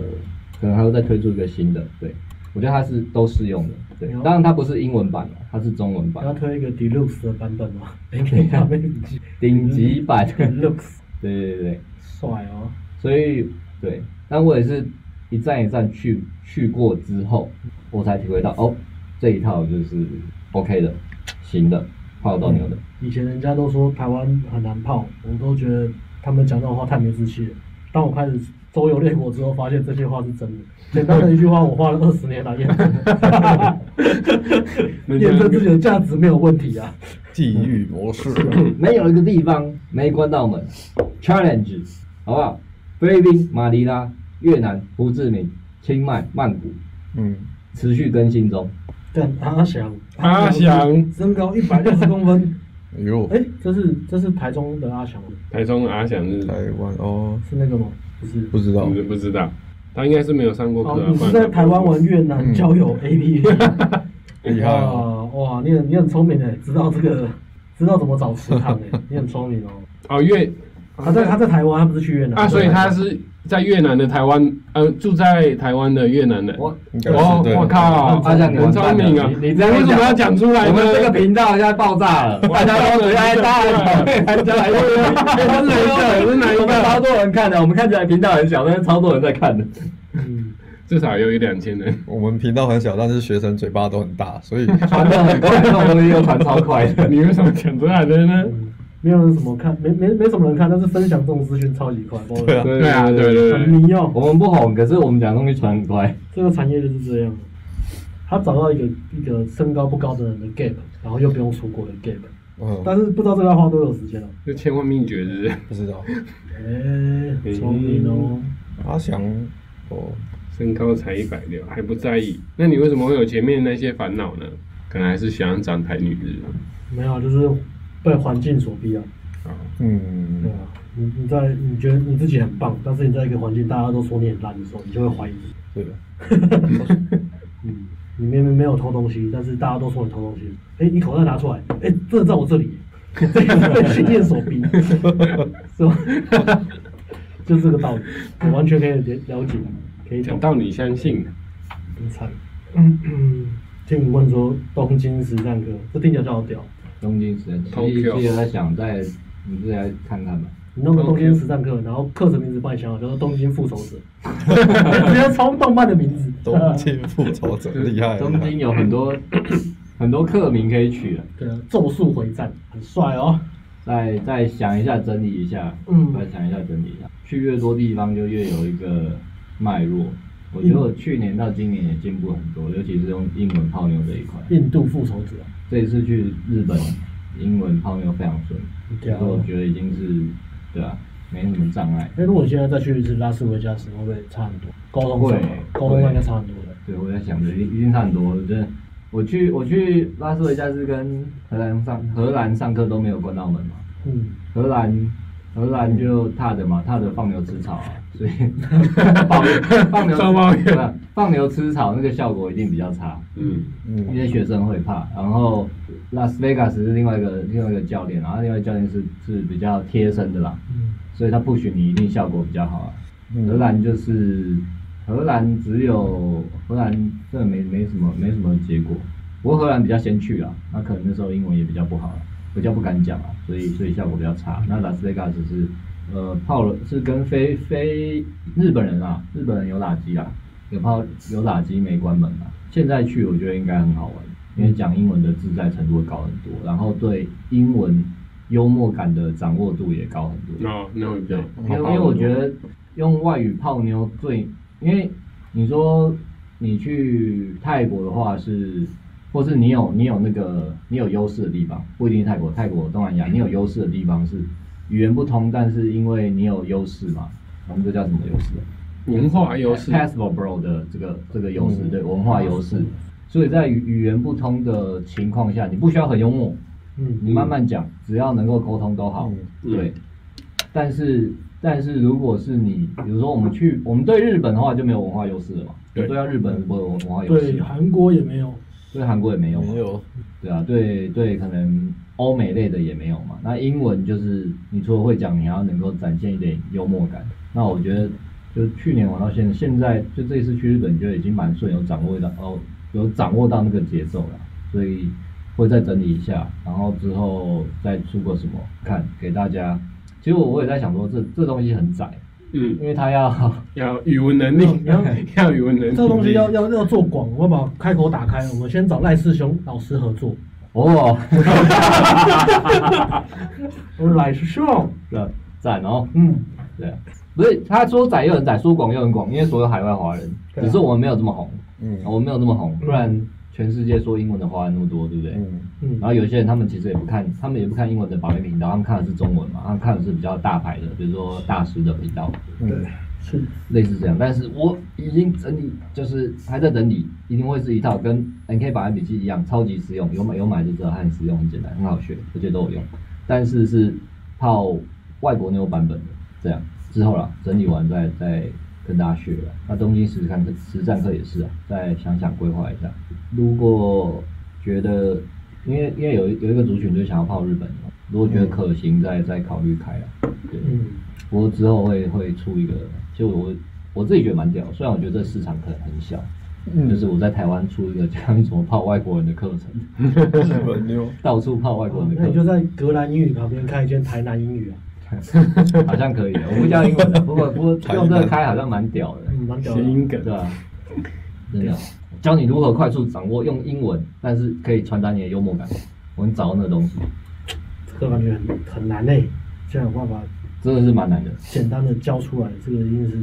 Speaker 4: 可能还会再推出一个新的，对我觉得它是都适用的，对
Speaker 1: 有，
Speaker 4: 当然它不是英文版的，啊它是中文版
Speaker 1: 你要，推一个 deluxe 的版 本哦吗？你可以把那个
Speaker 4: 顶级版， 对
Speaker 1: deluxe
Speaker 4: 对对对。
Speaker 1: 帅哦，
Speaker 4: 所以对，但我也是一站一站去去过之后，我才体会到哦，这一套就是 OK 的，行的，泡到牛的。
Speaker 1: 以前人家都说台湾很难泡，我都觉得他们讲这种话太没志气了。当我开始周游列国之后，发现这些话是真 的。简单的一句话，我花了二十年 来验证，验证自己的价值没有问题啊。
Speaker 3: 地狱模式，
Speaker 4: 没有一个地方没关到门，challenge 好不好？菲律宾、马尼拉、越南、胡志明、清迈、曼谷，
Speaker 3: 嗯，
Speaker 4: 持续更新中。
Speaker 1: 但阿翔，
Speaker 2: 阿翔
Speaker 1: 身高一百六十公分，
Speaker 3: 哎呦
Speaker 1: 哎、，这是这是台中的阿翔吗，
Speaker 2: 台中阿翔是
Speaker 3: 台湾哦，
Speaker 1: 是那个吗？不是，
Speaker 3: 不知道
Speaker 2: 你，是不知道，他应该是没有上过课
Speaker 1: 哦
Speaker 2: 啊。，
Speaker 1: 你
Speaker 2: 不
Speaker 1: 是
Speaker 2: 然
Speaker 1: 在
Speaker 2: 他
Speaker 1: 台湾玩越南交友 APP，
Speaker 3: 厉害哦，
Speaker 1: 哇啊哇，你很你很聪明哎，知道这个，知道怎么找食堂哎，你很聪明哦。
Speaker 2: 哦越
Speaker 1: 他啊在他在台湾，他不是去越南
Speaker 2: 啊，所以他是在越南的台湾呃住在台湾的越南人。
Speaker 4: 我
Speaker 3: 应该
Speaker 2: 哦
Speaker 3: 是，对
Speaker 2: 我，靠，
Speaker 4: 阿翔你
Speaker 2: 很
Speaker 4: 完
Speaker 2: 聪
Speaker 4: 蛋了
Speaker 2: 明啊！
Speaker 4: 你你这样
Speaker 2: 为
Speaker 4: 一
Speaker 2: 什
Speaker 4: 讲
Speaker 2: 么要讲出来呢？
Speaker 4: 我们这个频道现在爆炸了，大家都在大家讨厌大家来，
Speaker 2: 是哪一个是哪一个
Speaker 4: 我们超多人看的，我们看起来频道很小，但是超多人在看的。
Speaker 1: 嗯，
Speaker 2: 至少有一两千人。
Speaker 3: 我们频道很小，但是学生嘴巴都很大，所以
Speaker 4: 传的很快，这种东西又传超快的。
Speaker 2: 你为什么讲出来的呢？
Speaker 1: 没有人什么看，没没没什么人看，但是分享这种资讯超级快，
Speaker 3: 对啊
Speaker 2: 对啊，对对
Speaker 1: 很
Speaker 2: 对，
Speaker 1: 迷哦。
Speaker 4: 我们不红，可是我们讲东西传很快。
Speaker 1: 这个产业就是这样，他找到一个一个身高不高的人的 gap，然后又不用出国的 gap，
Speaker 3: 嗯，
Speaker 1: 但是不知道这个要花多久时间了。哦
Speaker 2: 就千万秘诀是不是？
Speaker 3: 不知道
Speaker 1: 哎，聪明哦。
Speaker 3: 阿翔哦，
Speaker 2: 身高才一百六，还不在意，那你为什么会有前面那些烦恼呢？可能还是想要长台女日
Speaker 1: 没有，啊就是被环境所逼啊。
Speaker 2: 啊。
Speaker 1: 对
Speaker 3: 嗯，
Speaker 1: 啊，你你在你觉得你自己很棒，但是你在一个环境大家都说你很烂的时候，你就会怀疑自己。
Speaker 3: 对的，
Speaker 1: 嗯，你明明没有偷东西，但是大家都说你偷东西。哎、你口袋拿出来，哎、真的在我这里，这个是被经验所逼，是吧？就这个道理，我完全可以了了解，可以懂。
Speaker 2: 讲到你相信，
Speaker 1: 很惨。嗯嗯，听你问说东京实战课，这听起来就好屌。
Speaker 4: 东京时间，
Speaker 2: Tokyo
Speaker 4: 其实有在想在，你自己来看看吧。
Speaker 1: 你弄个东京实战课，然后课程名字帮你想好，叫做《东京复仇者》，直接抄动漫的名字。
Speaker 3: 东京复仇者厉害，
Speaker 4: 东京
Speaker 3: 厉害
Speaker 4: 有很多很多课名可以取了，
Speaker 1: 对啊，咒术回战很帅哦。
Speaker 4: 再再想一下，整理一下，
Speaker 1: 嗯
Speaker 4: 再想一下，整理一下。去越多地方，就越有一个脉络。我觉得我去年到今年也进步很多，尤其是用英文泡妞这一块。
Speaker 1: 印度复仇者，
Speaker 4: 这一次去日本，英文泡妞非常顺，
Speaker 1: 对啊
Speaker 4: 然后我觉得已经是，对啊，没什么障碍。
Speaker 1: 哎，如果你现在再去一次拉斯维加斯，会不会差很多？沟通上
Speaker 4: 会，
Speaker 1: 沟通上应该差很多的。
Speaker 4: 对，我在想着一定差很多，我真的。我去我去拉斯维加斯跟荷兰上荷兰上课都没有关到门嘛，
Speaker 1: 嗯，
Speaker 4: 荷兰荷兰就踏着嘛，踏着放牛吃草啊，所以放放牛
Speaker 2: 双方面
Speaker 4: 对啊放牛吃草那个效果一定比较差，
Speaker 2: 嗯，
Speaker 4: 因
Speaker 3: 嗯，
Speaker 4: 为学生会怕。然后拉斯维加斯是另外一个另外一个教练，然后另外一个教练是是比较贴身的啦，
Speaker 1: 嗯
Speaker 4: 所以他不许你一定效果比较好啊。
Speaker 3: 嗯
Speaker 4: 荷兰就是荷兰只有荷兰真的没没什么没什么结果，不过荷兰比较先去啊，那可能那时候英文也比较不好啊，比较不敢讲啊，所以所以效果比较差。那拉斯维加斯是呃泡了是跟非非日本人啊，日本人有打机啊，有泡有打机没关门啊，现在去我觉得应该很好玩，因为讲英文的自在程度会高很多，然后对英文幽默感的掌握度也高很多。
Speaker 2: 哦，那会比较，
Speaker 4: 因为因为我觉得用外语泡妞最，因为你说你去泰国的话是或是你有你有那个你有优势的地方，不一定是泰国，泰国东南亚你有优势的地方是语言不通，但是因为你有优势嘛，我们这叫什么优势啊？
Speaker 2: 文化优势
Speaker 4: p a s s a b l e 的这个这个优势，
Speaker 3: 嗯
Speaker 4: 对文化优势。所以在语语言不通的情况下，你不需要很幽默，
Speaker 6: 嗯，
Speaker 4: 你慢慢讲，只要能够沟通都好。
Speaker 2: 嗯
Speaker 4: 对，但是但是如果是你，比如说我们去，我们对日本的话就没有文化优势了嘛？
Speaker 2: 对
Speaker 4: 对啊，日本没有文化优势
Speaker 1: 对，
Speaker 4: 嘛，
Speaker 1: 韩国也没有，
Speaker 4: 对韩国也没有嘛
Speaker 3: 没，有，
Speaker 4: 对啊，对对，可能欧美类的也没有嘛。那英文就是你除了会讲，你还要能够展现一点幽默感。那我觉得，就去年玩到现在，现在就这一次去日本，就已经蛮顺，有掌握到哦，有掌握到那个节奏了，所以会再整理一下，然后之后再出个什么看给大家。其实我我也在想说，这这东西很窄，
Speaker 2: 嗯，
Speaker 4: 因为它要
Speaker 2: 要语文能力
Speaker 1: 没有没，
Speaker 2: 要语文能力，
Speaker 1: 这个东西要要要做广，我们把开口打开，我们先找赖世雄老师合作，
Speaker 4: 哦，
Speaker 1: 我说赖世雄，
Speaker 4: 对赞哦。
Speaker 1: 嗯，
Speaker 4: 对啊，不是他说窄又很窄，说广又很广，因为所有海外华人，
Speaker 1: 对啊
Speaker 4: 只是我们没有这么红，
Speaker 3: 嗯
Speaker 4: 我们没有这么红，不然全世界说英文的华人那么多，对不对？
Speaker 3: 嗯
Speaker 1: 嗯
Speaker 4: 然后有些人他们其实也不看，他们也不看英文的保育频道，他们看的是中文嘛，他们看的是比较大牌的，比如说大师的频道，
Speaker 3: 嗯，
Speaker 1: 是
Speaker 4: 类似这样。但是我已经整理，就是还在整理，一定会是一套跟 NK 百万笔记一样，超级实用，有买有买就知道它很实用，很简单，很好学，而且都有用。但是是套外国那种版本的，这样之后啦，整理完再再跟大家学了。那东京实战课实战课也是啊，再想想规划一下。如果觉得，因为因为有一有一个族群就想要泡日本的嘛，如果觉得可行，再再考虑开啊。对。
Speaker 1: 嗯，
Speaker 4: 不过之后会会出一个，就我我自己觉得蛮屌，虽然我觉得这市场可能很小，
Speaker 3: 嗯
Speaker 4: 就是我在台湾出一个教你怎么泡外国人的课程，
Speaker 3: 日本妞，
Speaker 4: 到处泡外国人的
Speaker 1: 那
Speaker 4: 课
Speaker 1: 嗯你就
Speaker 4: 程，
Speaker 1: 在格兰英语旁边开一间台南英语啊，
Speaker 4: 好像可以啊的，我不教英文的，不过不过用这个开好像蛮屌的，
Speaker 1: 嗯，蛮屌
Speaker 2: 谐
Speaker 1: 的，
Speaker 2: 音梗
Speaker 4: 对，吧、真的，教你如何快速掌握用英文，但是可以传达你的幽默感，我很找到那个东西，
Speaker 1: 这个感觉很很难诶，现在有办法
Speaker 4: 真的是蛮难的，
Speaker 1: 简单的教出来，这个一定是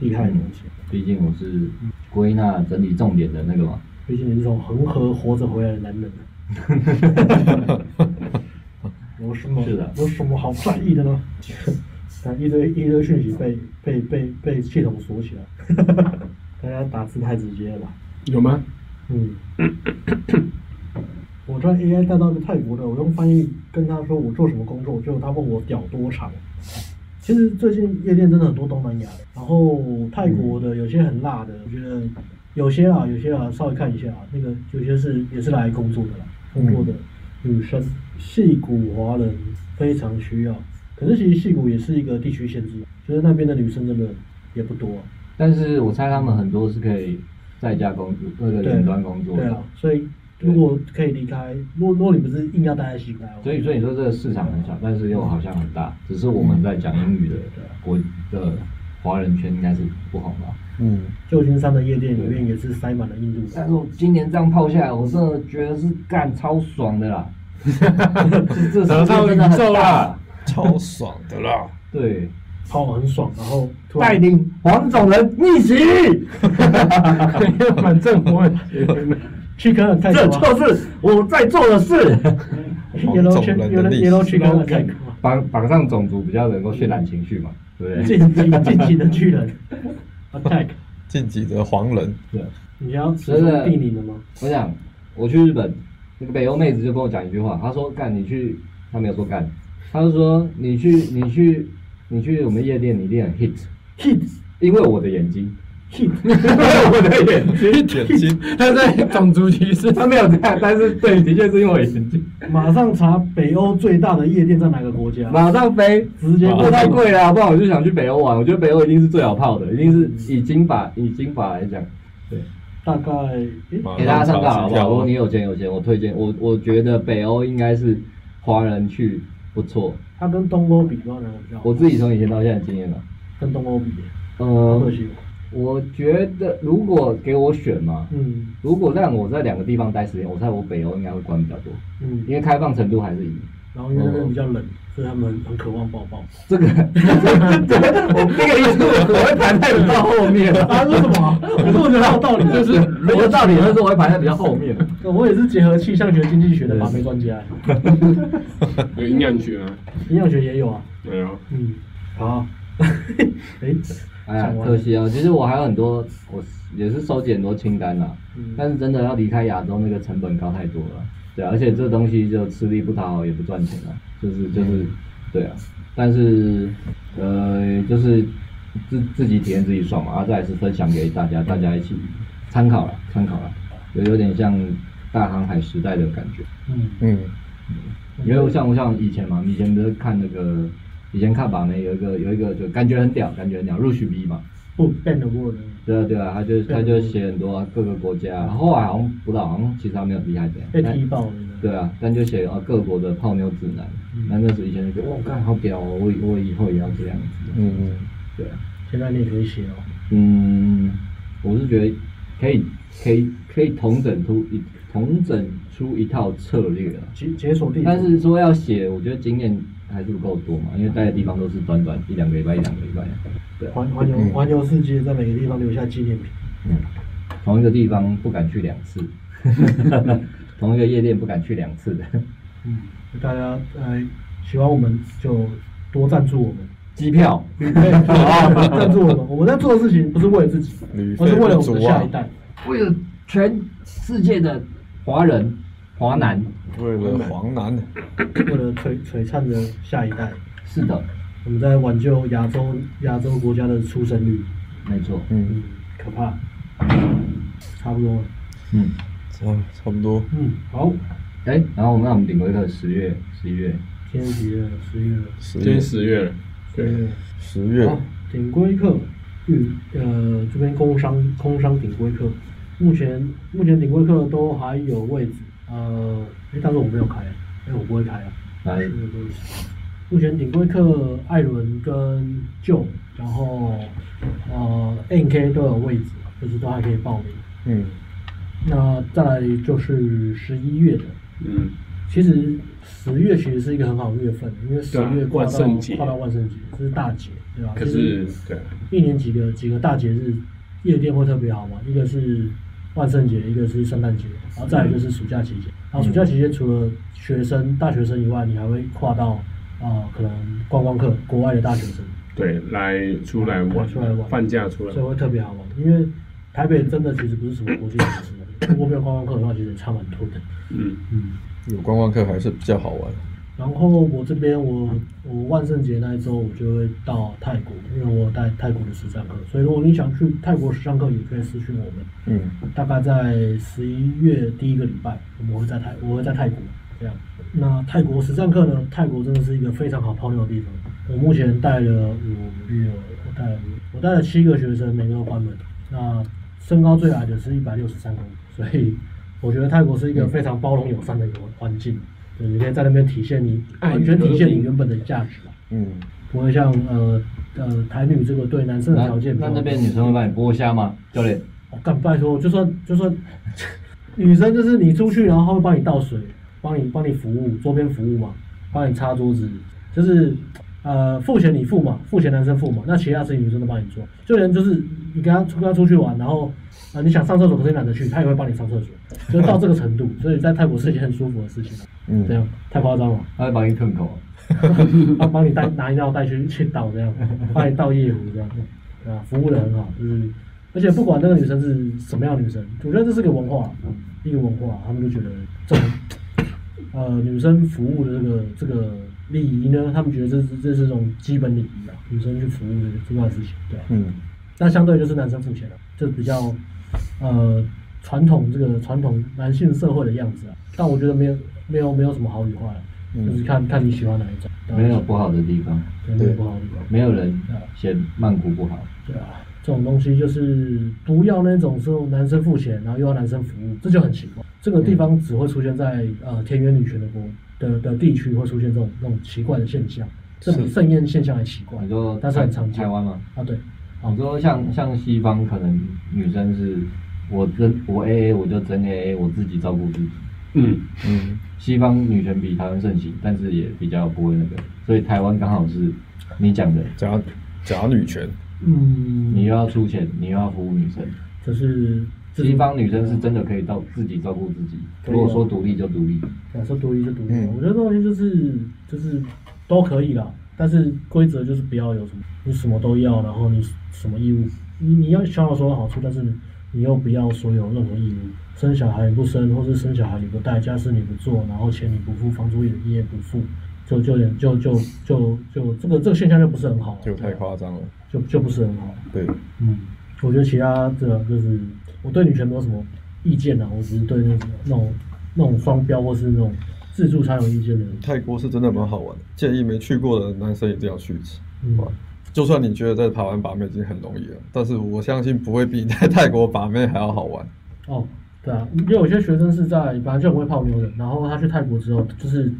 Speaker 1: 厉害的东西。
Speaker 4: 毕竟我是归纳整理重点的那个嘛，
Speaker 1: 毕竟你是从恒河活着回来的男人啊， 有什么
Speaker 4: 是的
Speaker 1: 有什么好在意的 呢？但一堆一堆讯息被被被被系统锁起 来，大家打字太直接了吧？
Speaker 2: 有吗？
Speaker 1: 嗯，我这 AI 带到一个泰国的，我用翻译跟他说我做什么工作，结果他问我屌多长。其实最近夜店真的很多东南亚的，然后泰国的有些很辣的，我觉得有些啊，有些啊，稍微看一下啊，那个有些是也是来工作的啦，工作的女生，戏骨华人非常需要。可是其实戏骨也是一个地区限制，就是那边的女生真的也不多啊、
Speaker 4: 但是我猜他们很多是可以在家工作，那个
Speaker 1: 对
Speaker 4: 远端工作
Speaker 1: 对
Speaker 4: 的。
Speaker 1: 啊，所以如果可以离开，如果如果你不是硬要待在西班牙，
Speaker 4: 所以，所以你说这个市场很小，但是又好像很大，只是我们在讲英语的国的华人圈应该是不红吧。
Speaker 3: 嗯，
Speaker 1: 旧金山的夜店里面也是塞满了印度
Speaker 4: 但
Speaker 1: 人，
Speaker 4: 是我今年这样泡下来，我真的觉得是干超爽的啦，这这世界真的
Speaker 2: 找到宇宙
Speaker 4: 很大
Speaker 2: 啦。
Speaker 3: 超爽的啦，
Speaker 4: 对，
Speaker 1: 泡很爽，然后突
Speaker 4: 带
Speaker 1: 然
Speaker 4: 领黄种人逆 袭，
Speaker 2: 反正我很结婚了，
Speaker 1: 去看看泰
Speaker 4: 这
Speaker 1: 国啊
Speaker 4: 就是我在做的事。
Speaker 1: ，yellow
Speaker 3: 黄
Speaker 1: 去
Speaker 3: 种人
Speaker 1: yellow
Speaker 3: 的历史
Speaker 1: yellow 去看看泰国啊，
Speaker 4: 绑绑上种族比较能够渲染情绪嘛，对不对？
Speaker 2: 嗯
Speaker 1: 晋级晋级的巨人 attack，
Speaker 3: 晋级的黄人，
Speaker 4: 对。
Speaker 1: 你要指中地理了吗？
Speaker 4: 我想，我去日本，那个北欧妹子就跟我讲一句话，她说：“干，你去，她没有说干，她就说你去，你去，你去我们夜店，你一定很 hit，
Speaker 1: hit
Speaker 4: 因为我的 眼睛，
Speaker 1: hit，
Speaker 4: 我的眼睛，
Speaker 3: 眼睛，
Speaker 2: 他在种族歧视，
Speaker 4: 她没有这样，但是对，的确是因为我的眼睛。
Speaker 1: 马上查北欧最大的夜店在哪个国家？
Speaker 4: 马上飞，
Speaker 1: 直接
Speaker 4: 这太贵了，不然我就想去北欧玩。我觉得北欧一定是最好泡的，一定是以金法以金法来讲，对。”
Speaker 1: 大概诶
Speaker 3: 马
Speaker 4: 给大家参考好
Speaker 3: 上
Speaker 4: 不
Speaker 3: 查
Speaker 4: 好？如果
Speaker 3: 机
Speaker 4: 你
Speaker 3: 票
Speaker 4: 有钱有钱，我推荐我我觉得北欧应该是华人去不错。
Speaker 1: 它跟东欧比，不知道哪个比较好
Speaker 4: 我自己从以前到现在的经验了，
Speaker 1: 跟东欧比，好
Speaker 4: 呃
Speaker 1: 可，惜哦。
Speaker 4: 我觉得如果给我选嘛，
Speaker 1: 嗯
Speaker 4: 如果让我在两个地方待时间，我猜我北欧应该会关比较多，
Speaker 1: 嗯
Speaker 4: 因，为开放程度还是一样。
Speaker 1: 然后因为那边比较冷，所以他们很渴望抱抱。
Speaker 4: 这 个，我这个意思我会排在比较后面
Speaker 1: 啊，为什么？可是我觉得很有道理，
Speaker 4: 就是我的道理就是我会排在比较后面。
Speaker 1: 我也是结合气象学、经济学的把妹专家，
Speaker 2: 有营养学吗？
Speaker 1: 营养学也有啊。
Speaker 2: 没有，
Speaker 1: 嗯，好，哎，
Speaker 4: 哎呀
Speaker 1: 讲，完
Speaker 4: 可惜啊！其实我还有很多，我也是收集很多清单啊，
Speaker 1: 嗯
Speaker 4: 但是真的要离开亚洲，那个成本高太多了。对啊，而且这东西就吃力不讨好，也不赚钱啊，就是就是，对啊。但是呃，就是自自己体验自己爽嘛，啊，再来是分享给大家，大家一起参考了，参考了，有有点像大航海时代的感觉。
Speaker 1: 嗯，
Speaker 3: 嗯，
Speaker 4: 因为我像我像以前嘛，以前不是看那个，以前看把妹有一个有一个就感觉很屌，感觉很屌，陆续 B 嘛。
Speaker 1: 不 ban 的 word，
Speaker 4: 对啊对啊，他就
Speaker 1: 对
Speaker 4: 他就写很多、啊、各个国家，后来好像不知道，好像其实他没有厉害怎样。
Speaker 1: 被
Speaker 4: 但
Speaker 1: 踢爆了。
Speaker 4: 对啊，但就写啊各国的泡妞指南，
Speaker 1: 嗯
Speaker 4: 那那时候以前就觉得哇，干好屌哦，我以我以后也要这样子。
Speaker 3: 嗯嗯，
Speaker 4: 对啊，
Speaker 1: 现在你也可以写哦。
Speaker 4: 嗯，我是觉得可以可以可以统整出一统整出一套策略啊。
Speaker 1: 解解锁地图，
Speaker 4: 但是说要写，我觉得经验还是不够多嘛，因为待的地方都是短短一两个礼拜，一两个礼拜。对啊，
Speaker 1: 环环游环游世界，在每个地方留下纪念品。
Speaker 4: 嗯，同一个地方不敢去两次， 同一个夜店不敢去两次的，
Speaker 1: 嗯，大家呃喜欢我们就多赞助我们。
Speaker 4: 机票
Speaker 1: 赞助我们，我们在做的事情不是为了自己
Speaker 3: 旅，费
Speaker 1: 而是为了我
Speaker 3: 不
Speaker 1: 们的
Speaker 3: 足啊
Speaker 1: 下一代。
Speaker 4: 为了全世界的华人、华南，
Speaker 3: 为了黄南，
Speaker 1: 为了璀璀璨的下一代，
Speaker 4: 是的，
Speaker 1: 我们在挽救亚洲亚洲国家的出生率，
Speaker 4: 没错，
Speaker 3: 嗯
Speaker 1: 嗯，，可怕，差不多了，
Speaker 4: 嗯，
Speaker 3: 差差不多，
Speaker 1: 嗯，好，
Speaker 4: 哎、然后我们那我们顶规课十月、十一月，
Speaker 1: 今天几月了？十一月了，
Speaker 3: 十
Speaker 2: 今天
Speaker 3: 月
Speaker 2: 十月
Speaker 1: 十一
Speaker 2: 了，对，
Speaker 1: 月了，
Speaker 3: 十月
Speaker 1: 好，顶规课，嗯，呃，这边工商工商顶规课，目前目前顶规课都还有位置，呃，诶但是我没有开，哎，我不会开啊。
Speaker 4: 来，
Speaker 1: 是的东西目前顶规课艾伦跟旧，然后呃 NK 都有位置，就是都还可以报名。
Speaker 3: 嗯，
Speaker 1: 那再来就是十一月的，
Speaker 2: 嗯，
Speaker 1: 其实十月其实是一个很好的月份，因为十
Speaker 2: 对啊
Speaker 1: 月跨
Speaker 2: 万
Speaker 1: 到、
Speaker 2: 圣节
Speaker 1: 跨到万圣节，这是大节，对吧？
Speaker 2: 可
Speaker 1: 其
Speaker 2: 是
Speaker 1: 实
Speaker 2: 对啊，
Speaker 1: 一年几个几个大节日，夜店会特别好玩，一个是万圣节，一个是圣诞节，然后再来就是暑假期
Speaker 2: 嗯
Speaker 1: 间。然后暑假期间除了学生、大学生以外，你还会跨到呃可能观光客、国外的大学生，
Speaker 2: 对，来出来玩，
Speaker 1: 出来玩
Speaker 2: 哎放假出来
Speaker 1: 所以，会特别好玩。因为台北真的其实不是什么国际城 市，如果没有观光客的话，其实差蛮多的。
Speaker 2: 嗯，
Speaker 1: 嗯。
Speaker 3: 有观光客还是比较好玩，
Speaker 1: 然后我这边我我万圣节那一周我就会到泰国，因为我有带泰国的时尚课，所以如果你想去泰国时尚课，也可以私讯我们。
Speaker 3: 嗯，
Speaker 1: 大概在十一月第一个礼拜，我们会在泰，我会在泰国这样。那泰国实战课呢？泰国真的是一个非常好泡妞的地方。我目前带了五六，我带了五我带了七个学生，每个都关门。那身高最矮的是一百六十三公分，所以我觉得泰国是一个非常包容友善的一个环境。对，你可以在那边体现你
Speaker 2: 爱与
Speaker 1: 完全体现你
Speaker 2: 和平
Speaker 1: 原本的价值吧，
Speaker 3: 嗯，
Speaker 1: 不会像呃呃台女这个对男生的
Speaker 4: 那
Speaker 1: 条件比较
Speaker 4: 那那边女生会帮你剥虾吗？教练，
Speaker 1: 我哦干，拜托，就算就算女生就是你出去，然后她会帮你倒水，帮你帮你服务，桌边服务嘛，帮你擦桌子，就是呃付钱你付嘛，付钱男生付嘛，那其他事情女生都帮你做，就连就是你跟她出跟她出去玩，然后呃你想上厕所可是你懒得去，她也会帮你上厕所，就是到这个程度，所以在泰国是一件很舒服的事情，啊
Speaker 3: 嗯
Speaker 1: 这样太夸张了。
Speaker 4: 她会帮你吞
Speaker 1: 啊
Speaker 4: 口。嗯
Speaker 1: 他帮你带拿一道带去去倒 这样，帮你倒夜壶这样，对啊，服务的很好，就是，而且不管那个女生是什么样的女生，我觉得这是个文化，一个文化，他们就觉得这种， 呃，女生服务的这个这个礼仪呢，他们觉得这是这是一种基本礼仪啊，女生去服务的这段事情，对啊、
Speaker 3: 嗯
Speaker 1: 那相对就是男生付钱了、就比较呃传统这个传统男性社会的样子啊。但我觉得没有没有没有什么好与坏、啊，就是看看你喜欢哪一种。啊当然
Speaker 4: 嗯没有啊不好的地方，
Speaker 1: 对，没有不好的地方。
Speaker 4: 没有人嫌曼谷不好。
Speaker 1: 对啊，这种东西就是不要那种说男生付钱，然后又要男生服务，这就很奇怪。这个地方只会出现在、呃田园女权的国的的地区会出现这种这种奇怪的现象，这比盛宴现象还奇怪。
Speaker 4: 你说
Speaker 1: 但是很哦常见
Speaker 4: 台湾吗？
Speaker 1: 啊，对，
Speaker 4: 你哦说像像西方可能女生是，我真我 A A 我就真 A A，我自己照顾自己。
Speaker 2: 嗯，
Speaker 3: 嗯
Speaker 4: 西方女权比台湾盛行，但是也比较不会那个，所以台湾刚好是你讲的，
Speaker 3: 假假女权，
Speaker 1: 嗯，
Speaker 4: 你又要出钱，你又要服务女生。
Speaker 1: 这是这
Speaker 4: 西
Speaker 1: 是
Speaker 4: 方女生是真的可以照自己照顾自己，
Speaker 1: 对啊
Speaker 4: 如果说独立就独立，
Speaker 1: 感受多一就独立。
Speaker 3: 嗯
Speaker 1: 我觉得这东西就是就是都可以啦，但是规则就是不要有什么你什么都要，然后你什么义务，你你要享有所有好处，但是你又不要说有任何义务。生小孩你不生，或是生小孩你不带，家事你不做，然后钱你不付，房租也你也不付，就就有就就就就这个这个现象就不是很好了，
Speaker 3: 就太夸张了。
Speaker 1: 就就不是很好。
Speaker 3: 对，
Speaker 1: 嗯，我觉得其他的就是我对女权没有什么意见啊，我只是对那种那种那种双标或是那种自助餐有意见的。
Speaker 3: 泰国是真的蛮好玩的，建议没去过的男生一定要去一次。
Speaker 1: 嗯，
Speaker 3: 就算你觉得在台湾把妹已经很容易了，但是我相信不会比你在泰国把妹还要好玩。
Speaker 1: 哦，对啊，因为有些学生是在本来就很会泡妞的，然后他去泰国之后，就是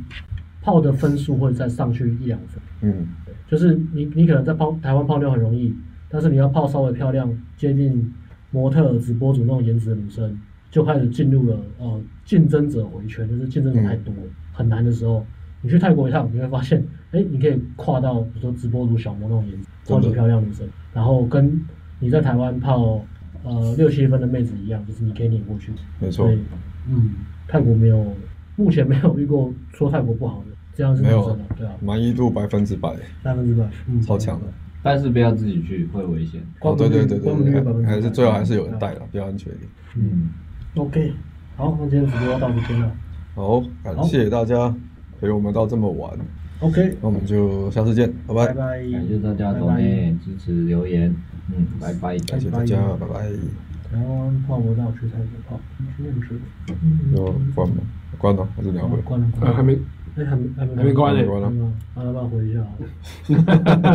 Speaker 1: 泡的分数会再上去一两分，
Speaker 3: 嗯，
Speaker 1: 就是你你可能在泡台湾泡妞很容易，但是你要泡稍微漂亮、接近模特儿、直播主那种颜值的女生，就开始进入了呃竞争者回圈，就是竞争者太
Speaker 3: 嗯
Speaker 1: 多、很难的时候，你去泰国一趟，你会发现，哎，你可以跨到比如说直播主、小模那种颜值超级漂亮的女生，然后跟你在台湾泡呃六七分的妹子一样，就是你可以碾过去。
Speaker 3: 没错
Speaker 1: 所，以，嗯，泰国没有，目前没有遇过说泰国不好的，这样是女
Speaker 3: 没有
Speaker 1: 生的，对啊，
Speaker 3: 满意度百分之百，
Speaker 1: 三分之百，嗯，
Speaker 3: 超强的。
Speaker 4: 但是不要自己去会危险。
Speaker 3: 哦，
Speaker 1: 光
Speaker 3: 对
Speaker 1: 明
Speaker 3: 对
Speaker 1: 率
Speaker 3: 对对
Speaker 1: 光明率百分
Speaker 3: 对，
Speaker 1: 之百
Speaker 3: 还是最好还是有人带的，比较安全一点。
Speaker 4: 嗯，
Speaker 1: OK，好，那今天直播到这边了。
Speaker 3: 好，感谢大家陪我们到这么晚，
Speaker 1: OK，
Speaker 3: 那我们就下次见，拜
Speaker 1: 拜
Speaker 3: 拜，
Speaker 1: 拜。
Speaker 4: 感谢大家
Speaker 1: 拜拜
Speaker 4: 懂内支持留言，嗯，拜拜。
Speaker 3: 感谢大家，拜拜。
Speaker 1: 台湾泡不到吃泰国泡，去面嗯吃。
Speaker 3: 要关吗？关了还是你要
Speaker 1: 好
Speaker 3: 回？
Speaker 1: 关了，
Speaker 2: 啊，
Speaker 1: 关
Speaker 2: 还
Speaker 1: 了。
Speaker 2: 没
Speaker 1: 哎，还没还没
Speaker 2: 还没关呢、
Speaker 3: 关了
Speaker 1: 关。吗？阿拉伯回啊一下好了，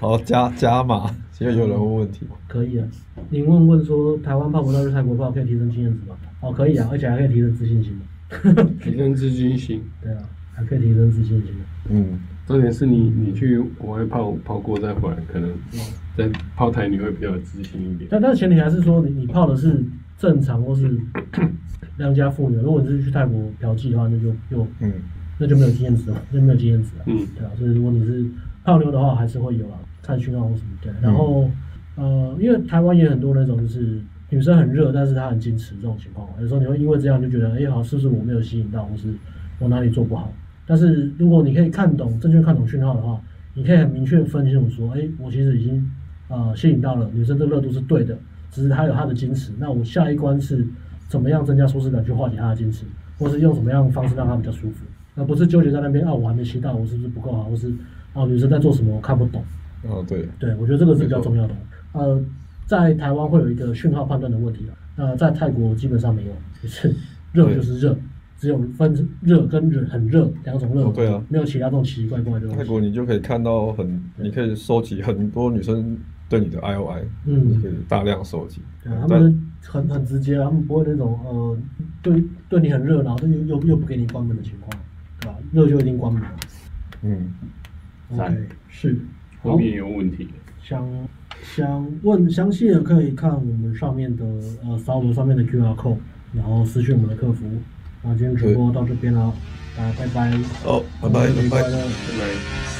Speaker 3: 好，加哦加码，因为有人问问题。
Speaker 1: 可以啊。您问问说台湾泡不到去泰国泡可以提升经验值吗？哦，可以啊，而且还可以提升自信心嘛。
Speaker 2: 提升自信心。
Speaker 1: 对啊，还可以提升自信心。
Speaker 3: 嗯，
Speaker 2: 重点是你你去国外泡泡过再回来，可能在泡台你会比较有自信一点。
Speaker 1: 但但前提还是说你你泡的是正常或是良家妇女。如果你是去泰国嫖妓的话，那就又
Speaker 3: 嗯，
Speaker 1: 那就没有经验值了，那就没有经验值了。
Speaker 2: 嗯
Speaker 1: 对啊，所以如果你是泡妞的话，还是会有啊，看讯号或什么的。然后、呃，因为台湾也很多那种就是女生很热，但是她很矜持这种情况嘛，有时候你会因为这样就觉得，哎，好，是不是我没有吸引到，或是我哪里做不好？但是如果你可以看懂正确看懂讯号的话，你可以很明确地分清楚说，哎，我其实已经呃吸引到了女生，这个热度是对的，只是她有她的矜持。那我下一关是怎么样增加舒适感去化解她的矜持，或是用什么样的方式让她比较舒服，而不是纠结在那边啊，我还没吸到，我是不是不够好，或是啊女生在做什么我看不懂。
Speaker 3: 哦对，
Speaker 1: 对，我觉得这个是比较重要的。呃，在台湾会有一个讯号判断的问题了，呃，在泰国基本上没有，就是热就是热，只有分热跟热很热两种热、
Speaker 3: 哦对啊
Speaker 1: 没有其他这种奇奇怪怪的东
Speaker 3: 泰
Speaker 1: 西。
Speaker 3: 国你就可以看到很，你可以收集很多女生对你的 I O I，
Speaker 1: 嗯
Speaker 3: 你可以大量收集。
Speaker 1: 对啊，他
Speaker 3: 但
Speaker 1: 们很很直接啊，他们不会那种呃，对对你很热，然后又又又不给你关门的情况，对吧、热就一定关门。
Speaker 3: 嗯，
Speaker 4: 赞
Speaker 1: OK，是。好
Speaker 2: 后面也有问题，
Speaker 1: 想想问详细的可以看我们上面的呃扫罗上面的 QR code，然后私讯我们的客服。那今天直播到这边了，大家拜拜，
Speaker 3: 哦好，拜拜，
Speaker 1: 新年
Speaker 3: 拜
Speaker 1: 快乐。
Speaker 3: 拜。
Speaker 2: 对不对？